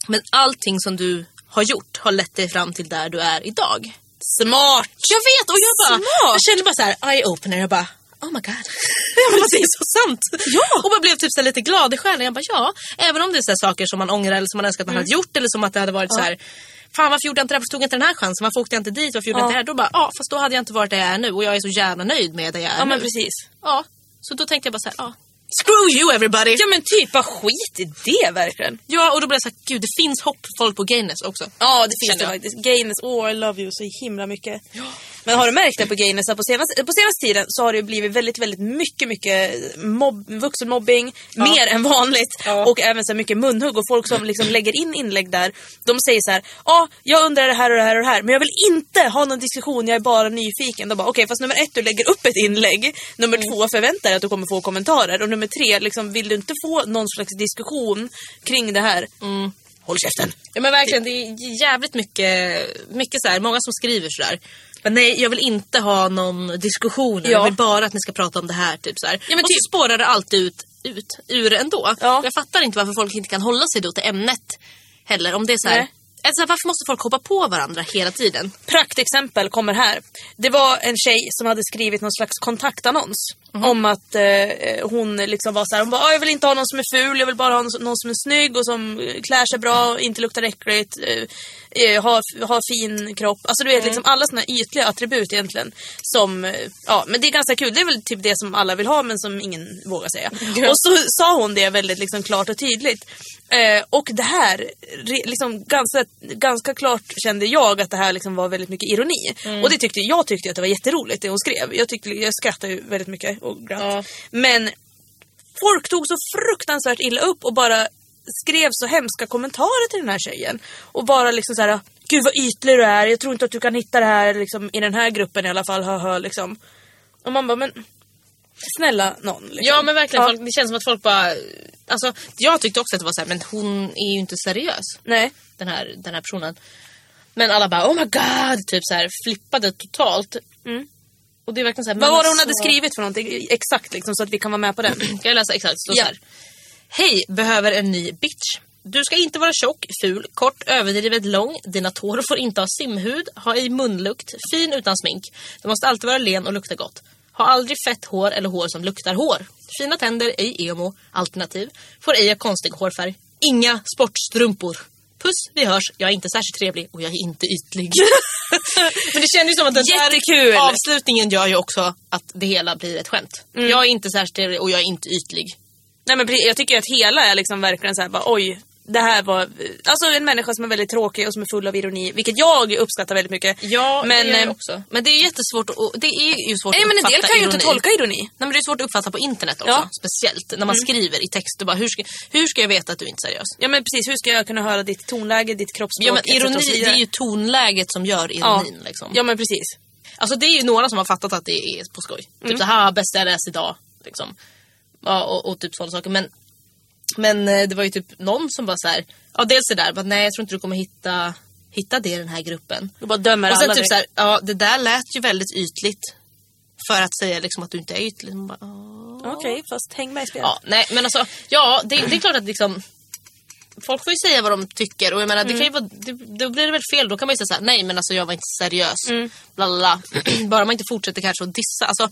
S2: Men allting som du har gjort har lett dig fram till där du är idag.
S1: Smart!
S2: Jag vet! Och jag bara,
S1: Smart.
S2: jag kände bara så här, eye-opener. Jag bara, oh my god. Jag bara, det är så sant! Ja. Och bara blev typ så här lite glad i själen. Jag bara, ja. Även om det är så här saker som man ångrar eller som man önskar att man hade gjort eller som att det hade varit så här. Fan varför gjorde jag inte det här? Varför tog jag inte den här chansen? Varför åkte jag inte dit? Varför gjorde jag inte det här? Då bara, ja fast då hade jag inte varit där jag är nu och jag är så jävla nöjd med där jag är
S1: Ja
S2: nu.
S1: men precis.
S2: Ja, så då tänkte jag bara så här, ja. Screw you everybody!
S1: Ja men typ vad skit i det verkligen.
S2: Ja, och då blev jag så här, gud det finns hopp för folk på Gayness också.
S1: Ja det finns
S2: Känner
S1: det
S2: jag.
S1: faktiskt. Gaines, oh I love you så himla mycket. Men har du märkt det på Gaines att på senaste, på senaste tiden så har det ju blivit väldigt, väldigt mycket, mycket mobb, vuxenmobbing. Mer än vanligt. Och även så här mycket munhugg och folk som liksom lägger in inlägg där. De säger så här, ja jag undrar det här och det här och det här men jag vill inte ha någon diskussion, jag är bara nyfiken. Då bara okej fast nummer ett du lägger upp ett inlägg, nummer
S2: Mm.
S1: två förväntar dig att du kommer få kommentarer och nummer tre liksom vill du inte få någon slags diskussion kring det här.
S2: Mm.
S1: Håll käften!
S2: Ja men verkligen, det är jävligt mycket, mycket så här, många som skriver sådär. Men nej, jag vill inte ha någon diskussion.
S1: Ja.
S2: Jag vill bara att ni ska prata om det här. Typ, så här.
S1: Ja, men
S2: och
S1: typ.
S2: så spårar det alltid ut, ut ur ändå.
S1: Ja.
S2: Jag fattar inte varför folk inte kan hålla sig då till ämnet heller. Om det är så här,
S1: Nej.
S2: alltså, varför måste folk hoppa på varandra hela tiden?
S1: praktexempel kommer här. Det var en tjej som hade skrivit någon slags kontaktannons. Om att eh, hon liksom var så här, hon bara, "Ah, jag vill inte ha någon som är ful, jag vill bara ha någon, någon som är snygg och som eh, klär sig bra, inte luktar äckligt, eh, eh, har ha fin kropp. Alltså du vet liksom alla såna ytliga attribut egentligen. Som, eh, ja men det är ganska kul, det är väl typ det som alla vill ha men som ingen vågar säga. Och så sa hon det väldigt liksom klart och tydligt. Eh, och det här, re, liksom ganska, ganska klart kände jag att det här liksom var väldigt mycket ironi. Och det tyckte jag tyckte att det var jätteroligt det hon skrev. Jag, tyckte, jag skrattade ju väldigt mycket och grät. Men folk tog så fruktansvärt illa upp och bara skrev så hemska kommentarer till den här tjejen. Och bara liksom så här, gud vad ytlig du är, jag tror inte att du kan hitta det här liksom, i den här gruppen i alla fall, haha liksom. Och man bara, men snälla någon. Liksom.
S2: Ja men verkligen,
S1: Ja.
S2: Folk, det känns som att folk bara... Alltså, jag tyckte också att det var så här, men hon är ju inte seriös.
S1: Nej.
S2: den här, den här personen. Men alla bara oh my god, typ så här flippade totalt. Och det är verkligen så här,
S1: Mm. Vad
S2: men
S1: var det hon hade
S2: så-
S1: skrivit för någonting exakt liksom, så att vi kan vara med på den?
S2: Ska jag läsa exakt? Stå
S1: Ja.
S2: så här. Hej, behöver en ny bitch. Du ska inte vara tjock, ful, kort, överdrivet lång. Dina tår får inte ha simhud, ha i munlukt, fin utan smink. Du måste alltid vara len och lukta gott. Ha aldrig fett hår eller hår som luktar hår. Fina tänder, ej emo. Alternativ. Får ej ha konstig hårfärg. Inga sportstrumpor. Puss, vi hörs. Jag är inte särskilt trevlig och jag är inte ytlig. Men det känns ju som att den
S1: Jättekul.
S2: där avslutningen gör ju också att det hela blir ett skämt.
S1: Mm.
S2: Jag är inte särskilt trevlig och jag är inte ytlig.
S1: Nej, men precis, jag tycker att hela är liksom verkligen så här, bara, oj. Det här var alltså en människa som är väldigt tråkig och som är full av ironi, vilket jag uppskattar väldigt mycket. men,
S2: det är
S1: eh,
S2: också. Men det är jättesvårt att, det är ju svårt
S1: Nej,
S2: att
S1: men en del
S2: uppfatta
S1: kan ju inte
S2: ironi.
S1: tolka ironi.
S2: Nej, men det är svårt att uppfatta på internet också.
S1: Ja. Mm.
S2: Speciellt när man skriver i text. Du bara, hur, ska, hur ska jag veta att du inte är seriös?
S1: Ja, men precis. Hur ska jag kunna höra ditt tonläge, ditt kroppsspråk?
S2: Ja, men
S1: etc. och
S2: ironi,
S1: så
S2: det
S1: vidare?
S2: är ju tonläget som gör
S1: ja.
S2: ironin. Liksom.
S1: ja, men precis.
S2: Alltså, det är ju några som har fattat att det är på skoj. Typ så här, bästa jag läst idag. Liksom. Ja, och, och typ sådana saker. Men, men eh, det var ju typ någon som bara så här, ja dels det där, bara, nej jag tror inte du kommer hitta, hitta det i den här gruppen.
S1: Du bara dömer
S2: Och sen
S1: alla.
S2: typ
S1: direkt.
S2: såhär, ja det där lät ju väldigt ytligt. För att säga liksom att du inte är ytlig. Man bara, "Ja."
S1: Okej, fast häng med i spelet.
S2: ja, nej men alltså, ja det, det är klart att liksom Folk får ju säga vad de tycker och jag menar, det kan ju vara, det, då blir det väl fel. Då kan man ju säga såhär, nej men alltså jag var inte seriös. Mm. Bla, bla, bla. Bara man inte fortsätter kanske att dissa. Alltså,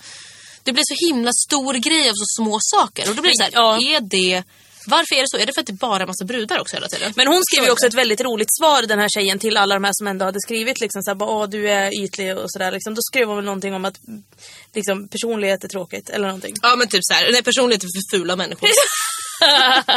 S2: det blir så himla stor grej av så små saker. Och då blir det såhär,
S1: Ja.
S2: är det, varför är det så? Är det för att det bara är massa brudar också hela tiden?
S1: Men hon skrev ju
S2: Så-
S1: också ett väldigt roligt svar den här tjejen till alla de här som ändå hade skrivit liksom såhär, bara, Åh, du är ytlig och sådär liksom. Då skrev hon väl någonting om att mm, liksom, personlighet är tråkigt eller någonting.
S2: Ja men typ såhär, nej personligt för fula människor.
S1: Det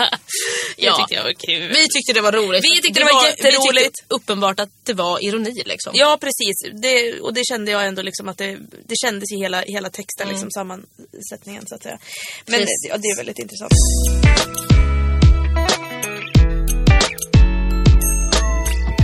S2: ja.
S1: tyckte jag var kul.
S2: Vi tyckte det var roligt.
S1: Vi tyckte det var
S2: Vi
S1: jätteroligt.
S2: tyckte uppenbart att det var ironi liksom.
S1: Ja precis, det, och det kände jag ändå liksom att det, det kändes i hela, hela texten, liksom, sammansättningen så att säga. Men det,
S2: Mm. Precis.
S1: ja, det är väldigt intressant.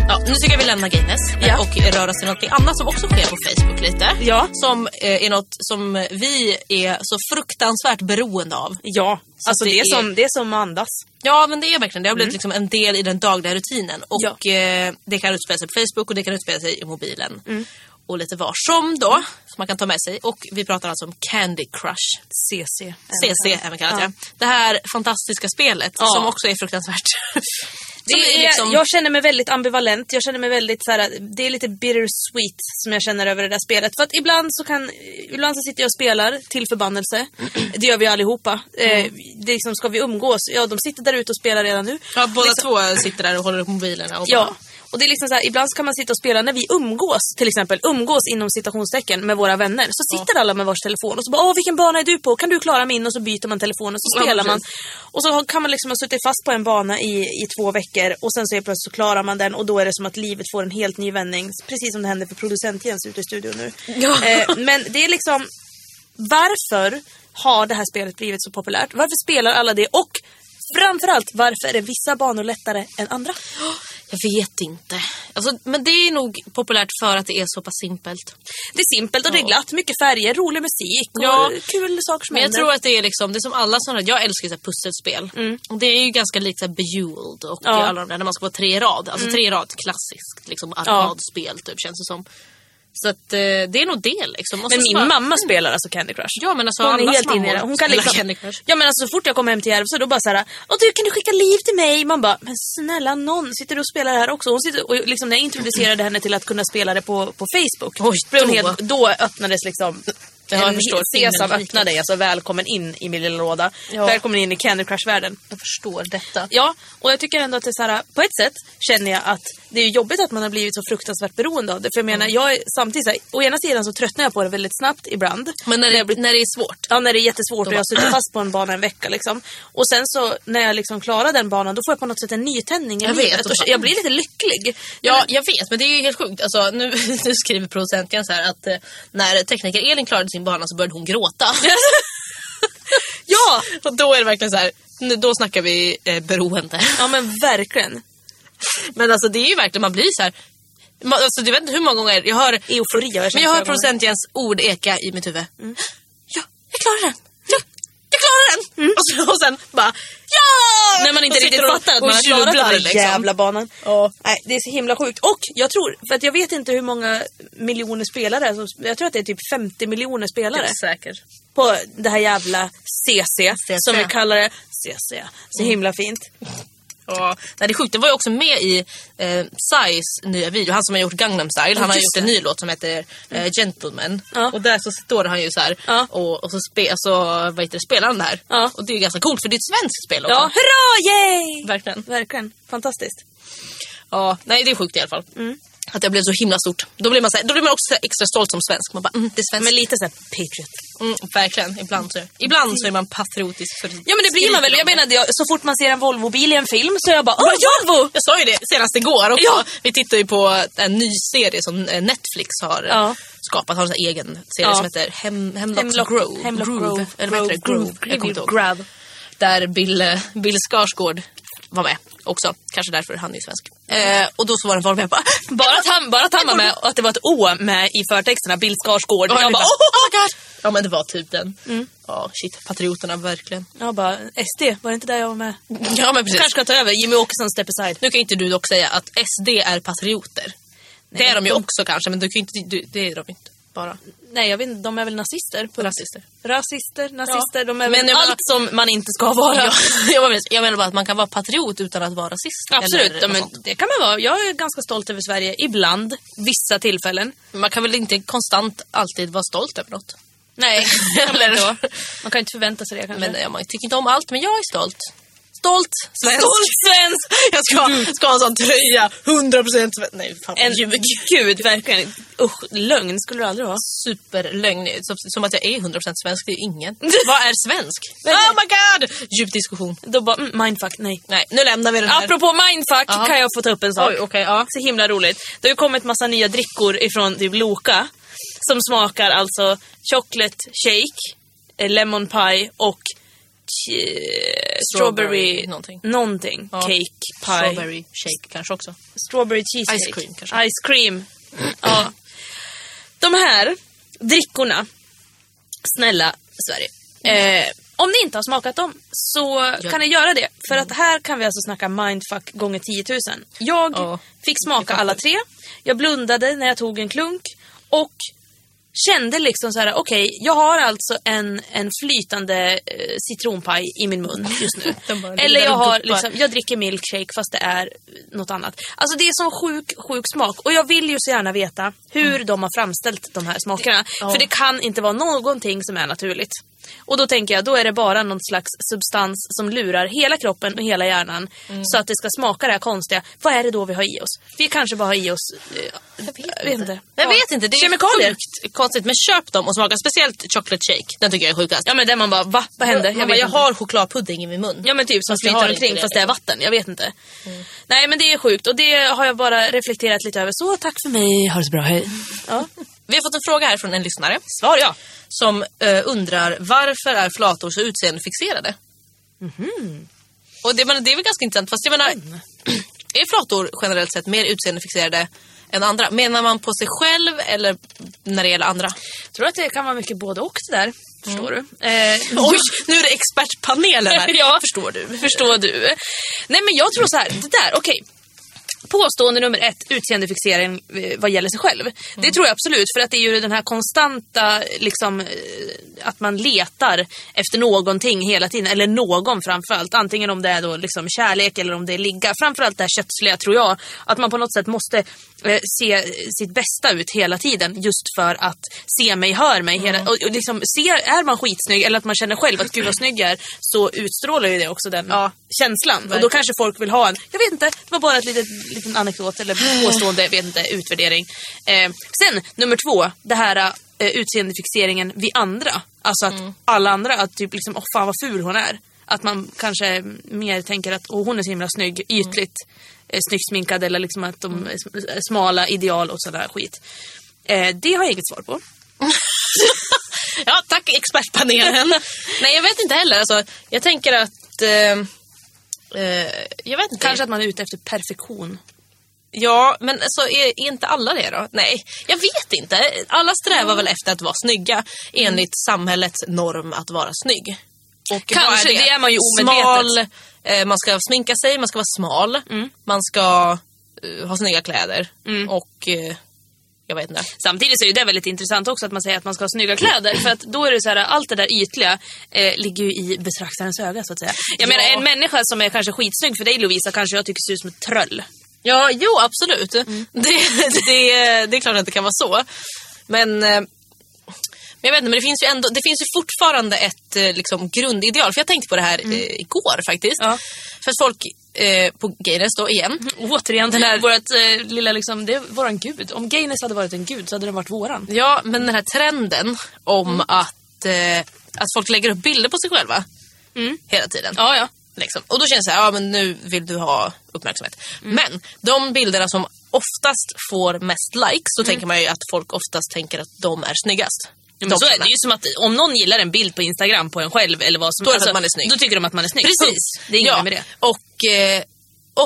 S2: Ja, nu tycker jag vi lämnar Guinness eh,
S1: Ja.
S2: och rör oss till något annat som också sker på Facebook lite.
S1: Ja.
S2: Som eh, är något som vi är så fruktansvärt beroende av.
S1: Ja,
S2: Så
S1: alltså
S2: det
S1: det, är
S2: är-
S1: som, det är som att andas.
S2: Ja men det är verkligen det. har blivit liksom en del i den dagliga rutinen. Och
S1: Ja.
S2: eh, det kan utspela sig på Facebook och det kan utspela sig i mobilen. Och lite var som då. Som man kan ta med sig. Och vi pratar alltså om Candy Crush.
S1: CC.
S2: CC även kallat
S1: Ja.
S2: ja. Det här fantastiska spelet
S1: Ja.
S2: som också är fruktansvärt.
S1: Det
S2: Som liksom-
S1: är, liksom- Jag känner mig väldigt ambivalent. Jag känner mig väldigt så här, det är lite bittersweet som jag känner över det där spelet. För att ibland så kan, ibland så sitter jag och spelar till förbannelse. Det gör vi allihopa. Eh, det är liksom, ska vi umgås? Ja, de sitter där ute och spelar redan nu.
S2: ja, båda två sitter där och håller upp mobilerna. Och
S1: Ja. Och det är liksom så här, ibland så kan man sitta och spela när vi umgås, till exempel, umgås inom citationstecken med våra vänner. Så sitter alla med vars telefon och så bara “Åh, vilken bana är du på? Kan du klara min?” Och så byter man telefon och så
S2: Ja,
S1: spelar man.
S2: precis.
S1: Och så har- kan man liksom ha suttit fast på en bana i, i två veckor och sen så är plötsligt så klarar man den och då är det som att livet får en helt ny vändning. Precis som det händer för producent Jens ute i studion nu.
S2: Ja.
S1: Eh, men det är liksom, varför har det här spelet blivit så populärt? Varför spelar alla det? Och framförallt, varför är vissa banor lättare än andra?
S2: Jag vet inte. Alltså, men det är nog populärt för att det är så pass simpelt.
S1: Det är simpelt och det är glatt, mycket färger, rolig musik och
S2: Ja.
S1: kul saker som
S2: Men jag
S1: händer.
S2: tror att det är liksom, det är som alla sådana, jag älskar ju så här pusselspel. Och det är ju ganska likt så här Bejeweled och
S1: Mm. Ja. Mm.
S2: alla de där när man ska vara tre i rad. Alltså tre i rad, klassiskt liksom arkadspel typ känns det som. Så att eh, det är nog det liksom. Och
S1: men
S2: sen
S1: min
S2: så bara-
S1: mamma spelar alltså Candy Crush.
S2: Ja men alltså
S1: Hon är
S2: allas
S1: helt inne i det.
S2: mammor
S1: Hon kan
S2: spelar
S1: liksom,
S2: Candy Crush.
S1: ja men alltså så fort jag kommer hem till Järvsö då bara såhär, Åh du kan du skicka liv till mig? Man bara, men snälla någon sitter du och spelar det här också? Hon sitter och liksom när jag introducerade henne till att kunna spela det på, på Facebook.
S2: Oj,
S1: blev hon
S2: då.
S1: helt, då öppnades liksom
S2: Ja, jag
S1: en
S2: förstår.
S1: sesam
S2: Himmelriket.
S1: öppnade, alltså välkommen in i min lilla låda.
S2: Ja.
S1: Välkommen in i Candy Crush-världen.
S2: Jag förstår detta.
S1: Ja, och jag tycker ändå att det är så här, på ett sätt känner jag att det är jobbigt att man har blivit så fruktansvärt beroende av det. För jag
S2: Mm.
S1: menar, jag är samtidigt så här, å ena sidan så tröttnar jag på det väldigt snabbt ibland.
S2: Men när det, när det är svårt.
S1: Ja, när det är jättesvårt och
S2: Då
S1: jag sitter fast på en bana en vecka liksom. Och sen så när jag liksom klarar den banan då får jag på något sätt en nytändning i
S2: Jag vet,
S1: livet.
S2: och
S1: och
S2: fan.
S1: jag blir lite lycklig.
S2: Ja, jag vet, men det är ju helt sjukt. Alltså, nu, nu skriver producenten så här att eh, när tekniker Elin klarade sin bana så började hon gråta. ja! Och då är det verkligen så här, nu, då snackar vi eh, beroende.
S1: Ja men verkligen.
S2: Men alltså det är ju verkligen, man blir så här, man, alltså, du vet inte hur många gånger jag hör,
S1: Eufori har jag
S2: men
S1: känt
S2: jag
S1: flera
S2: hör
S1: gånger.
S2: producent Jens ord eka i mitt huvud. Ja, jag klarar den! Ja, jag klarar den! Och, så, och sen bara, ja!
S1: När man inte
S2: Och
S1: riktigt
S2: sitter och-
S1: fattar att man
S2: och
S1: har klarat
S2: jublar,
S1: den här
S2: liksom.
S1: jävla banan.
S2: Ja.
S1: Nej, det är så himla sjukt. Och jag tror, för att jag vet inte hur många miljoner spelare, som, jag tror att det är typ 50 miljoner spelare
S2: Säker.
S1: på det här jävla CC,
S2: CC. Mm.
S1: som vi kallar det. CC, så himla fint.
S2: Ja, nej, det är sjukt. Det var ju också med i eh, Psys nya video. Han som har gjort Gangnam style. han har
S1: just
S2: gjort en ny låt som heter eh, Gentleman.
S1: Ja.
S2: Och där så står han ju så här
S1: Ja.
S2: och, och så, spe, så vad heter det, spelar han det här.
S1: Ja.
S2: Och det är ju ganska coolt för det är ett svenskt spel också.
S1: Ja, hurra, yay!
S2: Verkligen.
S1: Verkligen, fantastiskt.
S2: Ja, nej det är sjukt i alla fall.
S1: Mm.
S2: Att det blev så himla stort. Då blir man, så här, då blir man också så här extra stolt som svensk. Man bara, mm, det är svenskt.
S1: Men lite såhär patriot.
S2: Mm, verkligen, ibland så, ibland så är man patriotisk. För
S1: Ja men det blir man väl. Jag menar, det- jag- så fort man ser en Volvobil i en film så är jag bara åh Volvo!
S2: Jag sa ju det senast igår också.
S1: Ja.
S2: Vi tittar ju på en ny serie som eh, Netflix har eh,
S1: Ja.
S2: skapat. Har en sån här egen serie
S1: Ja.
S2: som heter Hem, Hemlock,
S1: Hemlock
S2: Grove.
S1: Hemlock
S2: Groove.
S1: Grove.
S2: Eller vad heter det? Grove. Jag kommer inte ihåg.
S1: Grove.
S2: Där Bill, eh, Bill Skarsgård var med också. Kanske därför han är ju svensk. Eh, och då så var det en Volvo. Jag bara,
S1: Bara att han, bara att han var med och att det var ett Å med i förtexterna, Bill Skarsgård.
S2: och jag
S1: Jag
S2: bara,
S1: bara,
S2: oh, oh my god! Ja men det var typ den. Ja shit, patrioterna verkligen.
S1: jag bara, SD, var det inte där jag var med?
S2: Ja men precis.
S1: Kanske ska ta över, Jimmy Åkesson step aside.
S2: Nu kan inte du dock säga att SD är patrioter. det är de ju också kanske men du kan ju inte, du, det är de ju inte bara.
S1: Nej jag vet inte, de är väl nazister? På
S2: Rasister.
S1: Rasister, nazister,
S2: Ja.
S1: de är
S2: Men
S1: väl
S2: jag
S1: allt som man inte ska vara.
S2: Ja, jag, menar, jag menar bara att man kan vara patriot utan att vara rasist.
S1: Absolut,
S2: eller
S1: ja,
S2: något
S1: men
S2: sånt.
S1: det kan man vara. Jag är ganska stolt över Sverige ibland, vissa tillfällen.
S2: Man kan väl inte konstant alltid vara stolt över något.
S1: Nej, det kan man
S2: Eller-
S1: inte vara. Man kan inte förvänta sig det kanske.
S2: Men ja, man tycker inte om allt, men jag är stolt. Stolt svensk.
S1: Stolt svensk!
S2: Jag ska, ska ha en sån tröja, 100% svensk. Nej, fan en...
S1: En, gud, verkligen. Usch, lögn skulle du aldrig ha.
S2: Superlögn. Som, som att jag är 100% svensk, det är ju ingen. Vad är svensk? oh my god! Djup diskussion.
S1: Då bara, mm, mindfuck, nej.
S2: Nej, nu lämnar vi den här.
S1: Apropå mindfuck
S2: Ja.
S1: kan jag få ta upp en sak.
S2: Oj, okej, ja.
S1: Så himla roligt. Det har ju kommit massa nya drickor ifrån typ Loka. Som smakar alltså chocolate shake, eh, lemon pie och eh, strawberry
S2: någonting.
S1: någonting.
S2: Ja.
S1: Cake, pie.
S2: Strawberry shake kanske också.
S1: Strawberry cheesecake.
S2: Ice cream, kanske.
S1: Ice cream. Ja. De här drickorna, snälla Sverige. Eh, om ni inte har smakat dem så
S2: Ja.
S1: kan ni göra det. För
S2: Mm.
S1: att här kan vi alltså snacka mindfuck gånger 10 000. Jag
S2: Ja.
S1: fick smaka alla tre. Jag blundade när jag tog en klunk. Och kände liksom så här: okej, jag har alltså en, en flytande eh, citronpaj i min mun just nu.
S2: Den bara
S1: Eller jag
S2: ligger och
S1: har
S2: guppar.
S1: liksom, jag dricker milkshake fast det är eh, något annat. Alltså det är sån sjuk, sjuk smak. Och jag vill ju så gärna veta hur de har framställt de här smakerna.
S2: Mm. ja.
S1: För det kan inte vara någonting som är naturligt. Och då tänker jag, då är det bara någon slags substans som lurar hela kroppen och hela hjärnan.
S2: Mm.
S1: Så att det ska smaka det här konstiga. Vad är det då vi har i oss? Vi kanske bara har i oss... eh, Jag vet inte.
S2: Jag
S1: Ja.
S2: vet inte, det är
S1: Kemikalier.
S2: sjukt konstigt. Men köp dem och smaka. Speciellt chocolate shake. Den tycker jag är sjukast.
S1: Ja men där man bara va? Vad hände?
S2: jag,
S1: Jag, vet
S2: bara, jag
S1: inte.
S2: har chokladpudding i min mun.
S1: Ja men typ som
S2: Fast vi
S1: flyter
S2: har
S1: omkring
S2: inte det, Mm.
S1: fast det är vatten. Jag vet inte. Nej men det är sjukt och det har jag bara reflekterat lite över. Så tack för mig. Ha det så bra. Hej. Ja.
S2: Vi har fått en fråga här från en lyssnare. Svar ja. Som eh, undrar varför är flator så utseendefixerade? Och det, men, det är väl ganska intressant. Fast jag menar, är flator generellt sett mer utseendefixerade än andra? Menar man på sig själv eller när det gäller andra?
S1: Jag tror att det kan vara mycket både och det där. Förstår du? Eh,
S2: Oj, nu är det expertpanelen här.
S1: Ja.
S2: Förstår du?
S1: Förstår du? Nej men jag tror så här, det där, okej. Påstående nummer ett, utseendefixering eh, vad gäller sig själv.
S2: Mm.
S1: Det tror jag absolut, för att det är ju den här konstanta, liksom, eh, att man letar efter någonting hela tiden, eller någon framförallt. Antingen om det är då liksom kärlek eller om det är ligga. Framförallt det här köttsliga tror jag, att man på något sätt måste eh, se sitt bästa ut hela tiden just för att se mig, hör mig. Hela,
S2: Mm.
S1: och, och liksom, ser, är man skitsnygg eller att man känner själv att gud vad snygg jag är, så utstrålar ju det också den
S2: Ja.
S1: känslan. Och då
S2: Verkligen.
S1: kanske folk vill ha en, jag vet inte, det var bara ett litet, liten anekdot eller påstående, jag vet inte, utvärdering. Eh, sen nummer två, det här eh, utseendefixeringen vid andra. Alltså att
S2: Mm.
S1: alla andra, att typ liksom, åh fan vad ful hon är. Att man kanske mer tänker att åh, hon är så himla snygg,
S2: Mm.
S1: ytligt eh, snyggt sminkad eller liksom att de är sm- är smala, ideal och sådär skit. Eh, det har jag inget svar på.
S2: Ja, tack expertpanelen. Nej, jag vet inte heller. Alltså, jag tänker att... Eh, eh, jag vet inte.
S1: Kanske att man är ute efter perfektion.
S2: Ja, men alltså, är, är inte alla det då? Nej, jag vet inte. Alla strävar väl efter att vara snygga
S1: Mm.
S2: enligt samhällets norm att vara snygg. Och
S1: Kanske,
S2: vad
S1: det är man ju
S2: Smal,
S1: omedvetet. Mm.
S2: eh, man ska sminka sig, man ska vara smal, man ska eh, ha snygga kläder och eh, Jag vet inte.
S1: Samtidigt så är ju det väldigt intressant också att man säger att man ska ha snygga kläder. För att då är det så här, allt det där ytliga eh, ligger ju i betraktarens öga så att säga. Jag menar en människa som är kanske skitsnygg för dig Lovisa kanske jag tycker ser ut som ett tröll.
S2: Ja, jo absolut. Det, det, det är klart att det kan vara så. Men, eh, men jag vet inte, men det finns ju, ändå, det finns ju fortfarande ett eh, liksom, grundideal. För jag tänkte på det här eh, igår faktiskt.
S1: Ja.
S2: För att folk eh, på Gayness då igen.
S1: Återigen den här, vårat eh, lilla liksom, det är våran gud. Om Gayness hade varit en gud så hade den varit våran.
S2: Ja, men den här trenden om att, eh, att folk lägger upp bilder på sig själva hela tiden.
S1: Ja, ja.
S2: Liksom. Och då känns det så här, ja men nu vill du ha uppmärksamhet.
S1: Mm.
S2: Men de bilderna som oftast får mest likes, då tänker man ju att folk oftast tänker att de är snyggast.
S1: Mm. Ja,
S2: De
S1: men så är
S2: killarna.
S1: det ju som att om någon gillar en bild på Instagram på en själv eller vad som alltså,
S2: Då är det för att man är snygg.
S1: Då tycker de att man är snygg.
S2: Precis.
S1: Punkt. Det är inget
S2: ja.
S1: med det.
S2: Och eh,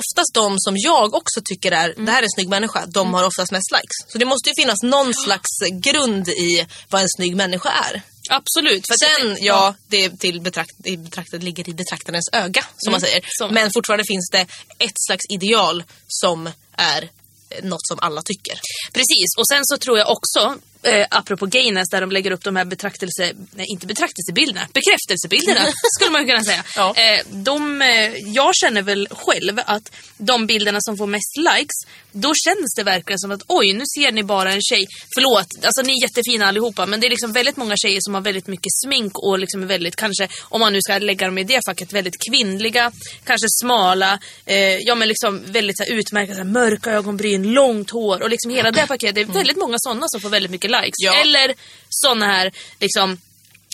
S2: oftast de som jag också tycker är,
S1: Mm.
S2: det här är en snygg människa, de har oftast mest likes. Så det måste ju finnas någon slags grund i vad en snygg människa är.
S1: Absolut. För att jag
S2: Sen,
S1: tänk-
S2: ja, det är till betrakt, i betraktat, ligger i betraktarens öga, Mm, som man säger.
S1: som-
S2: Men fortfarande finns det ett slags ideal som är eh, något som alla tycker.
S1: Precis, och sen så tror jag också, eh, apropå Gaines där de lägger upp de här betraktelse... Nej, inte betraktelsebilderna, bekräftelsebilderna skulle man ju kunna säga.
S2: Ja.
S1: Eh, de, eh, jag känner väl själv att de bilderna som får mest likes, då känns det verkligen som att oj, nu ser ni bara en tjej. Förlåt, alltså ni är jättefina allihopa, men det är liksom väldigt många tjejer som har väldigt mycket smink och liksom är väldigt, kanske, om man nu ska lägga dem i det facket, väldigt kvinnliga, kanske smala, eh, ja men liksom väldigt så här, utmärkta, så här, mörka ögonbryn, långt hår och liksom hela det paketet. Det är väldigt många sådana som får väldigt mycket likes.
S2: Ja.
S1: Eller sådana här, liksom,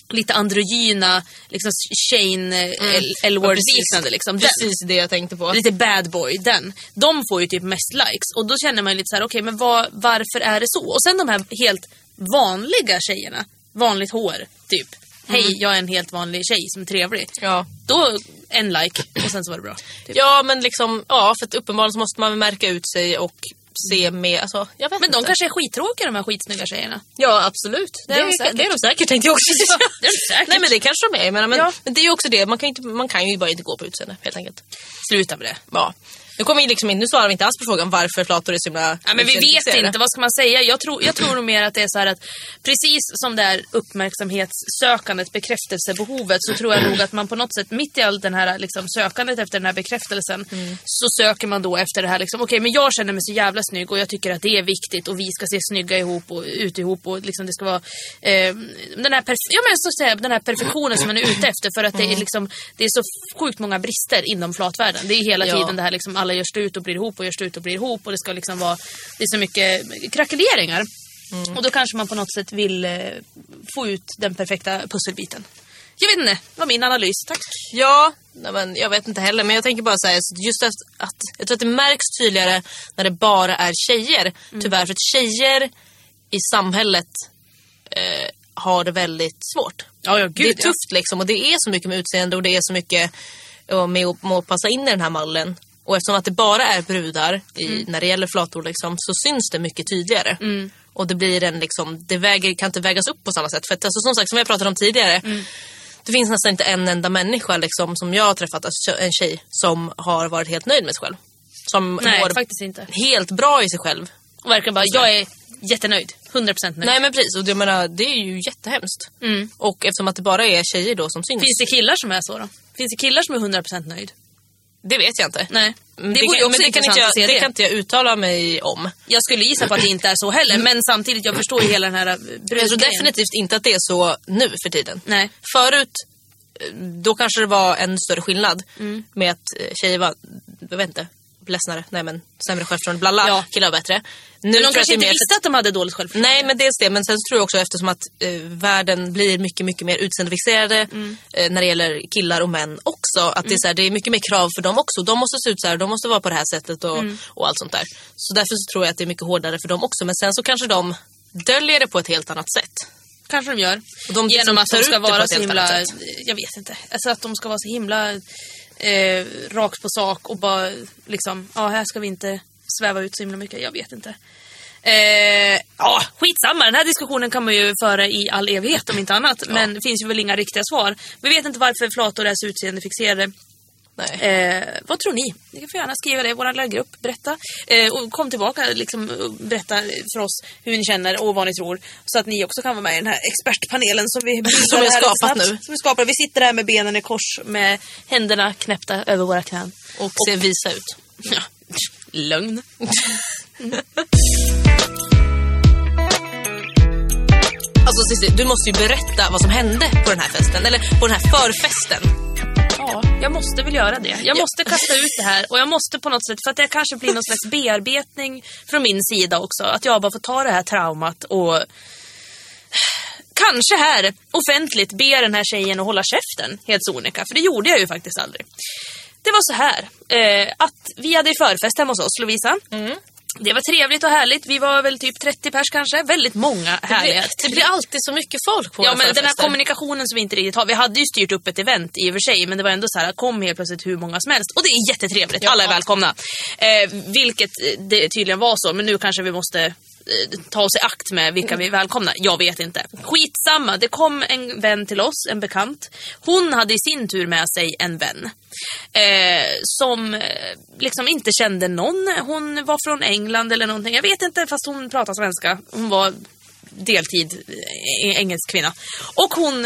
S1: lite androgyna, liksom eh, Shane Elward-liknande. Liksom, den.
S2: Mm. Precis det jag tänkte på.
S1: Lite bad boy, den. De får ju typ mest likes och då känner man ju lite så här: okej men vad, varför är det så? Och sen de här helt vanliga tjejerna, vanligt hår, typ. Hej, jag är en helt vanlig tjej som är trevlig.
S2: Mm. Ja.
S1: Då en like och sen så var det bra. Typ.
S2: ja, men liksom, ja, för att uppenbarligen så måste man märka ut sig och se med, alltså, jag vet
S1: Men de
S2: inte.
S1: kanske är skittråkiga de här skitsnygga tjejerna.
S2: Ja, absolut. Det,
S1: Det är
S2: är,
S1: de
S2: det,
S1: säkert.
S2: är de säkert, tänkte jag också.
S1: det är de säkert.
S2: Nej, men det kanske de är. Jag menar, men,
S1: Ja.
S2: men det är ju också det, man kan ju, inte, man kan ju bara inte gå på utseende, helt enkelt.
S1: Sluta med det.
S2: Ja. Nu, kommer vi liksom in, nu svarar vi inte alls på frågan varför flator är så himla...
S1: Ja, men vi vet
S2: utseendefixerade.
S1: inte, vad ska man säga? Jag tror, jag tror nog mer att det är så här att precis som det är uppmärksamhetssökandet, bekräftelsebehovet, så tror jag nog att man på något sätt mitt i allt den här liksom, sökandet efter den här bekräftelsen
S2: Mm.
S1: så söker man då efter det här liksom, okej men jag känner mig så jävla snygg och jag tycker att det är viktigt och vi ska se snygga ihop och ut ihop och liksom det ska vara eh, den, här perf- ja, men så att säga, den här perfektionen som man är ute efter för att det är
S2: Mm.
S1: liksom det är så sjukt många brister inom flatvärlden. Det är hela
S2: Ja.
S1: tiden det här liksom alla gör slut och blir ihop och gör slut och blir ihop och det ska liksom vara det är så mycket krackeleringar.
S2: Mm.
S1: Och då kanske man på något sätt vill eh, få ut den perfekta pusselbiten. Jag vet inte, det var min analys. Tack.
S2: Ja, nej, men jag vet inte heller. Men jag tänker bara säga just att, att jag tror att det märks tydligare när det bara är tjejer.
S1: Mm.
S2: Tyvärr, för att tjejer i samhället eh, har det väldigt svårt.
S1: Ja, ja,
S2: det är
S1: ja.
S2: tufft liksom och det är så mycket med utseende och det är så mycket eh, med att, med att passa in i den här mallen. Och eftersom att det bara är brudar i,
S1: Mm.
S2: när det gäller flator liksom, så syns det mycket tydligare. Och det blir en liksom, det väger, kan inte vägas upp på samma sätt. För att, alltså, som sagt, som jag pratade om tidigare.
S1: Mm.
S2: Det finns nästan inte en enda människa liksom, som jag har träffat, alltså, en tjej, som har varit helt nöjd med sig själv. Som
S1: Nej,
S2: mår
S1: faktiskt inte.
S2: helt bra i sig själv.
S1: Och verkligen bara, jag är jättenöjd. 100% nöjd.
S2: Nej men precis, och det, jag menar, det är ju jättehemskt.
S1: Mm.
S2: Och eftersom att det bara är tjejer då som syns.
S1: Finns det killar som är så då? Finns det killar som är 100% nöjd?
S2: Det vet jag inte.
S1: Nej.
S2: Mm,
S1: Det vore ju
S2: kan-
S1: också
S2: men kan
S1: intressant
S2: inte jag,
S1: att se det.
S2: kan inte jag uttala mig om.
S1: Jag skulle gissa på att det inte är så heller, men samtidigt, jag förstår ju hela den här eh, brudgrejen.
S2: Jag tror definitivt inte att det är så nu för tiden.
S1: Nej.
S2: Förut, eh, då kanske det var en större skillnad
S1: Mm.
S2: med att eh, tjejer var, jag vet inte, ledsnare, nej men sämre självförtroende, blalla,
S1: Ja.
S2: killar var bättre. Nu
S1: Men
S2: tror
S1: de
S2: jag
S1: kanske
S2: det är
S1: inte
S2: mer-
S1: visste att de hade dåligt självförtroende.
S2: Nej men dels det, men sen så tror jag också eftersom att eh, världen blir mycket, mycket mer utseendefixerade eh, när det gäller killar och män också. Att det, är så här, det är mycket mer krav för dem också. De måste se ut så här, de måste vara på det här sättet och, och allt sånt där. Så därför så tror jag att det är mycket hårdare för dem också. Men sen så kanske de döljer det på ett helt annat sätt.
S1: Kanske de gör.
S2: Och de liksom
S1: Genom att
S2: tar
S1: de
S2: ut
S1: ska
S2: det på
S1: vara
S2: ett
S1: så
S2: helt
S1: himla...
S2: annat
S1: Jag vet inte. Alltså att de ska vara så himla eh, rakt på sak och bara liksom, ja här ska vi inte sväva ut så himla mycket. Jag vet inte. Eh, ja, skitsamma. Den här diskussionen kan man ju föra i all evighet om inte annat. Men det finns ju väl inga riktiga svar. Vi vet inte varför flator är så utseendefixerade.
S2: Nej.
S1: Eh, vad tror ni? Ni kan få gärna skriva det i vår lilla grupp. Berätta. Eh, och kom tillbaka liksom, och berätta för oss hur ni känner och vad ni tror. Så att ni också kan vara med i den här expertpanelen som vi bildade
S2: är
S1: här
S2: skapat
S1: snabbt.
S2: nu.
S1: Som är skapat. Vi sitter här med benen i kors med händerna knäppta över våra knän.
S2: Och ser visa ut.
S1: Ja. Lögn.
S2: Alltså Cissi, du måste ju berätta vad som hände på den här festen. Eller på den här förfesten.
S1: Ja, jag måste väl göra det. Jag måste kasta ut det här och jag måste på något sätt, för att det kanske blir någon slags bearbetning från min sida också. Att jag bara får ta det här traumat och kanske här offentligt be den här tjejen att hålla käften, helt sonika. För det gjorde jag ju faktiskt aldrig. Det var så här, eh, att vi hade ju förfest hemma hos oss, Lovisa.
S2: Mm.
S1: Det var trevligt och härligt. Vi var väl typ 30 pers kanske. Väldigt många
S2: Det blir,
S1: härliga.
S2: det blir alltid så mycket folk på
S1: Ja,
S2: våra
S1: men den här
S2: förfester.
S1: kommunikationen som vi inte riktigt har. Vi hade ju styrt upp ett event i och för sig, men det var ändå så här, kom helt plötsligt hur många som helst. Och det är jättetrevligt, alla är välkomna. Eh, vilket eh, det tydligen var så, men nu kanske vi måste eh, ta oss i akt med vilka vi välkomnar. Jag vet inte. Skitsamma, det kom en vän till oss, en bekant. Hon hade i sin tur med sig en vän. Eh, som eh, liksom inte kände någon. Hon var från England eller någonting. Jag vet inte, fast hon pratade svenska. Hon var deltid eh, engelsk kvinna. Och hon...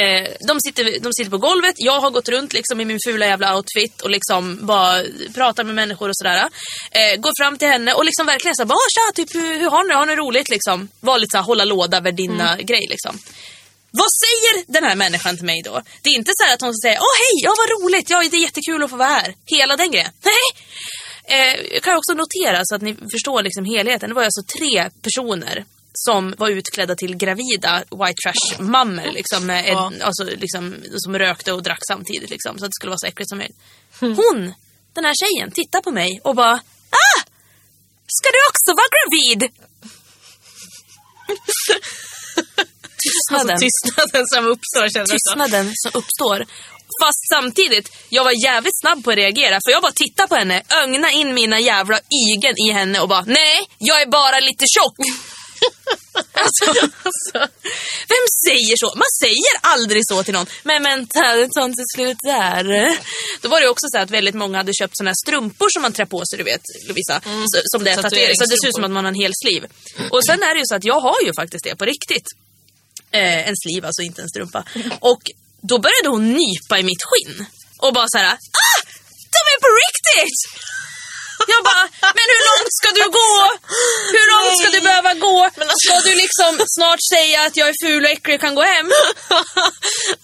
S1: Eh, de, sitter, de sitter på golvet, jag har gått runt liksom i min fula jävla outfit och liksom bara pratar med människor och sådär. Eh, går fram till henne och liksom verkligen såhär, bara "Ah, tja, typ hur, hur har ni det? Har ni roligt liksom? Var lite såhär hålla låda, värdinna-grej liksom. Vad säger den här människan till mig då? Det är inte så här att hon säger Åh hej, ja vad roligt, ja det är jättekul att få vara här. Hela den grejen. Nej! Eh, jag kan också notera så att ni förstår liksom helheten. Det var alltså tre personer som var utklädda till gravida white trash-mammor. Liksom, med en,
S2: Ja.
S1: alltså, liksom, som rökte och drack samtidigt. Liksom, så att det skulle vara så äckligt som möjligt. Hon, den här tjejen, tittar på mig och bara Ah! Ska du också vara gravid? Tystnaden.
S2: Alltså tystnaden som uppstår känner jag.
S1: tystnaden som uppstår. Fast samtidigt, jag var jävligt snabb på att reagera för jag bara tittade på henne, ögna in mina jävla ygen i henne och bara nej, jag är bara lite tjock. alltså, alltså, vem säger så? Man säger aldrig så till någon. Men vänta, det tar inte slut där. Då var det också så att väldigt många hade köpt såna här strumpor som man trär på sig, du vet Lovisa. Så, som det är tatuering, så det ser ut som att man har en hel sliv. Och sen är det ju så att jag har ju faktiskt det på riktigt. Eh, en sliv, alltså inte en strumpa. Och då började hon nypa i mitt skinn. Och bara så här, ah! De är på riktigt! Jag bara, men hur långt ska du gå? Hur långt ska du behöva gå?
S2: alltså-
S1: Ska du liksom snart säga att jag är ful och äcklig och kan gå hem?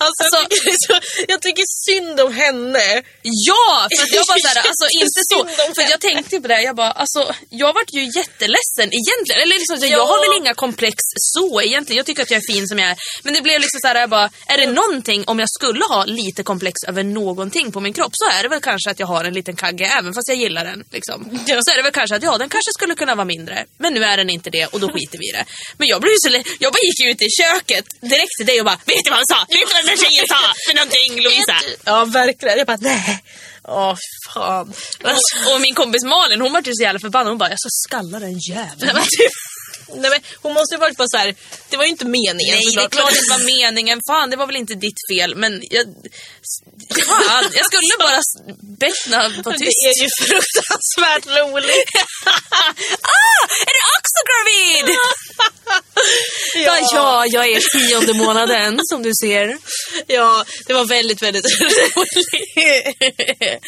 S2: Alltså, jag, tycker det är så, jag tycker synd om henne.
S1: Ja! För att jag bara såhär, alltså inte så.
S2: Synd om
S1: För att jag tänkte på det, här, jag bara, alltså jag vart ju jätteledsen egentligen. Eller liksom, så här, jag
S2: Ja.
S1: har väl inga komplex så egentligen. Jag tycker att jag är fin som jag är. Men det blev liksom såhär, jag bara, är det någonting, om jag skulle ha lite komplex över någonting på min kropp så är det väl kanske att jag har en liten kagge även fast jag gillar den. Liksom. Så är det väl kanske att ja, den kanske skulle kunna vara mindre. Men nu är den inte det och då skiter vi i det. Men jag blev ju så le- jag bara gick ut i köket direkt till dig och bara, vet du vad han sa? Vet du vad den där tjejen sa för någonting Lovisa?
S2: Typ. Ja, verkligen. Jag bara, nej. Åh, fan.
S1: Och, och min kompis Malin hon var ju så jävla förbannad. Hon bara, jag ska skalla den jäveln.
S2: typ. Nej, men hon måste ju varit bara så här. det var ju inte meningen
S1: Nej, det är
S2: såklart,
S1: klart
S2: men-
S1: det var meningen. Fan, det var väl inte ditt fel. Men jag... Fan, jag skulle bara s- bett när på
S2: Det
S1: tyst.
S2: är ju fruktansvärt roligt.
S1: ah, är du också gravid? ja. ja, jag är tionde månaden som du ser.
S2: Ja, det var väldigt, väldigt roligt.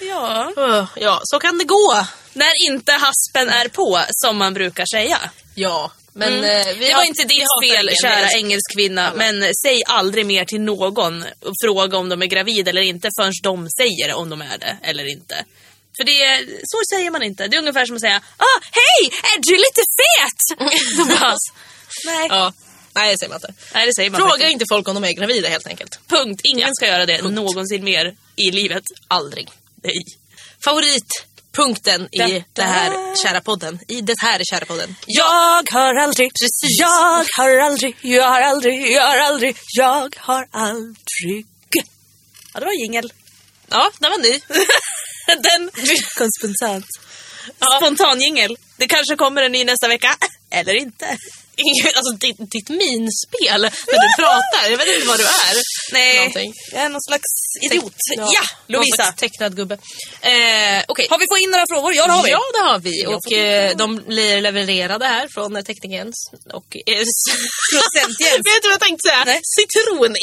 S1: Ja.
S2: Åh, ja, så kan det gå.
S1: När inte haspen är på, som man brukar säga.
S2: Ja, men eh, vi
S1: det
S2: har-
S1: var inte
S2: vi
S1: ditt
S2: hatar
S1: fel,
S2: ingen.
S1: kära engelsk kvinna. Men säg aldrig mer till någon och fråga om de är gravid eller inte förrän de säger om de är det eller inte. För det är, så säger man inte. Det är ungefär som att säga ah, hej, är du lite fet? Då bara, Nej.
S2: Ja. Nej, det säger man inte.
S1: Nej, det säger man
S2: Fråga
S1: faktiskt
S2: inte folk om de är gravida helt enkelt.
S1: inte. Punkt. Ingen ska göra det någonsin mer i livet. Aldrig. Nej.
S2: Favoritpunkten i
S1: Det-
S2: det här kära podden. I det här kära podden.
S1: Jag har aldrig, precis. jag har aldrig, jag har aldrig, jag har aldrig, jag har aldrig. Ja, det var jingel.
S2: Ja, där var ni.
S1: Den kom spontant. Spontanjingel. Det kanske kommer en ny nästa vecka. Eller inte.
S2: Ingen- Alltså ditt, ditt minspel när du pratar. Jag vet inte vad du är.
S1: Nej,
S2: Någonting.
S1: jag är någon slags idiot. Ja,
S2: Lovisa.
S1: Lovisa.
S2: Någon slags tecknad gubbe. Eh, Okej.
S1: Har vi fått in några frågor? Ja, det har vi.
S2: Ja, det har vi.
S1: Jag
S2: Och
S1: får-
S2: eh, de blir levererade här från eh, teckningens och... Eh, s-
S1: Producent Jens.
S2: Vet du vad jag tänkte säga?
S1: Nej.
S2: Citron.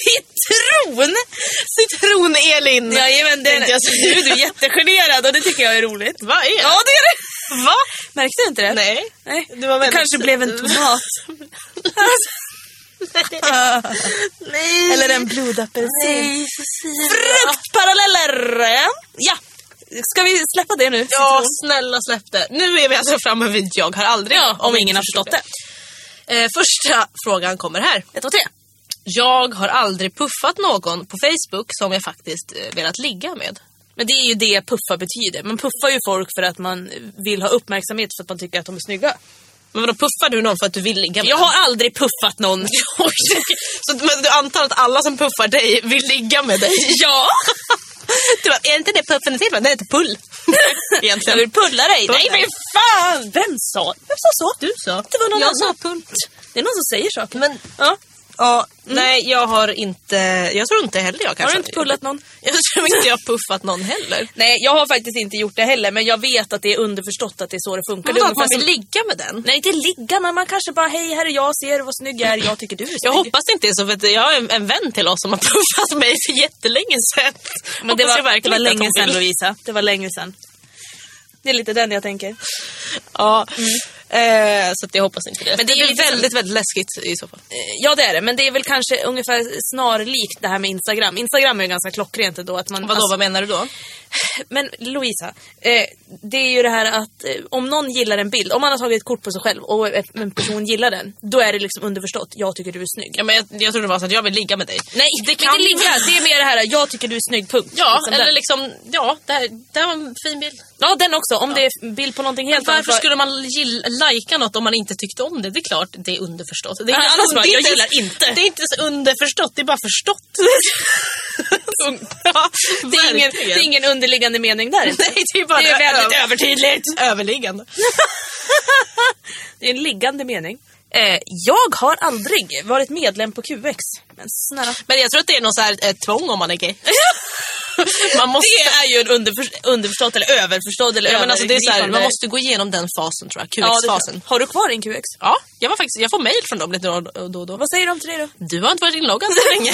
S1: Citron!
S2: Citron-Elin.
S1: Jajamän, den,
S2: Tänkte jag säga.
S1: du, du är jättegenerad och det tycker jag är roligt.
S2: Vad är det?
S1: Ja, det är det!
S2: Va?
S1: Märkte du inte det?
S2: Nej.
S1: Nej.
S2: Det var
S1: Det
S2: väldigt-
S1: kanske blev en tomat.
S2: Nej.
S1: Eller en blodapelsin. Fruktparalleller! Ja, ska vi släppa det nu?
S2: Ja,
S1: Citron?
S2: snälla släpp det. Nu är vi alltså framme vid jag har aldrig.
S1: Ja, om ingen har förstått det.
S2: Eh, första frågan kommer här.
S1: Ett, två, tre.
S2: Jag har aldrig puffat någon på Facebook som jag faktiskt eh, velat ligga med.
S1: Men det är ju det puffa betyder. Man puffar ju folk för att man vill ha uppmärksamhet för att man tycker att de är snygga.
S2: Men vadå, puffar du någon för att du vill ligga med
S1: Jag
S2: den?
S1: har aldrig puffat någon.
S2: Oj, okej. Så att- men du antar att alla som puffar dig vill ligga med dig?
S1: Ja!
S2: Du bara, är inte det puffen heter? Nej, det heter pull.
S1: Jag
S2: Egentligen.
S1: vill pulla liksom- dig.
S2: Pulla
S1: Nej men
S2: dig.
S1: fan! Vem sa, vem sa så?
S2: Du sa.
S1: Det var någon
S2: jag
S1: annan.
S2: sa pull.
S1: Det är någon som säger saker.
S2: Men
S1: Ja. Mm.
S2: Ja, nej jag har inte, jag tror inte heller jag kanske.
S1: Har du inte pullat någon?
S2: Jag tror inte jag har puffat någon heller.
S1: Nej, jag har faktiskt inte gjort det heller, men jag vet att det är underförstått att det är så det funkar. Det är
S2: Vadå, att man
S1: ungefär
S2: vill
S1: som-
S2: ligga med den?
S1: Nej, inte ligga, men man kanske bara hej, här är jag, ser vad snygg jag är, jag tycker du är snygg.
S2: Jag hoppas det inte är så, för att jag har en, en vän till oss som har puffat mig för jättelänge sedan.
S1: men det
S2: Hoppas jag
S1: var, det var
S2: verkligen inte att
S1: länge
S2: hon
S1: sedan
S2: vill.
S1: Lovisa. Det var länge sedan. Det är lite den jag tänker.
S2: Ja, eh, så att jag hoppas inte det. Mm. Men det är liksom- ju väldigt, väldigt läskigt i så fall.
S1: Ja, det är det, men det är väl kanske ungefär snarlikt det här med Instagram. Instagram är ju ganska klockrent ändå. Att man,
S2: Vadå,
S1: alltså-
S2: vad menar du då?
S1: Men Lovisa, eh, det är ju det här att eh, om någon gillar en bild, om man har tagit ett kort på sig själv och ett- en person gillar den, då är det liksom underförstått, jag tycker du är snygg.
S2: Ja, men jag, jag trodde det var så att jag vill ligga med dig.
S1: Nej, det kan
S2: kan-
S1: inte ligga. Det är mer det här, jag tycker du är snygg, punkt.
S2: Ja,
S1: Liksom
S2: eller
S1: den.
S2: liksom, ja, det här, det här var en fin bild.
S1: ja, den också. Om det är bild på någonting helt
S2: Varför
S1: annat.
S2: skulle man gilla, lajka något om man inte tyckte om det? Det är klart, det är underförstått. Det
S1: Ja,
S2: är inte
S1: alla
S2: ens-
S1: bara,
S2: det är
S1: "Jag
S2: inte ens-
S1: gillar inte."
S2: Det är inte ens underförstått, det är bara förstått. Punkt. ja,
S1: det, är ingen, det är ingen underliggande mening där.
S2: Nej, det är bara
S1: Det är väldigt
S2: övertydligt. Överliggande.
S1: Det är en liggande mening. Eh, jag har aldrig varit medlem på QX. Men snälla.
S2: Men jag tror att det är något så här, eh, tvång om man är gay. man måste...
S1: Det är ju en underför, underförstått eller överförstådd eller
S2: Ja, men alltså det är så här,
S1: övergripande-
S2: man måste gå igenom den fasen tror jag,
S1: Ja, det-
S2: QX-fasen.
S1: Har du kvar din QX?
S2: Ja, jag, var faktiskt, jag får mail från dem lite då och då. och då.
S1: Vad säger de till dig då?
S2: du har inte varit inloggad så länge.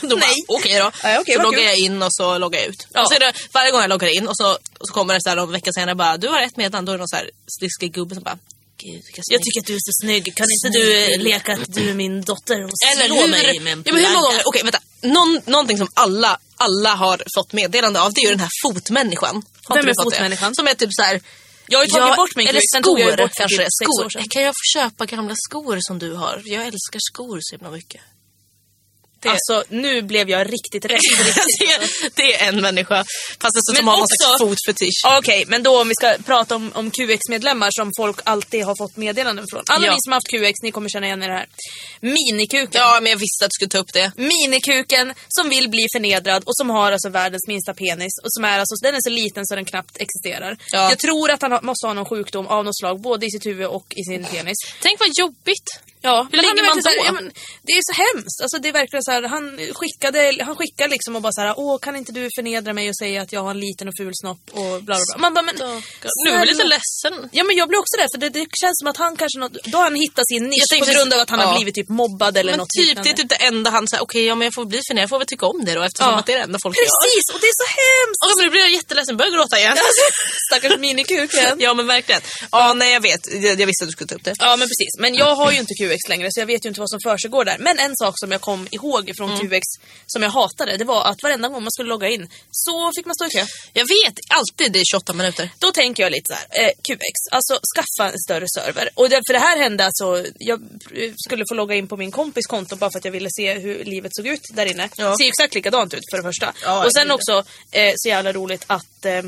S2: Då bara,
S1: Nej.
S2: okej då.
S1: Nej, okej,
S2: så
S1: vad
S2: loggar
S1: kul.
S2: jag in och så loggar jag ut.
S1: Ja.
S2: Och så är det, varje gång jag loggar in och så, och så kommer det så här någon vecka senare bara, du har ett meddelande. Då är det någon så här sliskig gubbe som bara, gud vilka
S1: Jag tycker att du är så snygg. Kan inte du eh, leka att du är min dotter och
S2: Eller
S1: slå
S2: hur?
S1: mig med en
S2: ja, men hur många
S1: planka?
S2: gånger, okej vänta. Någon, någonting som alla, alla har fått meddelande av det är ju den här fotmänniskan. Har
S1: Vem
S2: inte du
S1: är
S2: fått det?
S1: fotmänniskan?
S2: Som är typ så här.
S1: Jag har ju tagit bort min
S2: Eller
S1: QX, sen tog jag ju
S2: skor
S1: bort för
S2: kanske det
S1: typ
S2: är.
S1: sex år sedan.
S2: Skor. Kan jag få köpa gamla skor som du har? Jag älskar skor så himla mycket. Det-
S1: Alltså nu blev jag riktigt rädd.
S2: det, det är en människa. Fast alltså, som
S1: Men
S2: har någon
S1: också-
S2: slags fotfetisch.
S1: Ja, Okej, men då om vi ska prata om, om QX-medlemmar som folk alltid har fått meddelanden från. Alla
S2: Ja.
S1: ni som har haft QX, ni kommer känna igen er här. Minikuken.
S2: Ja, men jag visste att du skulle ta upp det.
S1: Minikuken som vill bli förnedrad och som har alltså världens minsta penis. Och som är alltså, den är så liten så den knappt existerar.
S2: Ja.
S1: Jag tror att han har, måste ha någon sjukdom av något slag, både i sitt huvud och i sin penis.
S2: Tänk vad jobbigt.
S1: Ja,
S2: Hur ligger
S1: han är
S2: man
S1: verkligen så här,
S2: då?
S1: ja, men, det är så hemskt. Alltså, det är verkligen så här, han skickade, han skickade liksom och bara så här, åh kan inte du förnedra mig och säga att jag har en liten och ful snopp och bla bla bla. Man bara, men,
S2: Nu är jag lite
S1: snälla.
S2: ledsen.
S1: Ja men jag blir också där för det, det känns som att han kanske något, då har han hittat sin nisch
S2: Jag tänkte-
S1: på grund av att han har
S2: ja.
S1: blivit typ mobbad eller
S2: Men
S1: något
S2: typ, det
S1: liknande.
S2: är typ det enda han säger, okej ja, men jag får bli förnedrad, jag får väl tycka om det då eftersom
S1: Ja.
S2: att det är det enda folk gör.
S1: Precis och det är så hemskt! Alltså,
S2: Åh, men nu blir jag jätteledsen, börjar gråta igen.
S1: Stackars minikuken.
S2: ja men verkligen. Ja nej jag vet, jag, jag visste att du skulle ta upp det.
S1: Ja men precis, men jag har ju inte QX längre så jag vet ju inte vad som försiggår där. Men en sak som jag kom ihåg från QX som jag hatade det var att varenda gång man skulle logga in så fick man stå i kö.
S2: Jag vet, alltid det är 28 minuter.
S1: Då tänker jag lite så här, eh, QX, alltså skaffa en större server. Och det, för det här hände alltså, jag eh, skulle få logga in på min kompis konto bara för att jag ville se hur livet såg ut där inne.
S2: Ja.
S1: Ser ju exakt likadant ut för det första.
S2: Ja,
S1: och sen
S2: gud.
S1: också, eh, så jävla roligt att eh,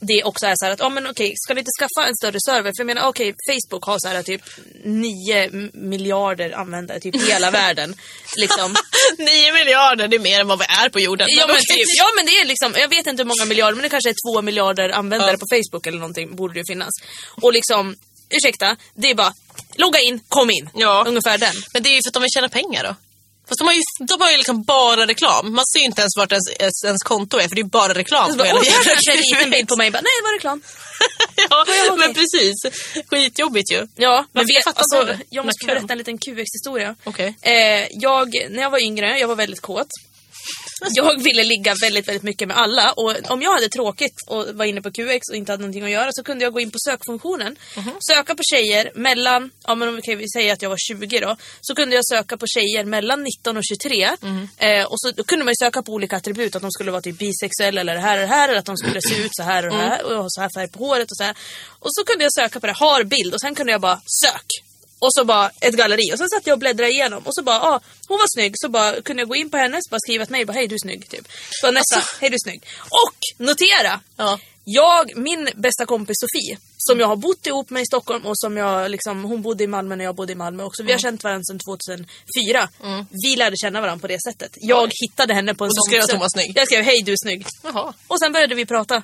S1: det också är så här att, ja men okej, ska vi inte skaffa en större server? För jag menar okej, Facebook har så här typ 9 m- miljarder användare, typ i hela världen. Liksom.
S2: 9 miljarder, det är mer än vad vi är på jorden.
S1: Ja men,
S2: okej.
S1: typ, ja men det är liksom, jag vet inte hur många miljarder men det kanske är två miljarder användare på Facebook eller någonting borde det ju finnas. Och liksom ursäkta, det är bara logga in, kom in.
S2: Ja.
S1: Ungefär den.
S2: Men det är ju för att de vill tjäna pengar då. Fast de har ju, de har ju liksom bara reklam. Man ser ju inte ens vart ens, ens, ens konto är för det är ju bara reklam.
S1: Så bara,
S2: på
S1: Alltså, Åh,
S2: hela
S1: där
S2: jävla
S1: kanske en liten bild på
S2: huvudet.
S1: mig. Bara, Nej, det var reklam.
S2: ja,
S1: okej.
S2: men precis. Skitjobbigt ju.
S1: Ja, men
S2: Varför?
S1: vi,
S2: Jag fattar inte
S1: alltså,
S2: det.
S1: jag måste få
S2: Nackön.
S1: berätta en liten QX-historia.
S2: Okej.
S1: Eh, jag, när jag var yngre, jag var väldigt kåt. Jag ville ligga väldigt, väldigt mycket med alla och om jag hade tråkigt och var inne på QX och inte hade någonting att göra så kunde jag gå in på sökfunktionen. Söka på tjejer mellan, ja men om okej, vi säger att jag var 20 då, så kunde jag söka på tjejer mellan 19 och 23. Eh, och så då kunde man ju söka på olika attribut, att de skulle vara typ bisexuella eller det här och det här, eller att de skulle se ut så här och det här och ha så här färg på håret och så här. Och så kunde jag söka på det, har bild och sen kunde jag bara sök. Och så bara ett galleri och sen satt jag och bläddrade igenom och så bara, ah, hon var snygg så bara kunde jag gå in på hennes, bara skriva ett mejl, bara hej du är snygg typ. Så nästa, hej du är snygg. Och notera!
S2: Alltså. Ja.
S1: Jag, min bästa kompis Sofie, som jag har bott ihop med i Stockholm och som jag liksom, hon bodde i Malmö när jag bodde i Malmö också. Vi har
S2: Mm.
S1: känt varandra sedan 2004. Vi lärde känna varandra på det sättet. Jag hittade henne på en
S2: Och då
S1: sån
S2: skrev
S1: sö-
S2: att hon var snygg.
S1: Jag skrev hej du är snygg.
S2: Jaha.
S1: Och sen började vi prata.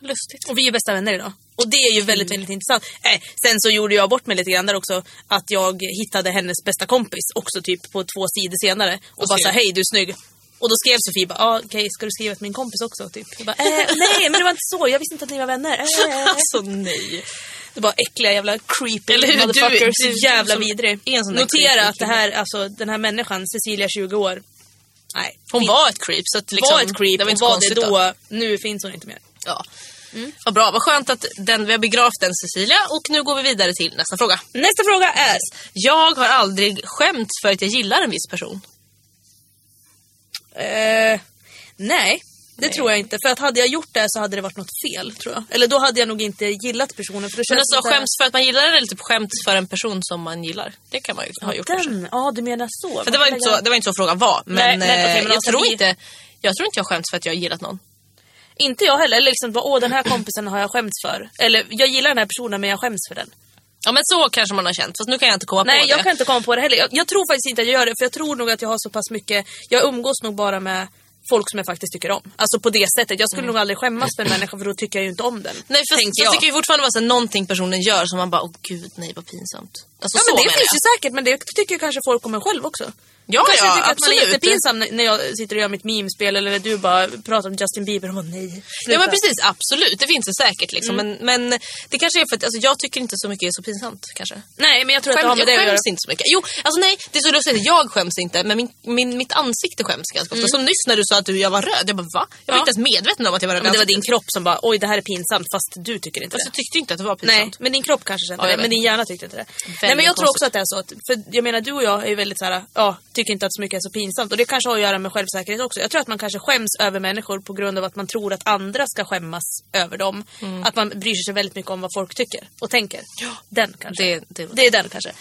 S2: Lustigt.
S1: Och vi är ju bästa vänner idag. Och det är ju väldigt, väldigt intressant. Eh, sen så gjorde jag bort mig lite grann där också. Att jag hittade hennes bästa kompis också typ på två sidor senare. Och, bara
S2: skrev.
S1: sa hej du är snygg. Och då skrev Sofie bara, ah, okej ska du skriva till min kompis också? Typ. Jag bara, eh, nej men det var inte så, jag visste inte att ni var vänner. Eh.
S2: Alltså nej.
S1: Det var äckliga jävla creepy
S2: Eller hur? Du-
S1: motherfucker,
S2: du-
S1: så jävla
S2: som-
S1: vidrig.
S2: är en sån där creepy
S1: Notera att det här, alltså, den här människan, Cecilia 20 år, nej.
S2: Hon
S1: fin-
S2: var ett creep. Så att liksom,
S1: var ett creep
S2: Det var inte
S1: och var det
S2: konstigt
S1: då, Mm. nu finns hon inte mer.
S2: Ja. Vad bra, vad skönt att den, vi har begravt den Cecilia och nu går vi vidare till nästa fråga.
S1: Nästa fråga är,
S2: Jag har aldrig skämts för att jag gillar en viss person.
S1: Eh, nej, det tror jag inte. För att hade jag gjort det så hade det varit något fel, tror jag. Eller då hade jag nog inte gillat personen. För det
S2: Men
S1: känns
S2: alltså
S1: lite-
S2: skäms för att man gillar den eller typ skämts för en person som man gillar. Det kan man ju ha gjort kanske.
S1: Den, ja du menar så.
S2: För det, var inte så, det var inte så frågan var. Men,
S1: Nej, nej, okej,
S2: eh,
S1: men
S2: jag,
S1: alltså
S2: tror
S1: vi-
S2: inte, jag tror inte jag skäms för att jag har gillat någon.
S1: Inte jag heller. Eller liksom, bara, åh den här kompisen har jag skämts för. Eller, jag gillar den här personen men jag skäms för den.
S2: Ja men så kanske man har känt. Fast nu kan jag inte komma
S1: Nej,
S2: på
S1: jag
S2: det.
S1: kan inte komma på det heller. Jag, jag tror faktiskt inte att jag gör det, för jag tror nog att jag har så pass mycket... Jag umgås nog bara med folk som jag faktiskt tycker om. Alltså på det sättet. Jag skulle nog aldrig skämmas för en människa, för då tycker jag ju inte om den.
S2: Nej fast
S1: tänker
S2: jag
S1: jag.
S2: tycker ju fortfarande vara så här, någonting personen gör som man bara, åh gud nej vad pinsamt.
S1: Ja,
S2: Alltså så
S1: men det
S2: menar
S1: finns
S2: jag.
S1: ju säkert, men det tycker ju kanske folk om en själv också.
S2: Ja,
S1: kanske
S2: ja,
S1: tycker att man är
S2: absolut.
S1: jättepinsam när- när jag sitter och gör mitt memespel eller när du bara pratar om Justin Bieber och bara nej.
S2: Ja
S1: sluta."
S2: men precis, absolut. Det finns det säkert liksom.
S1: Mm.
S2: Men, men det kanske är för att alltså, jag tycker inte så mycket är så pinsamt kanske.
S1: Nej, men jag tror att det har
S2: Skäms,
S1: med
S2: jag
S1: det att göra.
S2: skäms inte så mycket. Jo, alltså nej, det är så lustigt. Jag skäms inte, men min, min, mitt ansikte skäms ganska ofta. Som nyss när du sa att du, jag var röd. Jag bara va? Jag var
S1: Ja.
S2: inte ens medveten om att jag var röd.
S1: Men det var
S2: i
S1: din
S2: ansiktet.
S1: kropp som bara oj det här är pinsamt fast du tycker inte
S2: Fast
S1: det.
S2: jag tyckte inte att det var pinsamt.
S1: Nej, men din kropp kanske kände
S2: Ja, jag
S1: det,
S2: vet.
S1: men din hjärna tyckte inte det. Nej, men jag tror
S2: konstigt.
S1: också att det är så. Att, för jag menar, du och jag är ju väldigt så här, ja, tycker inte att så mycket är så pinsamt. Och det kanske har att göra med självsäkerhet också. Jag tror att man kanske skäms över människor på grund av att man tror att andra ska skämmas över dem.
S2: Mm.
S1: Att man bryr sig väldigt mycket om vad folk tycker och tänker. Den kanske.
S2: Det- det var-
S1: är den kanske.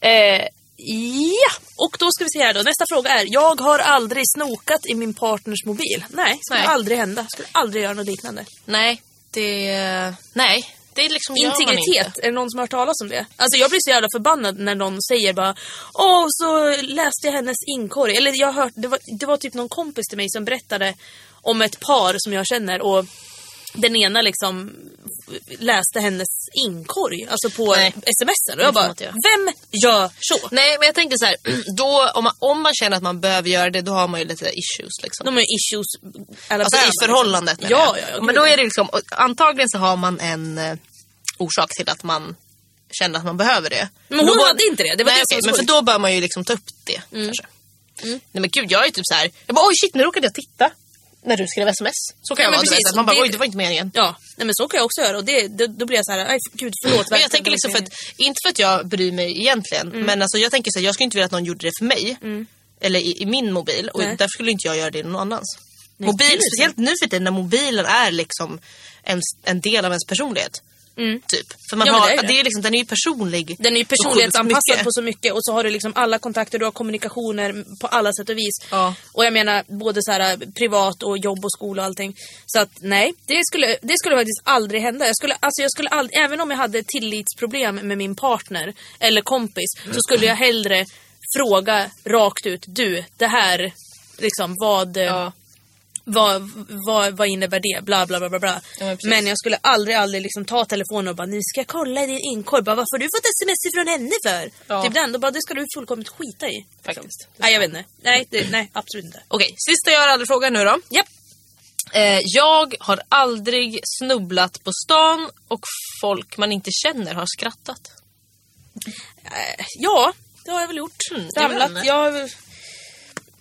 S1: eh, ja, och då ska vi se här då. Nästa fråga är, jag har aldrig snokat i min partners mobil. Nej, skulle
S2: Nej.
S1: aldrig hända. Skulle aldrig göra något liknande.
S2: Nej, det... Nej, det är liksom gör man inte.
S1: Integritet, är det någon som har hört talas om det? Alltså jag blir så jävla förbannad när någon säger bara Åh, så läste jag hennes inkorg. Eller jag har hört, det var, det var typ någon kompis till mig som berättade om ett par som jag känner och den ena liksom läste hennes inkorg, alltså på
S2: Nej.
S1: smsen. Och jag bara,
S2: får man inte
S1: vem gör så?
S2: Nej, men jag tänker så här. Då, om, man, om man känner att man behöver göra det, då har man ju lite issues liksom.
S1: De har ju issues
S2: Alltså i förhållandet menar
S1: Ja,
S2: jag.
S1: ja, ja.
S2: Men då är det liksom, och antagligen så har man en eh, orsak till att man känner att man behöver det.
S1: Men
S2: Då
S1: hon
S2: bör-
S1: hade inte det, det var
S2: Nej,
S1: det som
S2: okej,
S1: var Mm. så
S2: Men för
S1: sjukt.
S2: då bör man ju liksom ta upp det kanske. Nej men gud, jag är typ så här. jag bara oj shit nu råkade jag titta när du skrev sms. Så kan
S1: Ja,
S2: jag
S1: men
S2: vara. du
S1: precis,
S2: vet, att man bara
S1: det-
S2: oj det var inte meningen.
S1: Ja, nej men så kan jag också göra och det, det, då blir jag så här, "Aj, gud förlåt.
S2: Men
S1: verkligen,
S2: jag tänker liksom för att, inte för att jag bryr mig egentligen,
S1: Mm.
S2: men alltså jag tänker så här, jag skulle inte vilja att någon gjorde det för mig. Eller i, i min mobil och
S1: Nej.
S2: därför skulle inte jag göra det i någon annans.
S1: Nej,
S2: mobil,
S1: gud, nej.
S2: speciellt nu för tiden när mobilen är liksom en, en del av ens personlighet. Typ. För man
S1: Mm. Ja, men
S2: har,
S1: det är
S2: det är
S1: det.
S2: liksom, den är ju personlig.
S1: Den är ju
S2: så sjukt
S1: personlighetsanpassad
S2: mycket.
S1: på så mycket och så har du liksom alla kontakter, du har kommunikationer på alla sätt och vis.
S2: Ja.
S1: Och jag menar både så här, privat och jobb och skola och allting. Så att nej, det skulle, det skulle faktiskt aldrig hända. Jag skulle, alltså jag skulle aldrig, även om jag hade tillitsproblem med min partner eller kompis så skulle jag hellre fråga rakt ut, du det här, liksom vad... eh,
S2: Ja.
S1: vad, vad, vad innebär det? Bla, bla, bla, bla, bla.
S2: Ja, men
S1: men,
S2: precis.
S1: jag skulle aldrig, aldrig liksom ta telefonen och bara nu ska jag kolla i din inkorg. Bara, Varför har du fått sms från henne för?
S2: Ja.
S1: Typ den. Då bara, det ska du fullkomligt skita i.
S2: Faktiskt.
S1: Nej, jag vet inte. Nej, det, nej absolut inte.
S2: Okej, sista jag har aldrig frågan nu då.
S1: Japp.
S2: Eh, jag har aldrig snubblat på stan och folk man inte känner har skrattat.
S1: Eh, Ja, det har jag väl gjort.
S2: Mm, jag vet
S1: Ramlat.
S2: inte.
S1: Jag, har väl-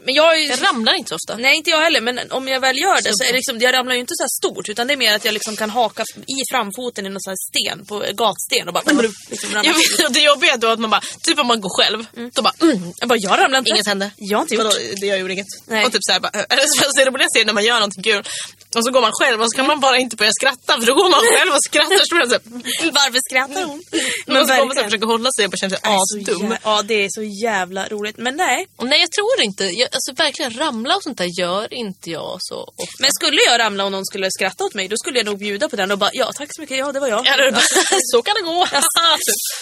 S1: men jag, har ju-
S2: Jag ramlar inte så ofta.
S1: Nej, inte jag heller. Men om jag väl gör det så är det liksom, jag ramlar ju inte så här stort. Utan det är mer att jag liksom kan haka i framfoten i någon sån här sten, på gatsten och bara... Liksom ramlar.
S2: Jag vet, och det jobbiga då är att man bara, typ om man går själv, då bara, mm,
S1: Jag bara, jag ramlar inte.
S2: inget hände.
S1: Jag har inte gjort.
S2: Vadå, det jag gjorde inget.
S1: Nej.
S2: Och typ såhär, bara, eller så ser det på det sättet när man gör någonting kul. Och så går man själv och så kan man bara inte börja skratta för då går man själv och skrattar. Så blir man såhär,
S1: Varför skrattar hon?
S2: men så går man så här,
S1: verkligen.
S2: försöker hålla sig och bara känner sig
S1: Det är så
S2: asdum.
S1: jä- Ja, det är så jävla roligt. Men nej.
S2: Och Nej, jag tror inte. Jag, alltså verkligen ramla och sånt där gör inte jag så ofta.
S1: Men skulle jag ramla och någon skulle skratta åt mig, då skulle jag nog bjuda på den och bara ja, tack så mycket, ja det var jag.
S2: Ja, det är bara, så kan det gå.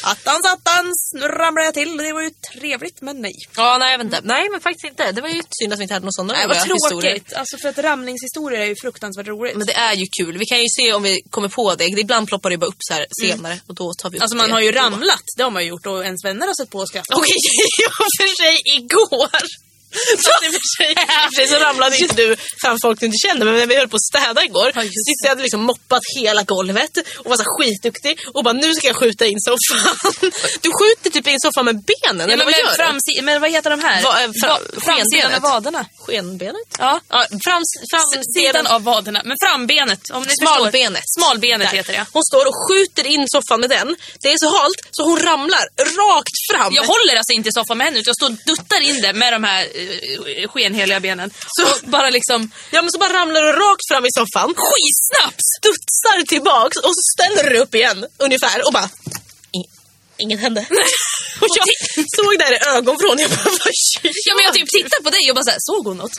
S1: Attans, attans, nu ramlade jag till. Det var ju trevligt, men nej.
S2: ja, nej, jag vet inte. Nej, men faktiskt inte. Det var ju synd att vi inte hade någon sån
S1: Nej, vad tråkigt. Alltså för att ramlingshistorier är ju fruktansvärt roligt.
S2: Men det är ju kul. Vi kan ju se om vi kommer på det. det ibland ploppar det bara upp så här senare och då tar vi upp
S1: Mm. Alltså man
S2: det
S1: har ju
S2: då.
S1: ramlat, det har man ju gjort och ens vänner har sett på och skrattat.
S2: Okej, jag för sig igår. Fast i och för sig, i och för sig så ramlade inte du framför folk du inte kände men när vi höll på att städa igår
S1: Ja, just det.
S2: Cissi hade liksom moppat hela golvet och var så här skitduktig och bara nu ska jag skjuta in soffan. Du skjuter typ in soffan med benen eller vad gör du?
S1: framsi- men vad heter de här?
S2: Va- eh, fram-
S1: Va- framsidan
S2: skenbenet.
S1: av vaderna.
S2: Skenbenet?
S1: Ja.
S2: Ja, fram, fram,
S1: S- Sidan av vaderna, men frambenet. Om ni
S2: Smalbenet.
S1: Förstår. Smalbenet
S2: Där.
S1: heter det.
S2: Hon står och skjuter in soffan med den. Det är så halt så hon ramlar rakt fram.
S1: Jag håller alltså inte i soffan med henne utan jag står och duttar in det med de här eh, skenheliga benen. Så och bara liksom
S2: Ja men så bara ramlar hon rakt fram i soffan.
S1: skitsnabbt!
S2: studsar tillbaks och så ställer du upp igen ungefär och bara "Ing- Inget hände. Och jag såg det här i ögonvrån. Jag bara, vad gör
S1: Ja men jag typ tittar på dig och bara såhär, såg hon något?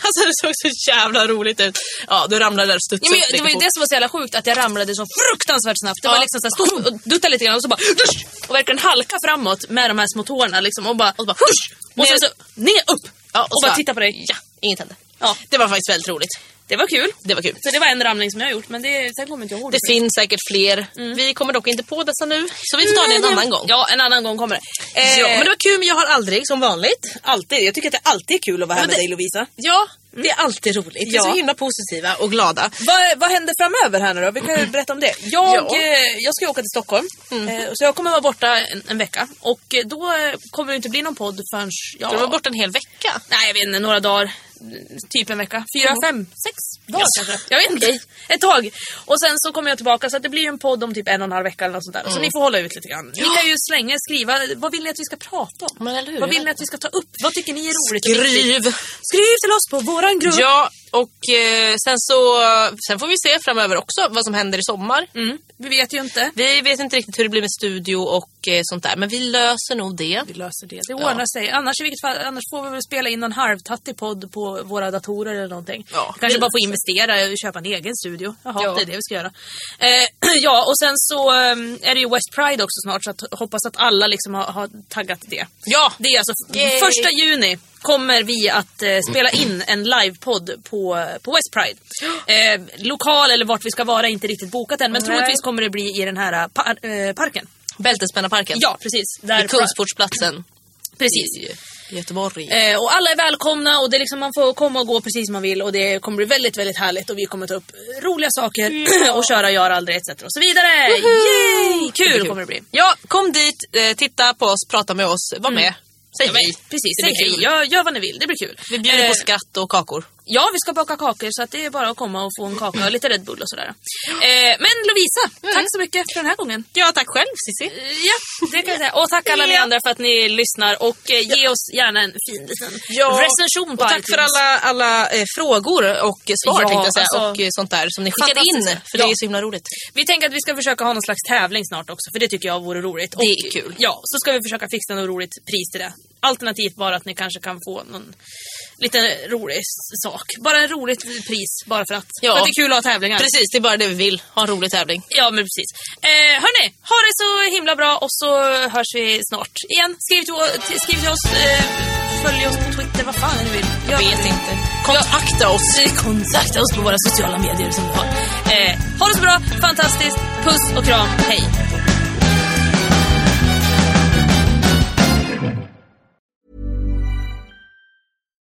S2: Alltså det såg så jävla roligt ut. Ja, du ramlade där och studsade.
S1: Ja, men jag, det var ju
S2: fort.
S1: det som var så jävla sjukt, att jag ramlade så fruktansvärt snabbt. Det
S2: Ja.
S1: var liksom såhär, stod och duttade lite grann och så bara husch, och verkligen halka framåt med de här små tårna liksom och bara, och bara husch, och sen
S2: Ner.
S1: så ner, upp
S2: Ja,
S1: och, bara titta på dig.
S2: Ja, inget hände.
S1: Ja.
S2: Det var faktiskt väldigt roligt.
S1: Det var kul.
S2: Det var kul.
S1: Så det var en ramling som jag har gjort, men det, sen kommer inte jag ihåg
S2: Det finns säkert fler. Vi kommer dock inte på dessa nu, så vi får ta det Mm. en annan gång.
S1: Ja, en annan gång kommer det. Eh,
S2: Ja, men det var kul, men jag har aldrig som vanligt.
S3: Alltid. Jag tycker att det alltid är kul att vara här
S2: Men
S3: med
S2: det- Mm.
S3: dig Lovisa.
S2: Ja, det är alltid roligt. Vi är
S3: Ja.
S2: så himla positiva och glada.
S1: Vad, vad händer framöver här nu då? Vi kan ju berätta om det. Jag,
S2: Ja. Mm.
S1: eh, jag ska ju åka till Stockholm, eh, så jag kommer vara borta en, en vecka. Och eh, då eh, kommer det inte bli någon podd förrän... Ja,
S2: Du var borta en hel vecka. Mm.
S1: Nej, jag vet inte. Några dagar. Typ en vecka. Fyra, fem, sex dagar
S2: Yes.
S1: kanske. Jag vet inte. Ett tag. Och sen så kommer jag tillbaka så att det blir ju en podd om typ en och en halv vecka eller något sånt där.
S2: Mm.
S1: Så ni får hålla ut lite grann. Ni kan ju slänga, skriva. Vad vill ni att vi ska prata om?
S2: Men eller hur?
S1: Vad vill ni att vi ska ta upp? Vad tycker ni är roligt? och viktigt?
S2: Skriv!
S1: Skriv till oss på våran grupp.
S2: Ja, och eh, sen så sen får vi se framöver också vad som händer i sommar.
S1: Mm, vi vet ju inte.
S2: Vi vet inte riktigt hur det blir med studio och eh, sånt där, men vi löser nog det.
S1: Vi löser det. Det ordnar sig. Annars, i vilket fall, annars får vi väl spela in någon halvtattig podd på våra datorer eller någonting.
S2: Ja,
S1: Vi kanske
S2: det
S1: bara får investera och köpa en egen studio. Jaha,
S2: Ja.
S1: det är det vi ska göra. Eh, ja, och sen så eh, är det ju West Pride också snart så att, hoppas att alla liksom har, har taggat det.
S2: Ja!
S1: Det är alltså
S2: Yay.
S1: första juni kommer vi att eh, spela in en livepodd på, på West Pride. Eh, lokal eller vart vi ska vara är inte riktigt bokat än men troligtvis kommer det bli i den här eh, par, eh, parken.
S2: Bältesspännarparken.
S1: Ja, precis.
S2: I Kungsportsplatsen.
S1: Precis.
S2: I Göteborg.
S1: Eh, och alla är välkomna och det är liksom, man får komma och gå precis som man vill och det kommer bli väldigt, väldigt härligt och vi kommer ta upp roliga saker och köra Gör aldrig etc. och så vidare. Yay! Kul,
S2: blir kul.
S1: kommer det bli. Mm.
S2: Ja, kom dit, eh, titta på oss, prata med oss, var med. Säg
S1: Ja, men,
S2: hej.
S1: precis,
S2: det
S1: säg
S2: blir
S1: hej.
S2: kul.
S1: Gör, gör vad ni vill, det blir kul.
S2: Vi bjuder
S1: Eh,
S2: på skratt och kakor.
S1: Ja, vi ska baka kakor så att det är bara att komma och få en kaka och lite Red Bull och sådär. Eh, men Lovisa,
S2: Mm.
S1: tack så mycket för den här gången.
S2: Ja, tack själv Cissi.
S1: Eh, Ja, det kan jag säga. Och tack alla ni
S2: Mm. Ja.
S1: andra för att ni lyssnar och eh, ge oss gärna en fin liten
S2: Ja,
S1: recension på
S2: och tack
S1: iTunes.
S2: för alla, alla eh, frågor och eh, svar
S1: Ja,
S2: tänkte jag säga,
S1: alltså-
S2: och eh, sånt där som ni skickade in.
S1: Fantastiskt.
S2: För
S1: Ja.
S2: det är så himla roligt.
S1: Vi tänker att vi ska försöka ha någon slags tävling snart också, för det tycker jag vore roligt.
S2: Det är kul.
S1: Ja, så ska vi försöka fixa något roligt pris till det. Alternativt bara att ni kanske kan få någon liten rolig s- sak. Bara ett roligt pris, bara för att.
S2: Ja.
S1: För att det är kul att ha tävlingar.
S2: Precis, det är bara det vi vill. Ha en rolig tävling.
S1: Ja, men precis. Eh, hörni, ha det så himla bra och så hörs vi snart igen. Skriv till, o- till- skriv till oss eh, följ oss på Twitter, vad fan ni vill.
S2: Jag
S1: Gör vad
S2: vet
S1: ni-
S2: inte.
S1: Kontakta oss. Kontakta oss på våra sociala medier som vi har. Eh, ha det så bra, fantastiskt. Puss och kram, hej.